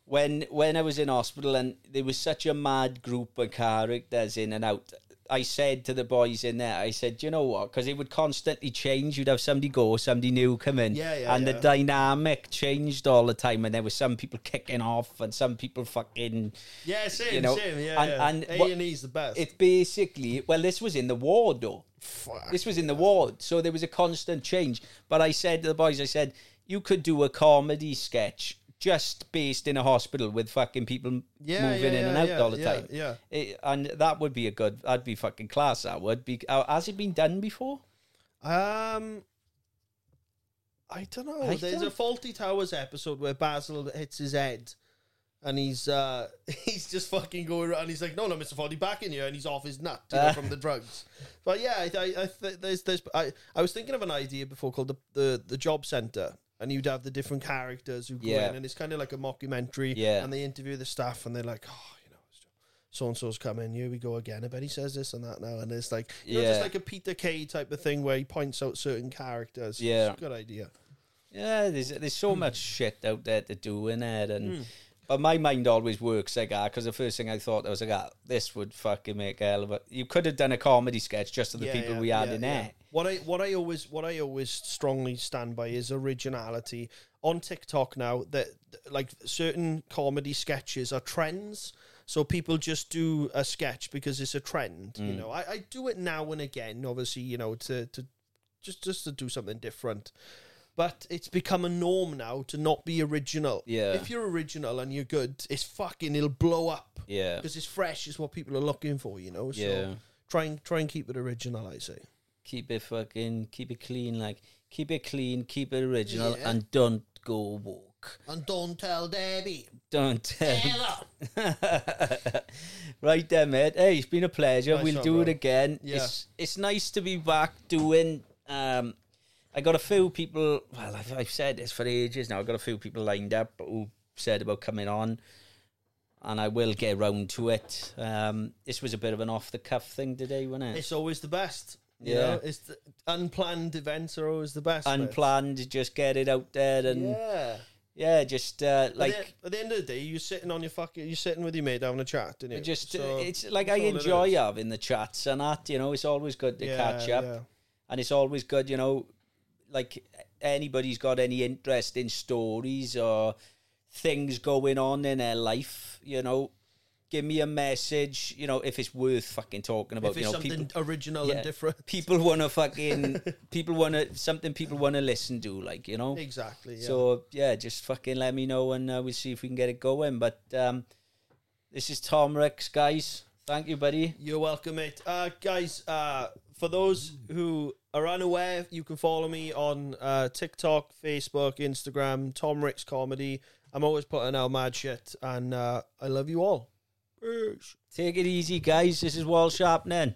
S1: when when I was in hospital and there was such a mad group of characters in and out. I said to the boys in there, I said, "Do you know what? Because it would constantly change. You'd have somebody go, somebody new come in,
S2: Yeah, yeah,
S1: and the
S2: yeah.
S1: dynamic changed all the time. And there was some people kicking off and some people fucking
S2: yeah, same,
S1: you know,
S2: same. Yeah,
S1: and-
S2: yeah.
S1: and what-
S2: A and E's the best.
S1: it basically well this was in the ward though this was in the ward so there was a constant change but i said to the boys i said you could do a comedy sketch just based in a hospital with fucking people
S2: Yeah,
S1: moving
S2: yeah,
S1: in and
S2: yeah,
S1: out
S2: yeah,
S1: all the
S2: yeah,
S1: time
S2: yeah.
S1: It- and that would be a good that'd be fucking class that would be uh, has it been done before
S2: um. I don't know.
S1: I
S2: There's a
S1: don't-
S2: Faulty Towers episode where Basil hits his head, and he's uh [laughs] he's just fucking going around. He's like, "No, no, Mister Faulty, back in here," and he's off his nut you know,
S1: Uh. [laughs]
S2: from the drugs. But yeah, I, I, I th- there's there's I, I was thinking of an idea before called the the, the job center. And you'd have the different characters who go
S1: Yeah.
S2: in, and it's kind of like a mockumentary.
S1: Yeah.
S2: And they interview the staff, and they're like, "Oh, you know, so and so's come in. Here we go again. I bet he says this and that now." And it's like, you know,
S1: Yeah.
S2: just like a Peter Kay type of thing where he points out certain characters.
S1: Yeah.
S2: it's a good idea.
S1: yeah there's there's
S2: Hmm.
S1: so much shit out there to do in it and But my mind always works like that because the first thing I thought I was like, ah, this would fucking make a hell of a. You could have done a comedy sketch just of the
S2: Yeah,
S1: people
S2: yeah,
S1: we had
S2: yeah,
S1: in
S2: yeah.
S1: there.
S2: What I what I always what I always strongly stand by is originality. On TikTok now, that like certain comedy sketches are trends. So people just do a
S1: Mm.
S2: sketch because it's a trend. You know, I, I do it now and again, obviously, you know, to to just just to do something different. But it's become a norm now to not be original.
S1: Yeah.
S2: If you're original and you're good, it's fucking it'll blow up
S1: Yeah.
S2: because it's fresh. It's what people are looking for, you know. So
S1: Yeah.
S2: try and try and keep it original. I say.
S1: Keep it fucking, keep it clean. Like, keep it clean, keep it original,
S2: Yeah.
S1: and don't go walk.
S2: And don't tell
S1: [laughs]
S2: Debbie.
S1: Don't tell. [laughs] right then, mate. Hey, it's been a pleasure.
S2: Nice
S1: we'll
S2: one,
S1: do it
S2: bro.
S1: again.
S2: Yeah.
S1: It's it's nice to be back doing. Um, I got a few people. Well, I've, I've said this for ages now. I have got a few people lined up who said about coming on, and I will get round to it. Um, this was a bit of an off the cuff thing today, wasn't it?
S2: It's always the best. You
S1: Yeah.
S2: know, it's the unplanned events are always the best. mate.
S1: Unplanned, just get it out there, and yeah,
S2: Yeah.
S1: just uh,
S2: Like
S1: like.
S2: at the, at the end of the day, you're sitting on your fucking, you're sitting with your mate having a chat, didn't you?
S1: Just
S2: So,
S1: it's like I
S2: that's all it
S1: enjoy
S2: is.
S1: having the chats and that. You know, it's always good to
S2: Yeah,
S1: catch up.
S2: yeah.
S1: and it's always good, you know, like anybody's got any interest in stories or things going on in their life, you know, give me a message, you know, if it's worth fucking talking about,
S2: If
S1: you
S2: it's
S1: know,
S2: something
S1: people.
S2: original
S1: Yeah.
S2: and different, [laughs]
S1: People want to fucking, people want to, something people want to listen to, like, you know?
S2: exactly. Yeah.
S1: So, yeah, just fucking let me know and uh, we'll see if we can get it going. But um, this is Tom Rex, guys. Thank you, buddy.
S2: You're welcome, mate. Uh, guys, uh, for those who are unaware, you can follow me on uh, TikTok, Facebook, Instagram, Tom Ricks Comedy. I'm always putting out mad shit, and uh, I love you all. Peace.
S1: Take it easy, guys. This is Wall Sharpening.